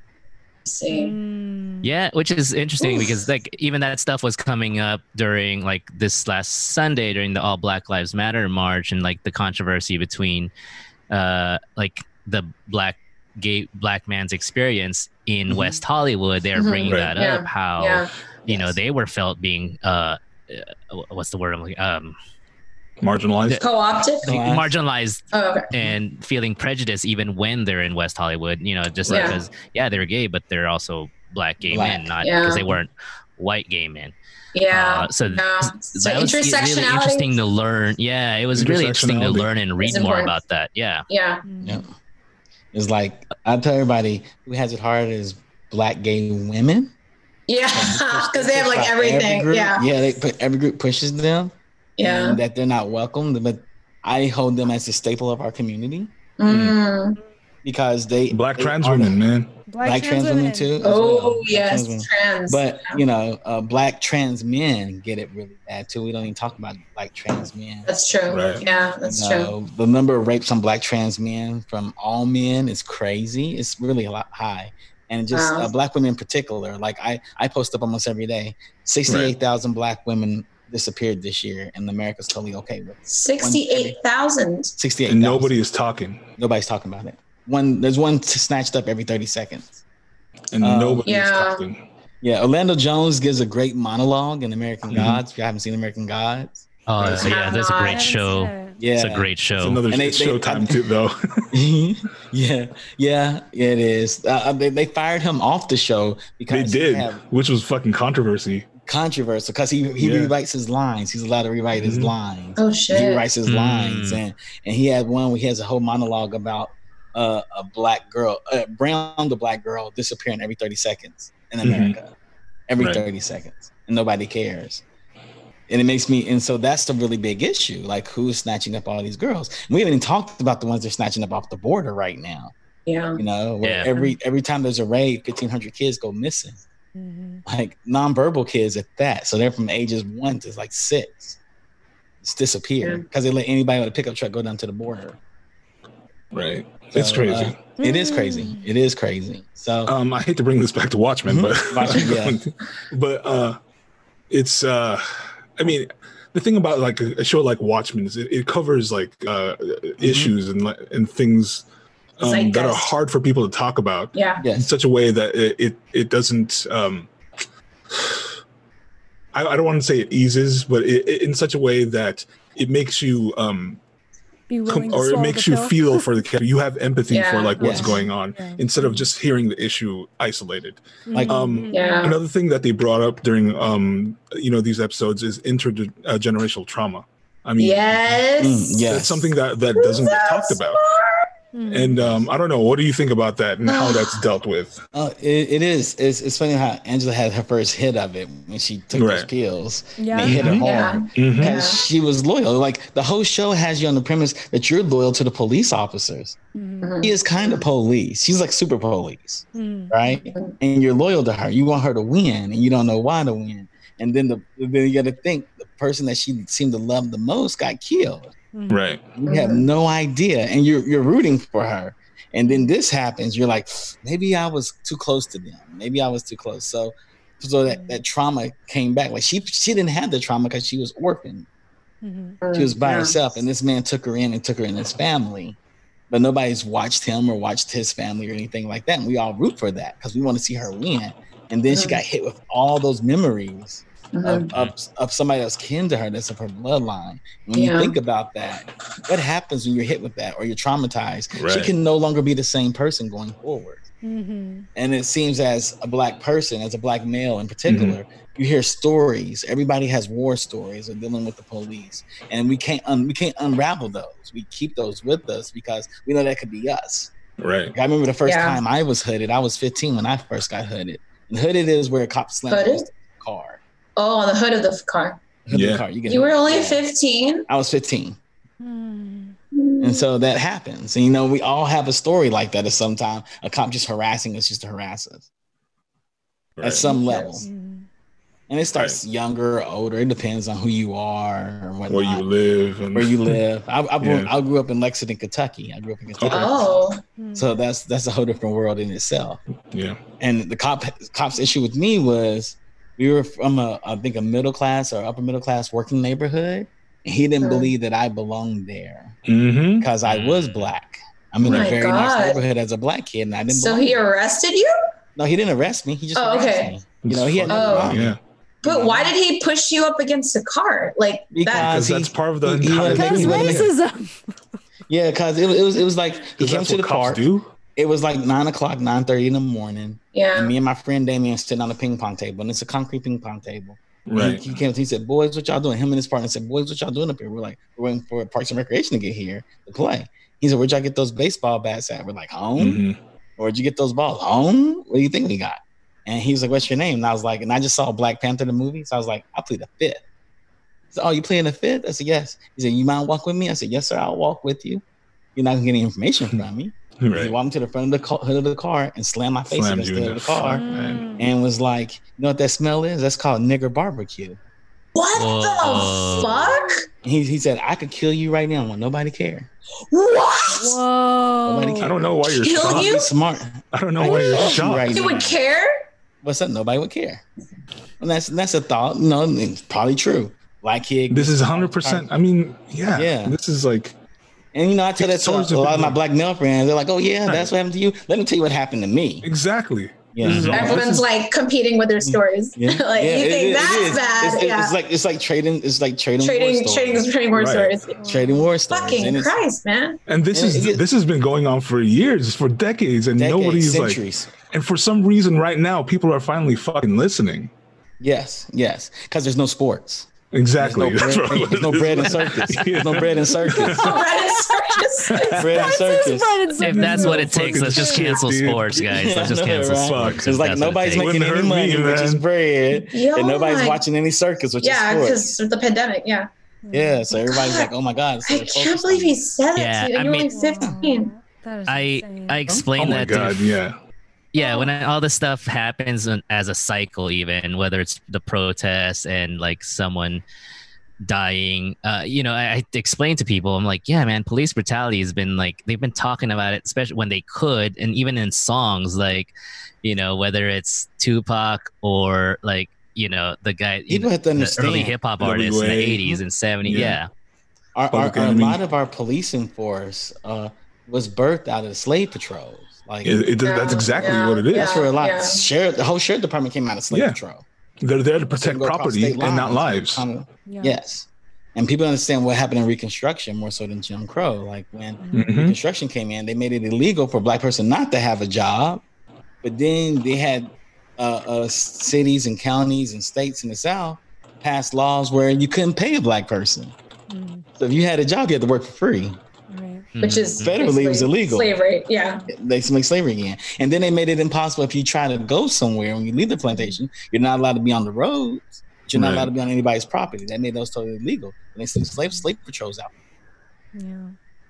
[SPEAKER 4] See.
[SPEAKER 2] Mm.
[SPEAKER 3] Yeah, which is interesting
[SPEAKER 4] Oof.
[SPEAKER 3] because like even that stuff was coming up during like this last Sunday during the All Black Lives Matter march and like the controversy between uh like the black gay black man's experience in West Hollywood. They're
[SPEAKER 4] Mhm.
[SPEAKER 3] bringing
[SPEAKER 1] Right.
[SPEAKER 3] that
[SPEAKER 4] Mm-hmm. Yeah.
[SPEAKER 3] up. How
[SPEAKER 4] yeah.
[SPEAKER 3] you know
[SPEAKER 5] Yes.
[SPEAKER 3] they were felt being uh, uh what's the word I'm looking- um
[SPEAKER 1] marginalized.
[SPEAKER 4] Co-opted.
[SPEAKER 5] Glass.
[SPEAKER 3] marginalized
[SPEAKER 4] Oh, okay.
[SPEAKER 3] and feeling prejudice even when they're in West Hollywood. You know, just
[SPEAKER 4] Yeah.
[SPEAKER 3] because yeah they're gay, but they're also black gay
[SPEAKER 5] Black.
[SPEAKER 3] men, not
[SPEAKER 4] Yeah.
[SPEAKER 3] because they weren't white gay men.
[SPEAKER 4] Yeah.
[SPEAKER 3] Uh, so
[SPEAKER 4] yeah. So
[SPEAKER 3] that was really
[SPEAKER 4] intersectionality.
[SPEAKER 3] interesting to learn. Yeah, it was really interesting to
[SPEAKER 1] Intersectionality.
[SPEAKER 3] learn and read
[SPEAKER 4] It's
[SPEAKER 3] more
[SPEAKER 4] important.
[SPEAKER 3] about that. Yeah.
[SPEAKER 4] yeah.
[SPEAKER 2] Mm.
[SPEAKER 5] Yeah. It's like I tell everybody who has it hard is black gay women
[SPEAKER 4] Yeah. Because they have like
[SPEAKER 5] Every
[SPEAKER 4] everything.
[SPEAKER 5] group-
[SPEAKER 4] yeah.
[SPEAKER 5] yeah. They put every group pushes them.
[SPEAKER 4] Yeah.
[SPEAKER 5] and that they're not welcome. But I hold them as a staple of our community
[SPEAKER 4] Mm.
[SPEAKER 5] because they
[SPEAKER 1] Black
[SPEAKER 5] they
[SPEAKER 1] trans
[SPEAKER 5] are
[SPEAKER 1] women, man.
[SPEAKER 5] black trans women too. as well.
[SPEAKER 4] Oh
[SPEAKER 5] Black
[SPEAKER 4] yes,
[SPEAKER 5] trans women.
[SPEAKER 4] trans.
[SPEAKER 5] But you know, uh, black trans men get it really bad too. We don't even talk about black trans men.
[SPEAKER 4] that's true.
[SPEAKER 1] Right.
[SPEAKER 4] Yeah, that's
[SPEAKER 5] You
[SPEAKER 4] true.
[SPEAKER 5] know, The number of rapes on black trans men from all men is crazy. It's really a lot high. And just
[SPEAKER 4] Wow.
[SPEAKER 5] uh, black women in particular, like I, I post up almost every day. 68,000 black women disappeared this year, and America's totally okay with it.
[SPEAKER 4] Sixty-eight thousand.
[SPEAKER 5] 68.
[SPEAKER 1] And nobody is talking.
[SPEAKER 5] nobody's talking about it. One, there's one t- snatched up every 30 seconds.
[SPEAKER 1] And
[SPEAKER 5] Um,
[SPEAKER 1] nobody is
[SPEAKER 4] Yeah.
[SPEAKER 1] talking.
[SPEAKER 5] Yeah, Orlando Jones gives a great monologue in American
[SPEAKER 1] Mhm.
[SPEAKER 5] Gods. If you haven't seen American Gods,
[SPEAKER 3] Oh,
[SPEAKER 1] Yeah.
[SPEAKER 3] so yeah, that's a
[SPEAKER 4] I
[SPEAKER 3] great show.
[SPEAKER 5] yeah,
[SPEAKER 3] It's a great
[SPEAKER 1] Uh, It's
[SPEAKER 3] show.
[SPEAKER 1] another
[SPEAKER 5] And they- they-
[SPEAKER 1] showtime too, though.
[SPEAKER 5] yeah, yeah, yeah, it is. Uh, uh, they, they fired him off the show
[SPEAKER 1] they
[SPEAKER 5] because
[SPEAKER 1] did,
[SPEAKER 5] he had
[SPEAKER 1] which was fucking controversy.
[SPEAKER 5] controversy because he he
[SPEAKER 1] Yeah.
[SPEAKER 5] rewrites his lines. He's allowed to rewrite his
[SPEAKER 1] Mhm.
[SPEAKER 5] lines.
[SPEAKER 4] Oh
[SPEAKER 5] He
[SPEAKER 4] shit.
[SPEAKER 5] rewrites his
[SPEAKER 3] Mm.
[SPEAKER 5] lines, and and he had one where he has a whole monologue about uh, a black girl, uh, brown the black girl disappearing every thirty seconds in
[SPEAKER 1] Mhm.
[SPEAKER 5] America, every
[SPEAKER 1] Right.
[SPEAKER 5] thirty seconds, and nobody cares. And it makes me, and so that's the really big issue. Like, who's snatching up all these girls? We haven't even talked about the ones they're snatching up off the border right now.
[SPEAKER 4] Yeah.
[SPEAKER 5] You know, where
[SPEAKER 3] Yeah.
[SPEAKER 5] every every time there's a raid, fifteen hundred kids go missing
[SPEAKER 2] Mm-hmm.
[SPEAKER 5] like nonverbal kids at that. So they're from ages one to like six. It's disappeared because they let anybody with a pickup truck go down to the border.
[SPEAKER 1] Right.
[SPEAKER 5] So,
[SPEAKER 1] it's crazy.
[SPEAKER 5] uh, It is crazy.
[SPEAKER 2] Mm.
[SPEAKER 4] Mm.
[SPEAKER 5] It is crazy. So
[SPEAKER 1] um, I hate to bring this back to Watchmen,
[SPEAKER 5] Mhm.
[SPEAKER 1] but
[SPEAKER 5] Watchmen,
[SPEAKER 1] but uh, it's uh, I mean, the thing about like a a show like Watchmen is it, it covers like uh, issues and like and things um, that are
[SPEAKER 4] Zeitgeist.
[SPEAKER 1] hard for people to talk about
[SPEAKER 4] Yeah.
[SPEAKER 1] in
[SPEAKER 5] yes,
[SPEAKER 1] such a way that it it, it doesn't. Um, I, I don't want to say it eases, but it, it, in such a way that it makes you um,
[SPEAKER 2] Be
[SPEAKER 1] com-
[SPEAKER 2] willing to
[SPEAKER 1] or it
[SPEAKER 2] swallow
[SPEAKER 1] makes
[SPEAKER 2] the
[SPEAKER 1] you
[SPEAKER 2] pill.
[SPEAKER 1] feel for the character. You have empathy for
[SPEAKER 4] Yeah.
[SPEAKER 1] like what's
[SPEAKER 5] Yes.
[SPEAKER 1] going on
[SPEAKER 2] Yeah.
[SPEAKER 1] instead of just hearing the issue isolated.
[SPEAKER 5] Like,
[SPEAKER 2] Mm-hmm.
[SPEAKER 1] um,
[SPEAKER 4] Yeah.
[SPEAKER 1] Another thing that they brought up during um you know these episodes is intergenerational trauma. I mean,
[SPEAKER 4] Yes.
[SPEAKER 5] Mm, yeah.
[SPEAKER 1] that's something that that doesn't get
[SPEAKER 4] So
[SPEAKER 1] talked about.
[SPEAKER 4] smart.
[SPEAKER 2] Mhm.
[SPEAKER 1] And um, I don't know. What do you think about that and how that's dealt with?
[SPEAKER 5] uh, it, it is. It's, it's funny how Angela had her first hit of it when she took those
[SPEAKER 1] Right.
[SPEAKER 5] pills.
[SPEAKER 2] Yeah.
[SPEAKER 5] They hit her
[SPEAKER 1] Mhm.
[SPEAKER 5] hard.
[SPEAKER 4] Yeah.
[SPEAKER 1] Mhm.
[SPEAKER 5] And she was loyal. Like the whole show has you on the premise that you're loyal to the police officers.
[SPEAKER 2] Mhm.
[SPEAKER 4] Mhm.
[SPEAKER 5] She is kind of police. She's like super police.
[SPEAKER 2] Mhm.
[SPEAKER 5] right? And you're loyal to her. You want her to win, and you don't know why to win. And then the then you got to think the person that she seemed to love the most got killed.
[SPEAKER 2] Mhm.
[SPEAKER 1] Right.
[SPEAKER 5] You have no idea, and you're you're rooting for her. And then this happens. You're like, maybe I was too close to them. Maybe I was too close. So, so that, that trauma came back. Like she she didn't have the trauma because she was orphaned.
[SPEAKER 2] Mhm.
[SPEAKER 5] She was by
[SPEAKER 4] Yeah.
[SPEAKER 5] herself, and this man took her in and took her in his family. But nobody's watched him or watched his family or anything like that. And we all root for that because we want to see her win. And then she got hit with all those memories
[SPEAKER 4] Mhm.
[SPEAKER 5] of, of, of somebody that's kin to her, that's of her bloodline. When you
[SPEAKER 4] Yeah.
[SPEAKER 5] think about that, what happens when you're hit with that or you're traumatized? She
[SPEAKER 1] Right.
[SPEAKER 5] can no longer be the same person going forward.
[SPEAKER 2] Mhm.
[SPEAKER 5] And it seems as a black person, as a black male in particular,
[SPEAKER 1] Mm-hmm.
[SPEAKER 5] you hear stories. Everybody has war stories of dealing with the police, and we can't un- we can't unravel those. We keep those with us because we know that could be us.
[SPEAKER 1] Right.
[SPEAKER 5] Like, I remember the first
[SPEAKER 4] Yeah.
[SPEAKER 5] time I was hooded. I was 15 when I first got hooded. And hooded is where a cop slams
[SPEAKER 4] Hooded?
[SPEAKER 5] the car.
[SPEAKER 4] Oh, on the hood of the car.
[SPEAKER 5] Hooded
[SPEAKER 1] Yeah.
[SPEAKER 5] car. You, get
[SPEAKER 4] You were
[SPEAKER 5] hooded.
[SPEAKER 4] only
[SPEAKER 5] Yeah.
[SPEAKER 4] fifteen.
[SPEAKER 5] I was 15.
[SPEAKER 2] Mhm.
[SPEAKER 5] And so that happens. And you know, we all have a story like that at some time. A cop just harassing us just to harass us
[SPEAKER 1] Right.
[SPEAKER 5] at some level.
[SPEAKER 2] Mhm.
[SPEAKER 5] And it starts younger or older. It depends on who you are or what
[SPEAKER 1] Where you live and
[SPEAKER 5] where you live. I, I, grew,
[SPEAKER 1] Yeah.
[SPEAKER 5] I grew up in Lexington, Kentucky. I grew up in Kentucky.
[SPEAKER 4] Oh.
[SPEAKER 5] So that's that's a whole different world in itself.
[SPEAKER 1] Yeah.
[SPEAKER 5] And the cop cops issue with me was we were from a I think a middle class or upper middle class working neighborhood. He didn't
[SPEAKER 4] Mhm.
[SPEAKER 5] believe that I belonged there
[SPEAKER 1] Mm-hmm.
[SPEAKER 5] because I was
[SPEAKER 3] Mm.
[SPEAKER 5] black. I'm in
[SPEAKER 4] Oh my
[SPEAKER 5] a very
[SPEAKER 4] God.
[SPEAKER 5] nice neighborhood as a black kid, and I didn't.
[SPEAKER 4] So
[SPEAKER 5] belong.
[SPEAKER 4] he arrested you?
[SPEAKER 5] no, he didn't arrest me. He just
[SPEAKER 4] Oh,
[SPEAKER 5] arrested
[SPEAKER 4] okay.
[SPEAKER 5] me. You know, he had
[SPEAKER 4] Oh.
[SPEAKER 5] nothing wrong.
[SPEAKER 1] yeah,
[SPEAKER 4] But why did he push you up against a car? Like that.
[SPEAKER 5] Because
[SPEAKER 1] because
[SPEAKER 5] he-
[SPEAKER 1] that's part of the
[SPEAKER 5] he- he-
[SPEAKER 1] entire
[SPEAKER 5] Because
[SPEAKER 2] Because
[SPEAKER 1] thing.
[SPEAKER 5] wait-
[SPEAKER 2] Mm-hmm. racism.
[SPEAKER 5] Yeah, because it, was- it was it was like he
[SPEAKER 1] 'Cause
[SPEAKER 5] came
[SPEAKER 1] that's
[SPEAKER 5] to
[SPEAKER 1] what
[SPEAKER 5] the
[SPEAKER 1] cops
[SPEAKER 5] park.
[SPEAKER 1] do.
[SPEAKER 5] It was like nine o'clock, nine thirty in the morning, and
[SPEAKER 4] Yeah.
[SPEAKER 5] me and my friend Damien sitting on a ping pong table, and it's a concrete ping pong table. He-
[SPEAKER 1] Right.
[SPEAKER 5] He, came. He said, "Boys, what y'all doing?" Him and his partner said, "Boys, what y'all doing up here?" We're like, "We're waiting for Parks and Recreation to get here to play." He said, "Where'd y'all get those baseball bats at?" We're like, "Home."
[SPEAKER 1] Mhm.
[SPEAKER 5] Where'd you get those balls? Home? What do you think we got?" And he was like, "What's your name?" And I was like, "And I just saw Black Panther the movie, so I was like, I played the fifth. He said, "Oh, you playing the fifth? I said, "Yes." He said, "You mind walk with me?" I said, "Yes, sir. I'll walk with you." You're not gonna get any information from me. He
[SPEAKER 1] Right.
[SPEAKER 5] walked me to the front of the car, hood of the car and slammed my face
[SPEAKER 1] Slammed
[SPEAKER 5] against
[SPEAKER 1] you
[SPEAKER 5] the
[SPEAKER 1] in
[SPEAKER 5] hood of
[SPEAKER 1] the
[SPEAKER 5] the car
[SPEAKER 1] front, man.
[SPEAKER 5] and was like, "You know what that smell is? That's called nigger barbecue."
[SPEAKER 4] What
[SPEAKER 3] Whoa.
[SPEAKER 4] the fuck?
[SPEAKER 5] And He, he said, I could kill you right now. Well, nobody care.
[SPEAKER 4] What?
[SPEAKER 5] Nobody
[SPEAKER 2] Whoa.
[SPEAKER 1] I don't know why you're
[SPEAKER 4] Kill
[SPEAKER 1] shocked.
[SPEAKER 4] you?
[SPEAKER 5] I'm smart.
[SPEAKER 1] I don't know
[SPEAKER 5] I
[SPEAKER 1] why you're
[SPEAKER 5] love you
[SPEAKER 1] shocked.
[SPEAKER 5] right
[SPEAKER 4] You would care?
[SPEAKER 5] What's up? Nobody would care. And that's that's a thought. No, it's probably true. Black kid.
[SPEAKER 1] This is 100%. I mean, yeah.
[SPEAKER 5] Yeah.
[SPEAKER 1] This is like,
[SPEAKER 5] And you know, I tell that to
[SPEAKER 1] Swords
[SPEAKER 5] a
[SPEAKER 1] have
[SPEAKER 5] lot of
[SPEAKER 1] been-
[SPEAKER 5] my black male friends. They're like, "Oh yeah, that's what happened to you." Let me tell you what happened to me.
[SPEAKER 1] exactly.
[SPEAKER 5] Yeah.
[SPEAKER 1] This is all- this
[SPEAKER 4] Everyone's
[SPEAKER 1] is-
[SPEAKER 4] like competing with their stories.
[SPEAKER 5] Yeah.
[SPEAKER 4] like
[SPEAKER 5] Yeah,
[SPEAKER 4] you think
[SPEAKER 5] it- it- it
[SPEAKER 4] that's
[SPEAKER 5] is.
[SPEAKER 4] bad?
[SPEAKER 5] It's, it's-
[SPEAKER 4] yeah.
[SPEAKER 5] it's like it's like trading. It's like trading.
[SPEAKER 4] trading,
[SPEAKER 5] war stories.
[SPEAKER 4] trading, trading more
[SPEAKER 1] Right.
[SPEAKER 4] stories.
[SPEAKER 5] Trading war stories. And
[SPEAKER 4] Fucking
[SPEAKER 5] it's
[SPEAKER 4] Christ, man.
[SPEAKER 1] and this
[SPEAKER 5] and
[SPEAKER 1] is
[SPEAKER 5] it-
[SPEAKER 1] this has been going on for years, for decades, and
[SPEAKER 5] Decades,
[SPEAKER 1] nobody's like.
[SPEAKER 5] centuries.
[SPEAKER 1] And for some reason, right now, people are finally fucking listening.
[SPEAKER 5] Yes, yes. Because there's no sports.
[SPEAKER 1] Exactly.
[SPEAKER 5] There's no bread, there's no bread and circus. There's no bread and circus.
[SPEAKER 4] Bread and circus.
[SPEAKER 5] bread and circus.
[SPEAKER 3] If that's what it takes, let's just
[SPEAKER 1] Fucking
[SPEAKER 3] cancel
[SPEAKER 1] shit, dude.
[SPEAKER 3] sports, guys.
[SPEAKER 5] Yeah,
[SPEAKER 3] Let's just
[SPEAKER 5] I know,
[SPEAKER 3] cancel
[SPEAKER 5] right?
[SPEAKER 3] sports.
[SPEAKER 5] It's like
[SPEAKER 3] That's what it
[SPEAKER 5] nobody's
[SPEAKER 3] takes.
[SPEAKER 5] making
[SPEAKER 1] Wouldn't
[SPEAKER 5] any
[SPEAKER 1] hurt me,
[SPEAKER 5] money, which is
[SPEAKER 1] man.
[SPEAKER 5] bread,
[SPEAKER 4] Yeah,
[SPEAKER 5] and nobody's
[SPEAKER 4] like-
[SPEAKER 5] watching any circus, which
[SPEAKER 4] yeah,
[SPEAKER 5] is sports.
[SPEAKER 4] because of the pandemic. Yeah.
[SPEAKER 5] Yeah, so everybody's like, "Oh my god!" so
[SPEAKER 4] I
[SPEAKER 5] they're
[SPEAKER 4] can't
[SPEAKER 5] focused
[SPEAKER 4] believe
[SPEAKER 5] on
[SPEAKER 4] he said that
[SPEAKER 3] Yeah,
[SPEAKER 4] to you.
[SPEAKER 3] I
[SPEAKER 4] You're
[SPEAKER 3] mean-
[SPEAKER 4] only
[SPEAKER 1] mm.
[SPEAKER 4] 15.
[SPEAKER 2] That is
[SPEAKER 3] I
[SPEAKER 2] insane.
[SPEAKER 3] I
[SPEAKER 1] Oh
[SPEAKER 3] explained
[SPEAKER 1] my
[SPEAKER 3] that to
[SPEAKER 1] god! Yeah.
[SPEAKER 3] yeah when I, all this stuff happens on- as a cycle even whether it's the protests and like someone dying uh you know I, I explained to people i'm like yeah man police brutality has been like they've been talking about it especially when they could and even in songs like you know whether it's tupac or like you know the guy you know,
[SPEAKER 5] People have to
[SPEAKER 3] the early
[SPEAKER 5] understand.
[SPEAKER 3] hip-hop artists in
[SPEAKER 1] NWA.
[SPEAKER 3] the 80s and 70s
[SPEAKER 1] Yeah.
[SPEAKER 3] yeah
[SPEAKER 5] Our, our,
[SPEAKER 1] Public
[SPEAKER 5] our- a
[SPEAKER 1] enemy.
[SPEAKER 5] lot of our policing force uh, was birthed out of the slave patrols. Like
[SPEAKER 1] It, it- that's
[SPEAKER 4] Yeah,
[SPEAKER 1] exactly
[SPEAKER 4] yeah,
[SPEAKER 1] what it is.
[SPEAKER 5] that's where a lot
[SPEAKER 4] yeah.
[SPEAKER 5] sheriff, the whole sheriff department came out of slave
[SPEAKER 1] Yeah.
[SPEAKER 5] patrol.
[SPEAKER 1] They're there to
[SPEAKER 5] So we
[SPEAKER 1] protect
[SPEAKER 5] go across
[SPEAKER 1] property
[SPEAKER 5] state
[SPEAKER 1] and not
[SPEAKER 5] lines.
[SPEAKER 1] lives.
[SPEAKER 5] Um,
[SPEAKER 2] Yeah.
[SPEAKER 5] Yes, and people understand what happened in Reconstruction more so than Jim Crow. Like when
[SPEAKER 2] Mm-hmm.
[SPEAKER 1] Mhm.
[SPEAKER 5] Reconstruction came in, they made it illegal for a black person not to have a job, but then they had uh, uh, cities and counties and states in the South pass laws where you couldn't pay a black person.
[SPEAKER 2] Mm,
[SPEAKER 5] So if you had a job, you had to work for free.
[SPEAKER 2] right.
[SPEAKER 4] Which
[SPEAKER 3] mm-hmm.
[SPEAKER 4] is
[SPEAKER 5] Federally, it was
[SPEAKER 4] basically
[SPEAKER 5] illegal.
[SPEAKER 4] Slavery. Yeah.
[SPEAKER 5] They make slavery again, and then they made it impossible if you try to go somewhere when you leave the plantation, you're not allowed to be on the roads. You're not
[SPEAKER 1] Right.
[SPEAKER 5] allowed to be on anybody's property. That made those totally illegal. And they sent slave slave patrols out.
[SPEAKER 2] Yeah.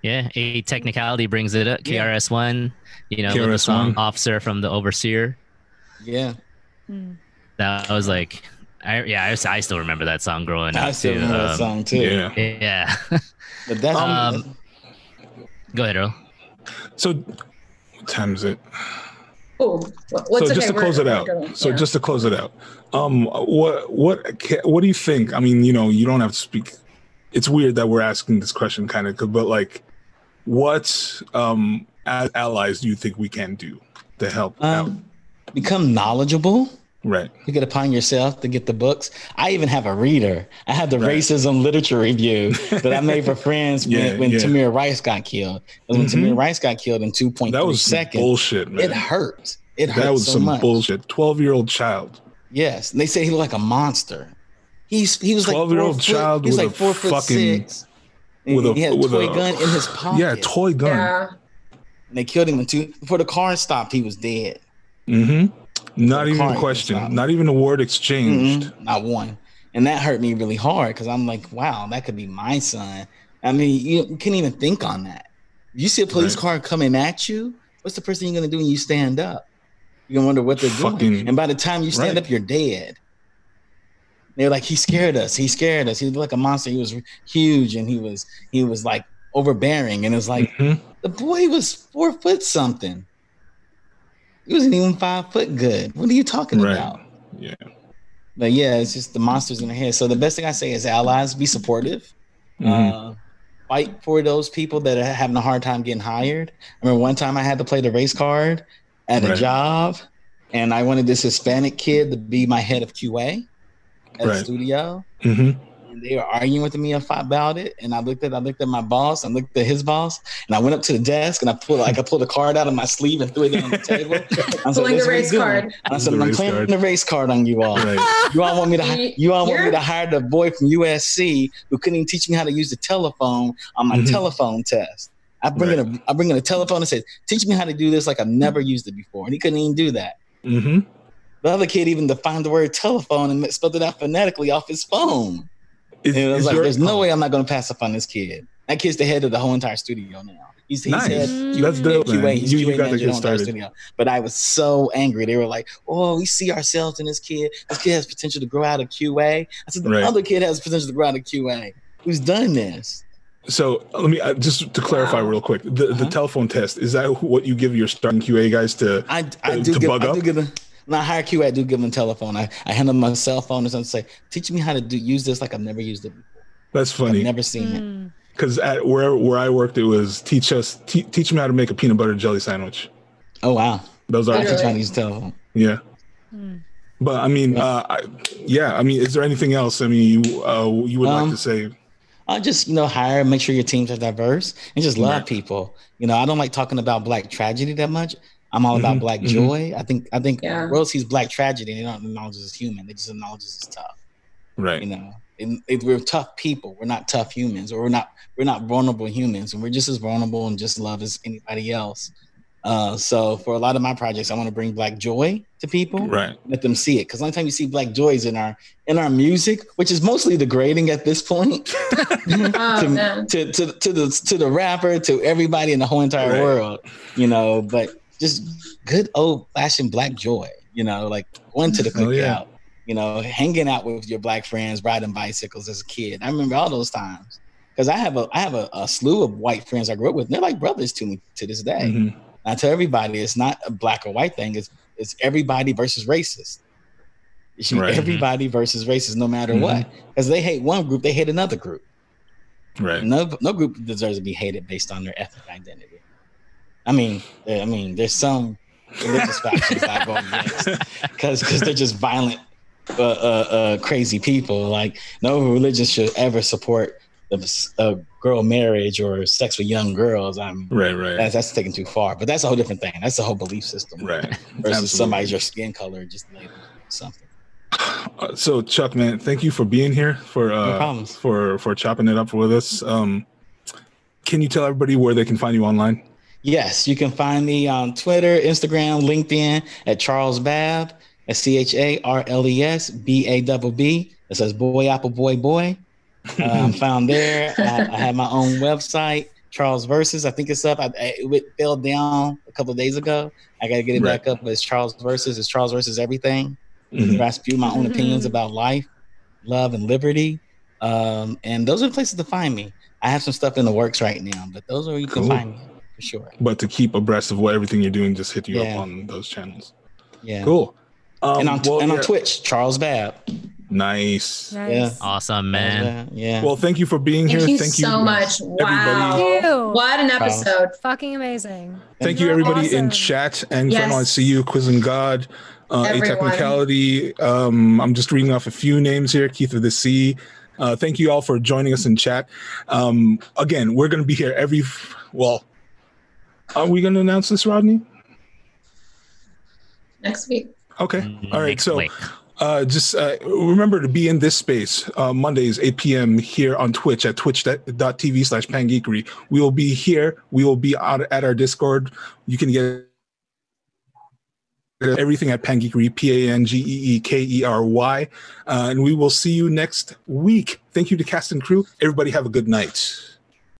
[SPEAKER 3] Yeah, a technicality brings it up.
[SPEAKER 5] Yeah.
[SPEAKER 3] KRS One, you know, with the
[SPEAKER 1] KRS-One.
[SPEAKER 3] song "Officer" from the Overseer.
[SPEAKER 5] Yeah,
[SPEAKER 2] Mm.
[SPEAKER 3] That was like, I yeah, I, I still remember that song growing
[SPEAKER 5] I
[SPEAKER 3] up
[SPEAKER 5] still
[SPEAKER 3] too.
[SPEAKER 5] remember that
[SPEAKER 3] Um,
[SPEAKER 5] song too.
[SPEAKER 1] Yeah.
[SPEAKER 3] Yeah,
[SPEAKER 5] But that's,
[SPEAKER 3] Um, go ahead, Earl.
[SPEAKER 1] So, what time is it?
[SPEAKER 4] Oh, what's
[SPEAKER 1] so
[SPEAKER 4] okay?
[SPEAKER 1] just to
[SPEAKER 4] we're-
[SPEAKER 1] close it
[SPEAKER 4] we're
[SPEAKER 1] out.
[SPEAKER 4] good.
[SPEAKER 1] So
[SPEAKER 4] Yeah.
[SPEAKER 1] just to close it out. Um, what what ca- what do you think? I mean, you know, you don't have to speak. It's weird that we're asking this question, kind of, but like, what um as allies do you think we can do to help out?
[SPEAKER 5] um, become knowledgeable.
[SPEAKER 1] Right.
[SPEAKER 5] Pick it upon yourself to get the books. I even have a reader. I have the
[SPEAKER 1] Right.
[SPEAKER 5] racism literature review that I made for friends when,
[SPEAKER 1] Yeah,
[SPEAKER 5] when
[SPEAKER 1] yeah.
[SPEAKER 5] Tamir Rice got killed. And when
[SPEAKER 1] Mhm.
[SPEAKER 5] Tamir Rice got killed in 2.3
[SPEAKER 1] That was some
[SPEAKER 5] seconds,
[SPEAKER 1] bullshit, man.
[SPEAKER 5] it hurt. It hurt
[SPEAKER 1] that was
[SPEAKER 5] so
[SPEAKER 1] some
[SPEAKER 5] much.
[SPEAKER 1] bullshit. Twelve year old child.
[SPEAKER 5] Yes. And they say he looked like a monster. He's he was like
[SPEAKER 1] 12-year-old
[SPEAKER 5] four foot-
[SPEAKER 1] child
[SPEAKER 5] he was
[SPEAKER 1] with
[SPEAKER 5] like
[SPEAKER 1] a
[SPEAKER 5] four foot
[SPEAKER 1] fucking-
[SPEAKER 5] six. And
[SPEAKER 1] with a-
[SPEAKER 5] he had a
[SPEAKER 1] with
[SPEAKER 5] toy
[SPEAKER 1] a-
[SPEAKER 5] gun in his pocket.
[SPEAKER 1] Yeah, toy gun.
[SPEAKER 4] Yeah.
[SPEAKER 5] And they killed him in two before the car stopped, he was dead.
[SPEAKER 1] hmm Not even a
[SPEAKER 5] Client,
[SPEAKER 1] question.
[SPEAKER 5] stop.
[SPEAKER 1] Not even a word exchanged.
[SPEAKER 5] Mm-mm, Mm-hmm. not one. And that hurt me really hard because I'm like, wow, that could be my son. I mean, you, you can't even think on that. You see a police
[SPEAKER 1] Right.
[SPEAKER 5] car coming at you, what's the first thing you're going to do when you stand up? You're going to wonder what they're
[SPEAKER 1] Fucking-
[SPEAKER 5] doing. And by the time you stand
[SPEAKER 1] right.
[SPEAKER 5] up, you're dead. They're like, he scared us. He scared us. He was like a monster. He was huge and he was, he was like overbearing. And it's like,
[SPEAKER 1] Mhm.
[SPEAKER 5] the boy was four foot something. He wasn't even five foot good. What are you talking
[SPEAKER 1] Right.
[SPEAKER 5] about?
[SPEAKER 1] Yeah.
[SPEAKER 5] But yeah, it's just the monsters in their head. So the best thing I say is allies, be supportive.
[SPEAKER 1] Mhm.
[SPEAKER 5] Uh, fight for those people that are having a hard time getting hired. I remember one time I had to play the race card at a
[SPEAKER 1] Right.
[SPEAKER 5] job, and I wanted this Hispanic kid to be my head of QA at the
[SPEAKER 1] Right.
[SPEAKER 5] studio.
[SPEAKER 1] hmm
[SPEAKER 5] And they were arguing with me about it, and I looked at I looked at my boss, I looked at his boss, and I went up to the desk and I pulled like I pulled a card out of my sleeve and threw it on the table. I said,
[SPEAKER 4] Pulling
[SPEAKER 5] "This
[SPEAKER 4] the
[SPEAKER 5] is what
[SPEAKER 4] race
[SPEAKER 5] he's doing."
[SPEAKER 4] card.
[SPEAKER 5] I said,
[SPEAKER 1] The
[SPEAKER 5] "I'm
[SPEAKER 1] race
[SPEAKER 5] playing
[SPEAKER 1] card.
[SPEAKER 5] the race card on you all."
[SPEAKER 1] Right.
[SPEAKER 5] You all want me to hi- you all want me
[SPEAKER 4] You're-
[SPEAKER 5] to hire the boy from USC who couldn't even teach me how to use the telephone on my
[SPEAKER 1] Mhm.
[SPEAKER 5] telephone test. I bring in a I bring in a telephone and said, "Teach me how to do this like I've never
[SPEAKER 1] Mm-hmm.
[SPEAKER 5] used it before," and he couldn't even do that.
[SPEAKER 1] hmm
[SPEAKER 5] The other kid even defined the word telephone and spelled it out phonetically off his phone.
[SPEAKER 1] Is,
[SPEAKER 5] And I was
[SPEAKER 1] is
[SPEAKER 5] like,
[SPEAKER 1] your- Oh.
[SPEAKER 5] "There's no way I'm not going to pass up on this kid. That kid's the head of the whole entire studio now. He's, he's
[SPEAKER 1] Nice.
[SPEAKER 5] head
[SPEAKER 1] That's dope,
[SPEAKER 5] QA,
[SPEAKER 1] man.
[SPEAKER 5] he's
[SPEAKER 1] You, you
[SPEAKER 5] QA
[SPEAKER 1] got to
[SPEAKER 5] manager
[SPEAKER 1] get
[SPEAKER 5] on Dark
[SPEAKER 1] started.
[SPEAKER 5] Studio. But I was so angry. They were like, "Oh, we see ourselves in this kid. This kid has potential to grow out of QA." I said, "The
[SPEAKER 1] Right.
[SPEAKER 5] other kid has potential to grow out of QA. Who's done this?"
[SPEAKER 1] So let me uh, just to clarify real quick: the, the
[SPEAKER 5] Uh-huh.
[SPEAKER 1] telephone test is that wh- what you give your starting QA guys to?
[SPEAKER 5] I, I
[SPEAKER 1] Uh,
[SPEAKER 5] do
[SPEAKER 1] to
[SPEAKER 5] give.
[SPEAKER 1] bug
[SPEAKER 5] I do
[SPEAKER 1] up?
[SPEAKER 5] give them. When I hire QA, I do give them a telephone. I, I hand them my cell phone and something say, "Teach me how to do use this like I've never used it. before.
[SPEAKER 1] That's
[SPEAKER 5] I've
[SPEAKER 1] funny
[SPEAKER 5] never seen it."
[SPEAKER 2] Mm.
[SPEAKER 1] because at where where I worked, it was teach us te- teach them how to make a peanut butter jelly sandwich.
[SPEAKER 5] Oh wow!
[SPEAKER 1] Those are
[SPEAKER 5] I
[SPEAKER 4] Literally.
[SPEAKER 5] teach how to use telephone.
[SPEAKER 1] yeah.
[SPEAKER 2] Mm.
[SPEAKER 1] But I mean,
[SPEAKER 5] Yeah.
[SPEAKER 1] uh, I, yeah. I mean, is there anything else? I mean, you uh, you would like
[SPEAKER 5] Um,
[SPEAKER 1] to say?
[SPEAKER 5] I just you know hire, make sure your teams are diverse, and just love
[SPEAKER 1] Right.
[SPEAKER 5] people. You know, I don't like talking about black tragedy that much. I'm all
[SPEAKER 1] Mhm,
[SPEAKER 5] about black
[SPEAKER 1] mhm.
[SPEAKER 5] joy. I think I think
[SPEAKER 4] Yeah.
[SPEAKER 5] the world sees black tragedy. They don't acknowledge us as human. They just acknowledge us as tough. You
[SPEAKER 1] Right.
[SPEAKER 5] know, and if we're tough people. We're not tough humans, or we're not we're not vulnerable humans, and we're just as vulnerable and just love as anybody else. Uh, so for a lot of my projects, I want to bring black joy to people
[SPEAKER 1] Right.
[SPEAKER 5] let them see it. Because only time you see black joys in our in our music, which is mostly degrading at this point,
[SPEAKER 4] Oh,
[SPEAKER 5] to,
[SPEAKER 4] man.
[SPEAKER 5] to, to to the to the rapper, to everybody in the whole entire
[SPEAKER 1] Right.
[SPEAKER 5] world, you know. But just good old fashioned black joy, you know, like going to the cookout.
[SPEAKER 1] Oh, yeah.
[SPEAKER 5] You know, hanging out with your black friends, riding bicycles as a kid. I remember all those times because I have a I have a, a slew of white friends I grew up with. And they're like brothers to me to this day.
[SPEAKER 1] Mhm.
[SPEAKER 5] I tell everybody it's not a black or white thing. It's it's everybody versus racist. It should be
[SPEAKER 1] Right. Mm-hmm.
[SPEAKER 5] everybody versus racist, no matter
[SPEAKER 1] Mhm.
[SPEAKER 5] what. Because they hate one group, they hate another group.
[SPEAKER 1] Right.
[SPEAKER 5] No no group deserves to be hated based on their ethnic identity. I mean, I mean, there's some religious factions I go against because because they're just violent, uh, uh, uh, crazy people. Like no religion should ever support the uh, girl marriage or sex with young girls. I mean,
[SPEAKER 1] Right. Right.
[SPEAKER 5] that's, that's taken too far, but that's a whole different thing. That's a whole belief system,
[SPEAKER 1] Right.
[SPEAKER 5] Versus
[SPEAKER 1] Absolutely.
[SPEAKER 5] somebody's your skin color, just label something.
[SPEAKER 1] Uh, so Chuck, man, thank you for being here for uh,
[SPEAKER 5] problems.
[SPEAKER 1] for for chopping it up with us. Um, can you tell everybody where they can find you online?
[SPEAKER 5] Yes, you can find me on Twitter, Instagram, LinkedIn at Charles Bab at C H A R L E S B A double B. It says boy apple boy boy. Uh, I'm found there. I, I have my own website, Charles Versus. I think it's up. I, I, it fell down a couple of days ago. I got to get it
[SPEAKER 1] Right.
[SPEAKER 5] back up. But it's Charles Versus. It's Charles Versus everything.
[SPEAKER 1] Mhm.
[SPEAKER 5] where I spew my own opinions
[SPEAKER 2] Mhm.
[SPEAKER 5] about life, love, and liberty. Um, and those are the places to find me. I have some stuff in the works right now, but those are where you
[SPEAKER 1] Cool.
[SPEAKER 5] can find me for sure.
[SPEAKER 1] But to keep abreast of what everything you're doing, just hit you
[SPEAKER 5] Yeah.
[SPEAKER 1] up on those channels.
[SPEAKER 5] Yeah.
[SPEAKER 1] Cool. Um,
[SPEAKER 5] And on,
[SPEAKER 1] well,
[SPEAKER 5] and on
[SPEAKER 1] yeah.
[SPEAKER 5] Twitch, Charles Babb.
[SPEAKER 1] Nice.
[SPEAKER 2] Nice.
[SPEAKER 3] awesome, man.
[SPEAKER 5] Yeah.
[SPEAKER 1] Well, thank you for being
[SPEAKER 4] Thank
[SPEAKER 1] here.
[SPEAKER 4] you
[SPEAKER 1] thank
[SPEAKER 4] so
[SPEAKER 1] you
[SPEAKER 4] much.
[SPEAKER 2] Thank
[SPEAKER 4] Wow.
[SPEAKER 2] you.
[SPEAKER 4] What an episode.
[SPEAKER 2] Fucking amazing.
[SPEAKER 1] Thank you,
[SPEAKER 2] You're
[SPEAKER 1] everybody in
[SPEAKER 2] awesome.
[SPEAKER 1] chat and
[SPEAKER 4] Yes.
[SPEAKER 1] Colonel I see you, Quiz and God, uh, a
[SPEAKER 4] Everyone.
[SPEAKER 1] technicality. Um, I'm just reading off a few names here. Keith of the Sea. Uh, thank you all for joining us in chat. Um, again, we're going to be here every. F- well, are we going to announce this, Rodney?
[SPEAKER 4] Next week.
[SPEAKER 1] Okay. All right.
[SPEAKER 3] Mm, Next
[SPEAKER 1] So.
[SPEAKER 3] week.
[SPEAKER 1] Uh, just uh, remember to be in this space uh, Mondays, 8 p.m. here on Twitch at twitch.tv slash pangeekery. We will be here. We will be out at our Discord. You can get everything at pangeekery, P A N G E E K E R Y. Uh, and we will see you next week. Thank you to cast and crew. Everybody have a good night.